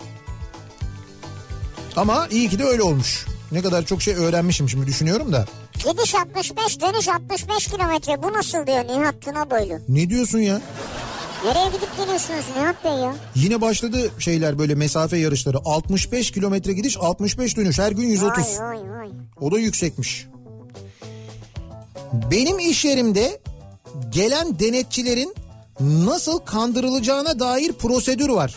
Speaker 1: Ama iyi ki de öyle olmuş. Ne kadar çok şey öğrenmişim şimdi düşünüyorum da.
Speaker 2: Gidiş 65 dönüş 65 kilometre bu nasıl diyor Nihat Tuna Boylu.
Speaker 1: Ne diyorsun ya?
Speaker 2: Nereye gidip geliyorsunuz Nihat Bey ya?
Speaker 1: Yine başladı şeyler böyle mesafe yarışları. 65 kilometre gidiş 65 dönüş her gün 130.
Speaker 2: Vay vay vay.
Speaker 1: O da yüksekmiş. Benim iş yerimde gelen denetçilerin nasıl kandırılacağına dair prosedür var.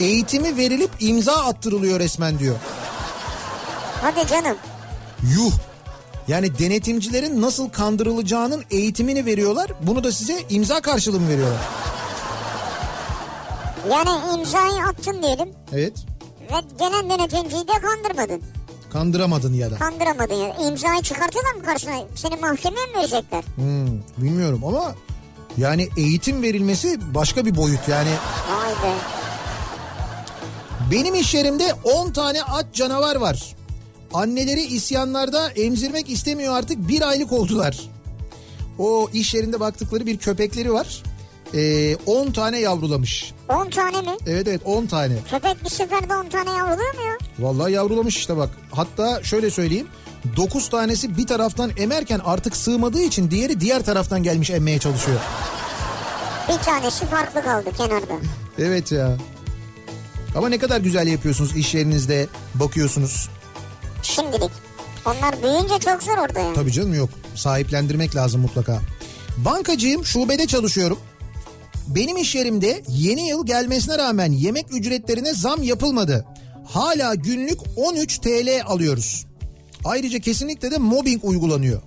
Speaker 1: Eğitimi verilip imza attırılıyor resmen diyor.
Speaker 2: Hadi canım.
Speaker 1: Yuh. Yani denetimcilerin nasıl kandırılacağının eğitimini veriyorlar. Bunu da size imza karşılığı mı veriyorlar?
Speaker 2: Yani imzayı attın diyelim
Speaker 1: Evet.
Speaker 2: ve gelen denetimciyi de kandırmadın.
Speaker 1: Kandıramadın ya da.
Speaker 2: Kandıramadın ya. İmzayı çıkartıyorlar mı karşına? Seni mahkemeye mi verecekler?
Speaker 1: Hmm, bilmiyorum ama yani eğitim verilmesi başka bir boyut yani.
Speaker 2: Vay be.
Speaker 1: Benim iş yerimde 10 tane aç canavar var. Anneleri isyanlarda emzirmek istemiyor artık bir aylık oldular. O iş yerinde baktıkları bir köpekleri var. Ee, 10 tane yavrulamış.
Speaker 2: 10 tane mi?
Speaker 1: Evet evet 10 tane.
Speaker 2: Köpek bir seferde 10 tane yavruluyor mu ya?
Speaker 1: Vallahi yavrulamış işte bak. Hatta şöyle söyleyeyim. 9 tanesi bir taraftan emerken artık sığmadığı için diğeri diğer taraftan gelmiş emmeye çalışıyor.
Speaker 2: Bir tanesi farklı kaldı kenarda.
Speaker 1: Evet ya. Ama ne kadar güzel yapıyorsunuz iş yerinizde bakıyorsunuz.
Speaker 2: Şimdilik. Onlar büyüyünce çok zor orada ya.
Speaker 1: Tabii canım yok. Sahiplendirmek lazım mutlaka. Bankacıyım, şubede çalışıyorum. Benim iş yerimde yeni yıl gelmesine rağmen yemek ücretlerine zam yapılmadı. Hala günlük 13 TL alıyoruz. Ayrıca kesinlikle de mobbing uygulanıyor.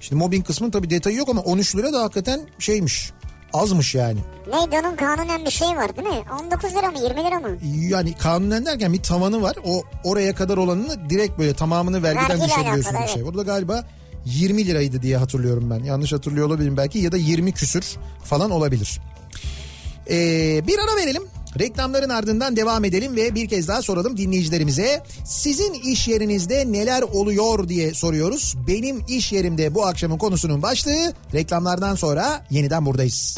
Speaker 1: Şimdi mobbing kısmının tabii detayı yok ama 13 lira da hakikaten şeymiş. Azmış yani.
Speaker 2: Neydi onun kanunen bir şey var değil mi? 19 lira mı 20 lira mı?
Speaker 1: Yani kanunen derken bir tavanı var. O oraya kadar olanını direkt böyle tamamını vergiden
Speaker 2: Vergiyle
Speaker 1: düşebiliyorsun
Speaker 2: alakalı,
Speaker 1: bir şey.
Speaker 2: evet.
Speaker 1: Burada galiba 20 liraydı diye hatırlıyorum ben. Yanlış hatırlıyor olabilirim belki ya da 20 küsür falan olabilir. Ee, bir ara verelim. Reklamların ardından devam edelim ve bir kez daha soralım dinleyicilerimize. Sizin iş yerinizde neler oluyor diye soruyoruz. Benim iş yerimde bu akşamın konusunun başlığı reklamlardan sonra yeniden buradayız.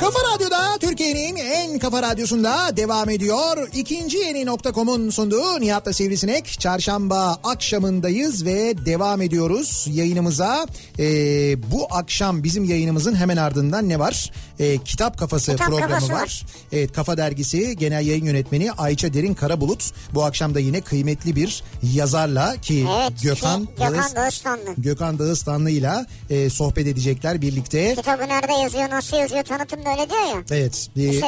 Speaker 1: Kafa Radyo'da Türkiye'nin en kafa radyosunda devam ediyor. İkinci yeni nokta.com'un sunduğu Nihat'la Sivrisinek. Çarşamba akşamındayız ve devam ediyoruz yayınımıza. Ee, bu akşam bizim yayınımızın hemen ardından ne var? Ee, Kitap Kafası
Speaker 2: Kitap
Speaker 1: programı
Speaker 2: Kafası
Speaker 1: var.
Speaker 2: var.
Speaker 1: Evet Kafa Dergisi Genel Yayın Yönetmeni Ayça Derin Karabulut. Bu akşam da yine kıymetli bir yazarla ki
Speaker 2: Evet.
Speaker 1: Gökhan,
Speaker 2: şey, Gökhan
Speaker 1: Dağız-
Speaker 2: Dağıstanlı.
Speaker 1: Gökhan Dağıstanlı'yla e, sohbet edecekler birlikte.
Speaker 2: Kitabı nerede yazıyor, nasıl yazıyor tanıtımda öyle diyor ya.
Speaker 1: Evet. e,
Speaker 2: Şey,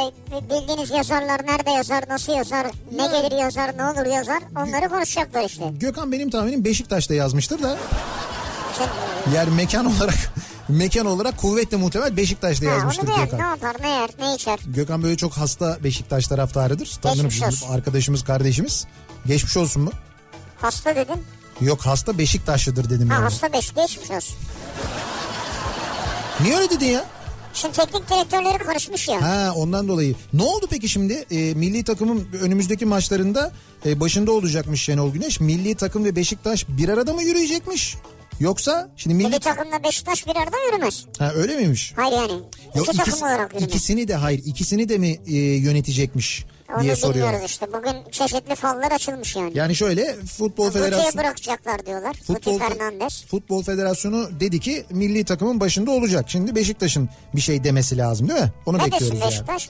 Speaker 2: bildiğiniz yazarlar nerede yazar, nasıl yazar, ne gelir yazar, ne olur yazar onları konuşacaklar işte.
Speaker 1: Gökhan benim tahminim Beşiktaş'ta yazmıştır da
Speaker 2: Sen,
Speaker 1: yani mekan olarak mekan olarak kuvvetle muhtemel Beşiktaş'ta
Speaker 2: ha,
Speaker 1: yazmıştır
Speaker 2: onu da yer,
Speaker 1: Gökhan.
Speaker 2: ne yapar, ne yer, ne içer.
Speaker 1: Gökhan böyle çok hasta Beşiktaş taraftarıdır. Tanırım
Speaker 2: Geçmiş olsun.
Speaker 1: arkadaşımız kardeşimiz. Geçmiş olsun mu?
Speaker 2: Hasta dedim.
Speaker 1: Yok hasta Beşiktaşlıdır dedim
Speaker 2: Ha,
Speaker 1: yani.
Speaker 2: hasta beş geçmiş olsun.
Speaker 1: Niye öyle dedin ya?
Speaker 2: Şimdi teknik direktörleri konuşmuş ya.
Speaker 1: Ha ondan dolayı. Ne oldu peki şimdi? E, milli takımın önümüzdeki maçlarında e, başında olacakmış Şenol Güneş. Milli takım ve Beşiktaş bir arada mı yürüyecekmiş? Yoksa şimdi milli...
Speaker 2: E, Bir takımla Beşiktaş bir arada yürümez.
Speaker 1: Ha öyle miymiş?
Speaker 2: Hayır yani.
Speaker 1: Yok,
Speaker 2: iki
Speaker 1: ikisi-
Speaker 2: takım olarak yürümez.
Speaker 1: ikisini de hayır ikisini de mi e, yönetecekmiş?
Speaker 2: Onu
Speaker 1: diye soruyor.
Speaker 2: bilmiyoruz işte. Bugün çeşitli fallar açılmış yani.
Speaker 1: Yani şöyle Futbol
Speaker 2: Luti'ye
Speaker 1: Federasyonu
Speaker 2: bırakacaklar diyorlar.
Speaker 1: Futbol,
Speaker 2: Luti Fernandez.
Speaker 1: Futbol Federasyonu dedi ki milli takımın başında olacak. Şimdi Beşiktaş'ın bir şey demesi lazım değil mi? Onu
Speaker 2: Ne desin
Speaker 1: bekliyoruz yani.
Speaker 2: Beşiktaş?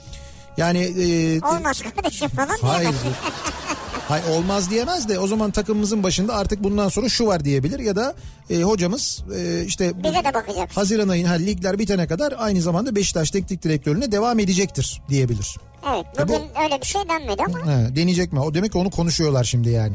Speaker 1: Yani e,
Speaker 2: Olmaz kardeşim falan
Speaker 1: Hayır.
Speaker 2: diye.
Speaker 1: Hayır olmaz diyemez de o zaman takımımızın başında artık bundan sonra şu var diyebilir ya da e, hocamız e, işte bu-
Speaker 2: Bize de bakacak.
Speaker 1: Haziran ayın ha, ligler bitene kadar aynı zamanda Beşiktaş teknik direktörlüğüne devam edecektir diyebilir.
Speaker 2: Evet
Speaker 1: Ya bu-
Speaker 2: bugün öyle bir şey denmedi ama
Speaker 1: Ha, deneyecek mi? O demek ki onu konuşuyorlar şimdi yani.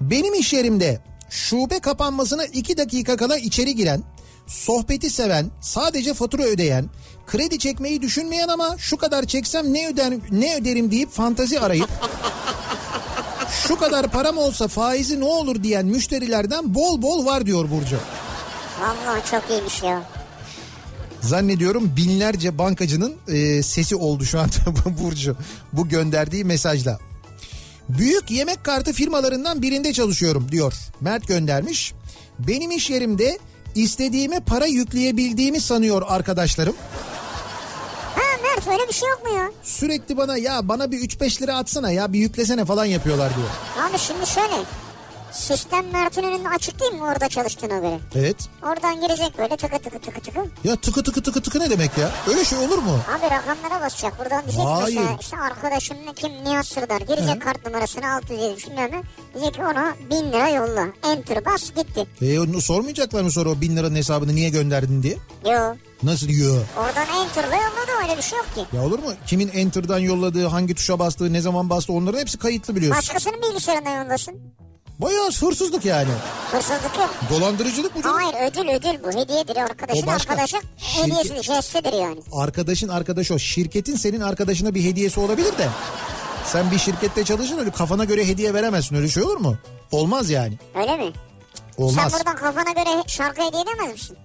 Speaker 1: Benim iş yerimde şube kapanmasına 2 dakika kala içeri giren, sohbeti seven, sadece fatura ödeyen, kredi çekmeyi düşünmeyen ama şu kadar çeksem ne öder ne öderim deyip fantazi arayıp şu kadar param olsa faizi ne olur diyen müşterilerden bol bol var diyor Burcu.
Speaker 2: vallahi çok iyiymiş ya.
Speaker 1: Zannediyorum binlerce bankacının e, sesi oldu şu anda bu Burcu bu gönderdiği mesajla. Büyük yemek kartı firmalarından birinde çalışıyorum diyor. Mert göndermiş. Benim iş yerimde istediğime para yükleyebildiğimi sanıyor arkadaşlarım.
Speaker 2: Ha Mert öyle bir şey yok mu ya?
Speaker 1: Sürekli bana ya bana bir 3-5 lira atsana ya bir yüklesene falan yapıyorlar diyor.
Speaker 2: Abi şimdi şöyle. Sistem Mert'in önünde açık değil mi orada çalıştığına göre?
Speaker 1: Evet.
Speaker 2: Oradan girecek böyle tıkı tıkı tıkı tıkı.
Speaker 1: Ya tıkı tıkı tıkı tıkı ne demek ya? Öyle şey olur mu?
Speaker 2: Abi rakamlara basacak. Buradan diyecek ki
Speaker 1: Hayır.
Speaker 2: mesela işte arkadaşım ne kim Nihat Sırdar. Girecek kart numarasını 607 bilmem ne. Diyecek ki ona 1000 lira yolla. Enter bas gitti.
Speaker 1: E, onu sormayacaklar mı sonra o 1000 liranın hesabını niye gönderdin diye?
Speaker 2: Yo.
Speaker 1: Nasıl diyor?
Speaker 2: Oradan enter'la yolladı öyle bir şey yok ki.
Speaker 1: Ya olur mu? Kimin enter'dan yolladığı, hangi tuşa bastığı, ne zaman bastı onların hepsi kayıtlı biliyorsun.
Speaker 2: Başkasının bilgisayarından yollasın.
Speaker 1: Bayağı hırsızlık yani.
Speaker 2: Hırsızlık yok.
Speaker 1: Dolandırıcılık bu canım.
Speaker 2: Hayır ödül ödül bu hediyedir arkadaşın
Speaker 1: O başka.
Speaker 2: arkadaşı
Speaker 1: Şirket-
Speaker 2: hediyesi jestidir yani.
Speaker 1: Arkadaşın arkadaşı o. Şirketin senin arkadaşına bir hediyesi olabilir de. Sen bir şirkette çalışın öyle kafana göre hediye veremezsin. Öyle şey olur mu? Olmaz yani.
Speaker 2: Öyle mi?
Speaker 1: Olmaz.
Speaker 2: Sen buradan kafana göre şarkı hediye edemez misin?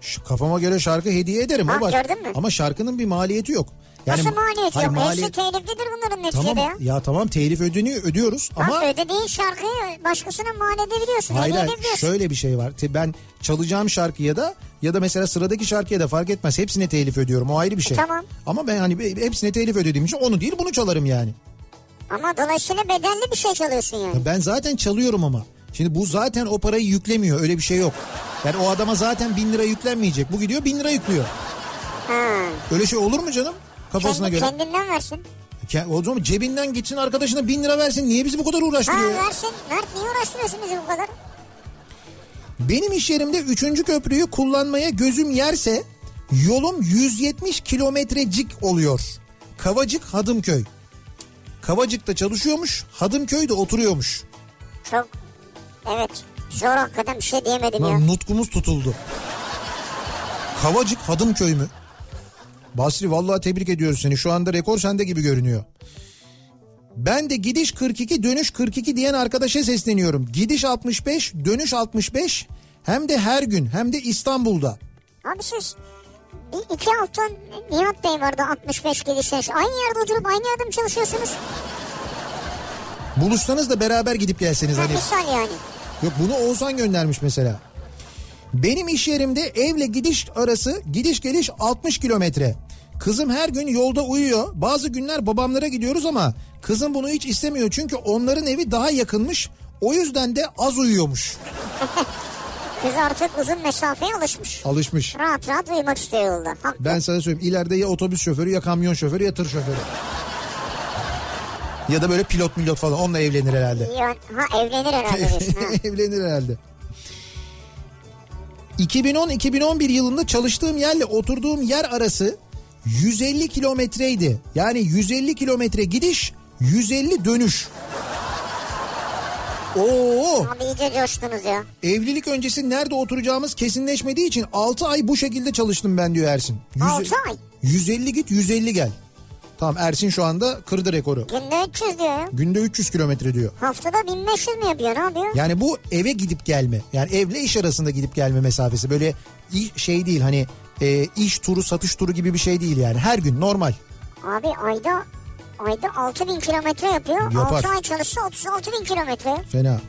Speaker 1: Şu kafama göre şarkı hediye ederim.
Speaker 2: Bak,
Speaker 1: o baş-
Speaker 2: gördün mü?
Speaker 1: Ama şarkının bir maliyeti yok.
Speaker 2: Nasıl maliyet
Speaker 1: Hayır,
Speaker 2: yok? Hepsi
Speaker 1: maliyet-
Speaker 2: teliflidir bunların neticede
Speaker 1: Tamam
Speaker 2: ya.
Speaker 1: ya tamam telif ödeni ödüyoruz ama
Speaker 2: Ama... ödediğin şarkıyı başkasına mal edebiliyorsun.
Speaker 1: Hayır
Speaker 2: hediye
Speaker 1: hayır
Speaker 2: edebiliyorsun.
Speaker 1: şöyle bir şey var. Te- Ben çalacağım şarkıya da ya da mesela sıradaki şarkıya da fark etmez. Hepsine telif ödüyorum o ayrı bir şey.
Speaker 2: E, tamam.
Speaker 1: Ama ben hani be- hepsine telif ödediğim için onu değil bunu çalarım yani.
Speaker 2: Ama dolayısıyla bedelli bir şey çalıyorsun yani.
Speaker 1: Ya Ben zaten çalıyorum ama. Şimdi bu zaten o parayı yüklemiyor öyle bir şey yok. Yani o adama zaten bin lira yüklenmeyecek. Bu gidiyor bin lira yüklüyor.
Speaker 2: Ha.
Speaker 1: Öyle şey olur mu canım? Kafasına
Speaker 2: Kendi,
Speaker 1: göre.
Speaker 2: Kendinden versin.
Speaker 1: Ke- O zaman cebinden gitsin arkadaşına bin lira versin. Niye bizi bu kadar
Speaker 2: Ha
Speaker 1: uğraştırıyor? ya?
Speaker 2: versin. Mert niye uğraştırıyorsun bizi bu kadar?
Speaker 1: Benim iş yerimde 3. köprüyü kullanmaya gözüm yerse yolum 170 kilometrecik oluyor. Kavacık Hadımköy. Kavacık'ta çalışıyormuş, Hadımköy'de oturuyormuş.
Speaker 2: Çok evet zor hakikaten bir şey diyemedim ya.
Speaker 1: Lan nutkumuz tutuldu. Kavacık Hadımköy mü? Basri vallahi tebrik ediyoruz seni. Şu anda rekor sende gibi görünüyor. Ben de gidiş 42 dönüş 42 diyen arkadaşa sesleniyorum. Gidiş 65 dönüş 65 hem de her gün hem de İstanbul'da.
Speaker 2: Abi siz bir iki hafta Nihat Bey vardı 65 gidişler. Aynı yerde oturup aynı yerde mi çalışıyorsunuz?
Speaker 1: Buluşsanız da beraber gidip gelseniz
Speaker 2: Ha,
Speaker 1: hani.
Speaker 2: misal yani.
Speaker 1: Yok bunu Oğuzhan göndermiş mesela. Benim iş yerimde evle gidiş arası gidiş geliş 60 kilometre. Kızım her gün yolda uyuyor. Bazı günler babamlara gidiyoruz ama kızım bunu hiç istemiyor çünkü onların evi daha yakınmış. O yüzden de az uyuyormuş.
Speaker 2: Kız artık uzun mesafeye alışmış.
Speaker 1: Alışmış.
Speaker 2: Rahat rahat uyumak istiyor yolda. Haklı.
Speaker 1: Ben sana söyleyeyim ileride ya otobüs şoförü ya kamyon şoförü ya tır şoförü. Ya da böyle pilot milot falan onunla evlenir herhalde.
Speaker 2: Yani, ha evlenir herhalde diyorsun ha.
Speaker 1: Evlenir herhalde. 2010-2011 yılında çalıştığım yerle oturduğum yer arası 150 kilometreydi. Yani 150 kilometre gidiş, 150 dönüş. Oo!
Speaker 2: Abi iyice coştunuz ya.
Speaker 1: Evlilik öncesi nerede oturacağımız kesinleşmediği için 6 ay bu şekilde çalıştım ben diyor Ersin. Yüz-
Speaker 2: Altı ay?
Speaker 1: 150 git, 150 gel. Tamam Ersin şu anda kırdı rekoru.
Speaker 2: Günde 300 diyor ya.
Speaker 1: Günde 300 kilometre diyor.
Speaker 2: Haftada 1500 mi yapıyor ne yapıyor?
Speaker 1: Yani bu eve gidip gelme. Yani evle iş arasında gidip gelme mesafesi. Böyle i- şey değil hani e, iş turu satış turu gibi bir şey değil yani. Her gün normal.
Speaker 2: Abi ayda ayda 6000 kilometre yapıyor.
Speaker 1: Yapar.
Speaker 2: 6 ay çalışsa 36 bin kilometre.
Speaker 1: Fena.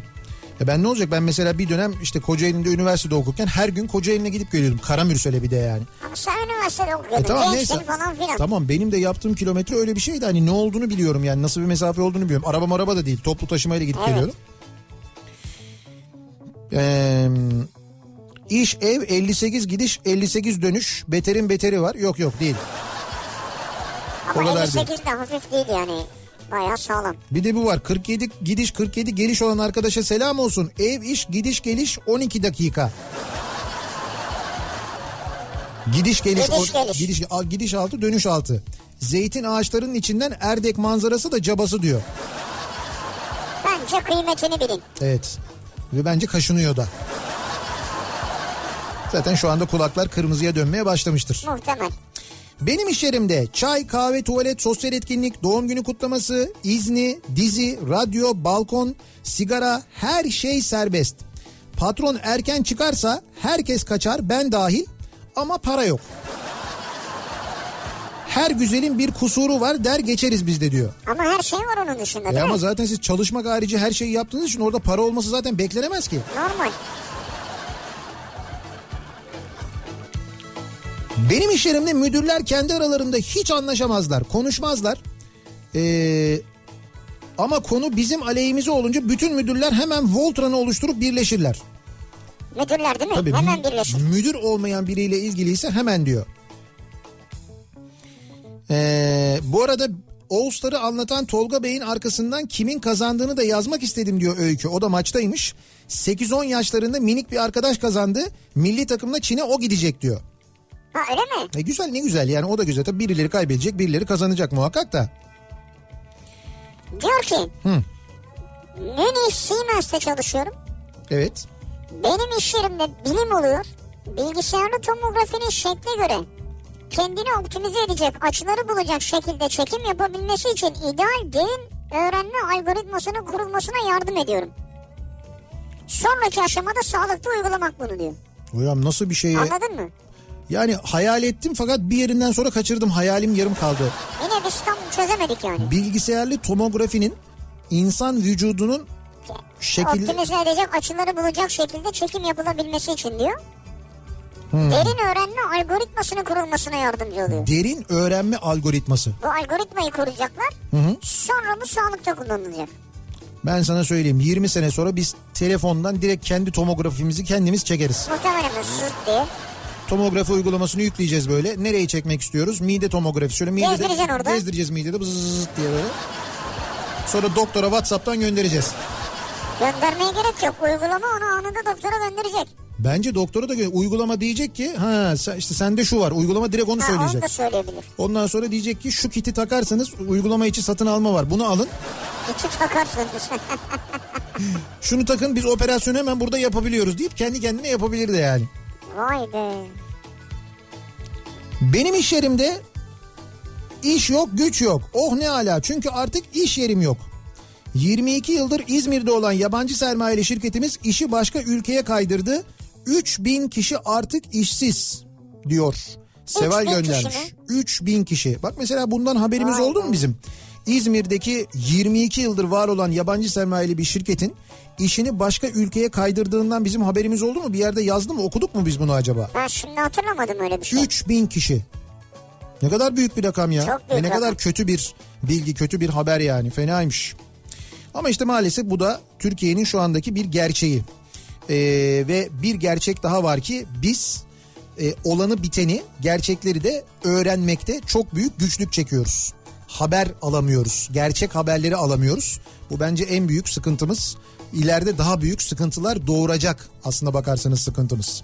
Speaker 1: Ya ben ne olacak ben mesela bir dönem işte Kocaeli'nde üniversitede okurken her gün Kocaeli'ne gidip geliyordum. Karamürsel'e bir de yani.
Speaker 2: Ama sen üniversitede okuyordun.
Speaker 1: E tamam
Speaker 2: gençtin
Speaker 1: neyse.
Speaker 2: falan filan.
Speaker 1: Tamam benim de yaptığım kilometre öyle bir şeydi. Hani ne olduğunu biliyorum yani nasıl bir mesafe olduğunu biliyorum. Araba araba da değil toplu taşımayla gidip
Speaker 2: Evet.
Speaker 1: geliyorum. Ee, iş ev 58 gidiş 58 dönüş. Beterin beteri var. Yok yok değil. o
Speaker 2: Ama
Speaker 1: kadar
Speaker 2: 58 de hafif değil yani. Bayağı sağlam.
Speaker 1: Bir de bu var 47 gidiş 47 geliş olan arkadaşa selam olsun. Ev iş gidiş geliş 12 dakika. Gidiş geliş
Speaker 2: Gidiş
Speaker 1: o-
Speaker 2: geliş.
Speaker 1: gidiş a- gidiş altı dönüş altı. Zeytin ağaçlarının içinden Erdek manzarası da cabası diyor.
Speaker 2: Bence kıymetini bilin.
Speaker 1: Evet. Ve bence kaşınıyor da. Zaten şu anda kulaklar kırmızıya dönmeye başlamıştır.
Speaker 2: Muhtemel.
Speaker 1: Benim iş yerimde çay, kahve, tuvalet, sosyal etkinlik, doğum günü kutlaması, izni, dizi, radyo, balkon, sigara her şey serbest. Patron erken çıkarsa herkes kaçar ben dahil ama para yok. Her güzelin bir kusuru var der geçeriz biz de diyor.
Speaker 2: Ama her şey var onun dışında değil
Speaker 1: E ama
Speaker 2: mi?
Speaker 1: zaten siz çalışmak harici her şeyi yaptığınız için orada para olması zaten beklenemez ki.
Speaker 2: Normal.
Speaker 1: Benim iş yerimde müdürler kendi aralarında hiç anlaşamazlar, konuşmazlar. Ee, ama konu bizim aleyhimize olunca bütün müdürler hemen Voltran'ı oluşturup birleşirler.
Speaker 2: Müdürler değil mi?
Speaker 1: Tabii
Speaker 2: Hemen
Speaker 1: mü-
Speaker 2: birleşir.
Speaker 1: Müdür olmayan biriyle ilgiliyse hemen diyor. Ee, bu arada All Star'ı anlatan Tolga Bey'in arkasından kimin kazandığını da yazmak istedim diyor Öykü. O da maçtaymış. 8-10 yaşlarında minik bir arkadaş kazandı. Milli takımla Çin'e o gidecek diyor.
Speaker 2: Ha öyle mi?
Speaker 1: E güzel ne güzel yani o da güzel. Tabii birileri kaybedecek birileri kazanacak muhakkak da.
Speaker 2: Diyor ki. Hı. Münih Siemens'te çalışıyorum.
Speaker 1: Evet.
Speaker 2: Benim iş yerimde bilim oluyor. Bilgisayarlı tomografinin şekle göre kendini optimize edecek, açıları bulacak şekilde çekim yapabilmesi için ideal derin öğrenme algoritmasının kurulmasına yardım ediyorum. Sonraki aşamada sağlıklı uygulamak bunu diyor.
Speaker 1: Hocam nasıl bir şey ya?
Speaker 2: Anladın mı?
Speaker 1: Yani hayal ettim fakat bir yerinden sonra kaçırdım. Hayalim yarım kaldı.
Speaker 2: Yine biz tam çözemedik yani.
Speaker 1: Bilgisayarlı tomografinin insan vücudunun şekilde...
Speaker 2: Optimize edecek, açıları bulacak şekilde çekim yapılabilmesi için diyor. Derin öğrenme algoritmasının kurulmasına yardımcı oluyor.
Speaker 1: Derin öğrenme algoritması.
Speaker 2: Bu algoritmayı kuracaklar.
Speaker 1: hı.
Speaker 2: Sonra bu sağlıkta kullanılacak.
Speaker 1: Ben sana söyleyeyim 20 sene sonra biz telefondan direkt kendi tomografimizi kendimiz çekeriz.
Speaker 2: Muhtemelen bu zırt diye.
Speaker 1: Tomografi uygulamasını yükleyeceğiz böyle. Nereyi çekmek istiyoruz? Mide tomografi. Şöyle midede,
Speaker 2: Gezdireceksin orada.
Speaker 1: Gezdireceğiz midede bızızız diye böyle. Sonra doktora Whatsapp'tan göndereceğiz.
Speaker 2: Göndermeye gerek yok. Uygulama onu anında doktora gönderecek.
Speaker 1: Bence doktora da gö- uygulama diyecek ki ha sen- işte sende şu var uygulama direkt onu
Speaker 2: Ha, onu
Speaker 1: söyleyecek.
Speaker 2: da söyleyebilir.
Speaker 1: Ondan sonra diyecek ki şu kiti takarsanız uygulama için satın alma var bunu alın.
Speaker 2: İki takarsınız.
Speaker 1: Şunu takın biz operasyonu hemen burada yapabiliyoruz deyip kendi kendine yapabilir de yani.
Speaker 2: Vay be.
Speaker 1: Benim iş yerimde iş yok güç yok. Oh ne ala çünkü artık iş yerim yok. 22 yıldır İzmir'de olan yabancı sermayeli şirketimiz işi başka ülkeye kaydırdı. 3000 kişi artık işsiz diyor. Seval
Speaker 2: 3000 kişi
Speaker 1: göndermiş.
Speaker 2: mi?
Speaker 1: 3000 kişi. Bak mesela bundan haberimiz
Speaker 2: Vay
Speaker 1: oldu
Speaker 2: be.
Speaker 1: mu bizim? İzmir'deki 22 yıldır var olan yabancı sermayeli bir şirketin işini başka ülkeye kaydırdığından bizim haberimiz oldu mu? Bir yerde yazdı mı? Okuduk mu biz bunu acaba?
Speaker 2: Ben şimdi hatırlamadım öyle bir şey.
Speaker 1: 3000 kişi. Ne kadar büyük bir rakam ya.
Speaker 2: Çok büyük
Speaker 1: Ve ne
Speaker 2: rakam.
Speaker 1: kadar kötü bir bilgi, kötü bir haber yani. Fenaymış. Ama işte maalesef bu da Türkiye'nin şu andaki bir gerçeği. Ee, ve bir gerçek daha var ki biz e, olanı biteni, gerçekleri de öğrenmekte çok büyük güçlük çekiyoruz. Haber alamıyoruz. Gerçek haberleri alamıyoruz. Bu bence en büyük sıkıntımız. İleride daha büyük sıkıntılar doğuracak aslında bakarsanız sıkıntımız.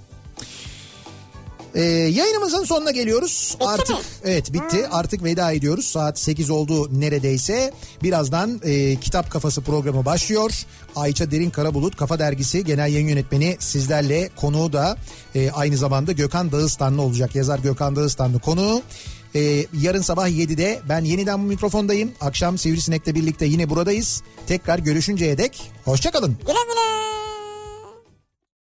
Speaker 1: Ee, yayınımızın sonuna geliyoruz. Artık
Speaker 2: mi?
Speaker 1: evet bitti. Artık veda ediyoruz. Saat 8 oldu neredeyse. Birazdan e, Kitap Kafası programı başlıyor. Ayça Derin Karabulut Kafa Dergisi Genel Yayın Yönetmeni sizlerle konuğu da e, aynı zamanda Gökhan Dağıstanlı olacak. Yazar Gökhan Dağıstanlı konuğu. E, yarın sabah 7'de ben yeniden bu mikrofondayım. Akşam Sivrisinek'le birlikte yine buradayız. Tekrar görüşünceye dek hoşçakalın.
Speaker 2: Güle güle.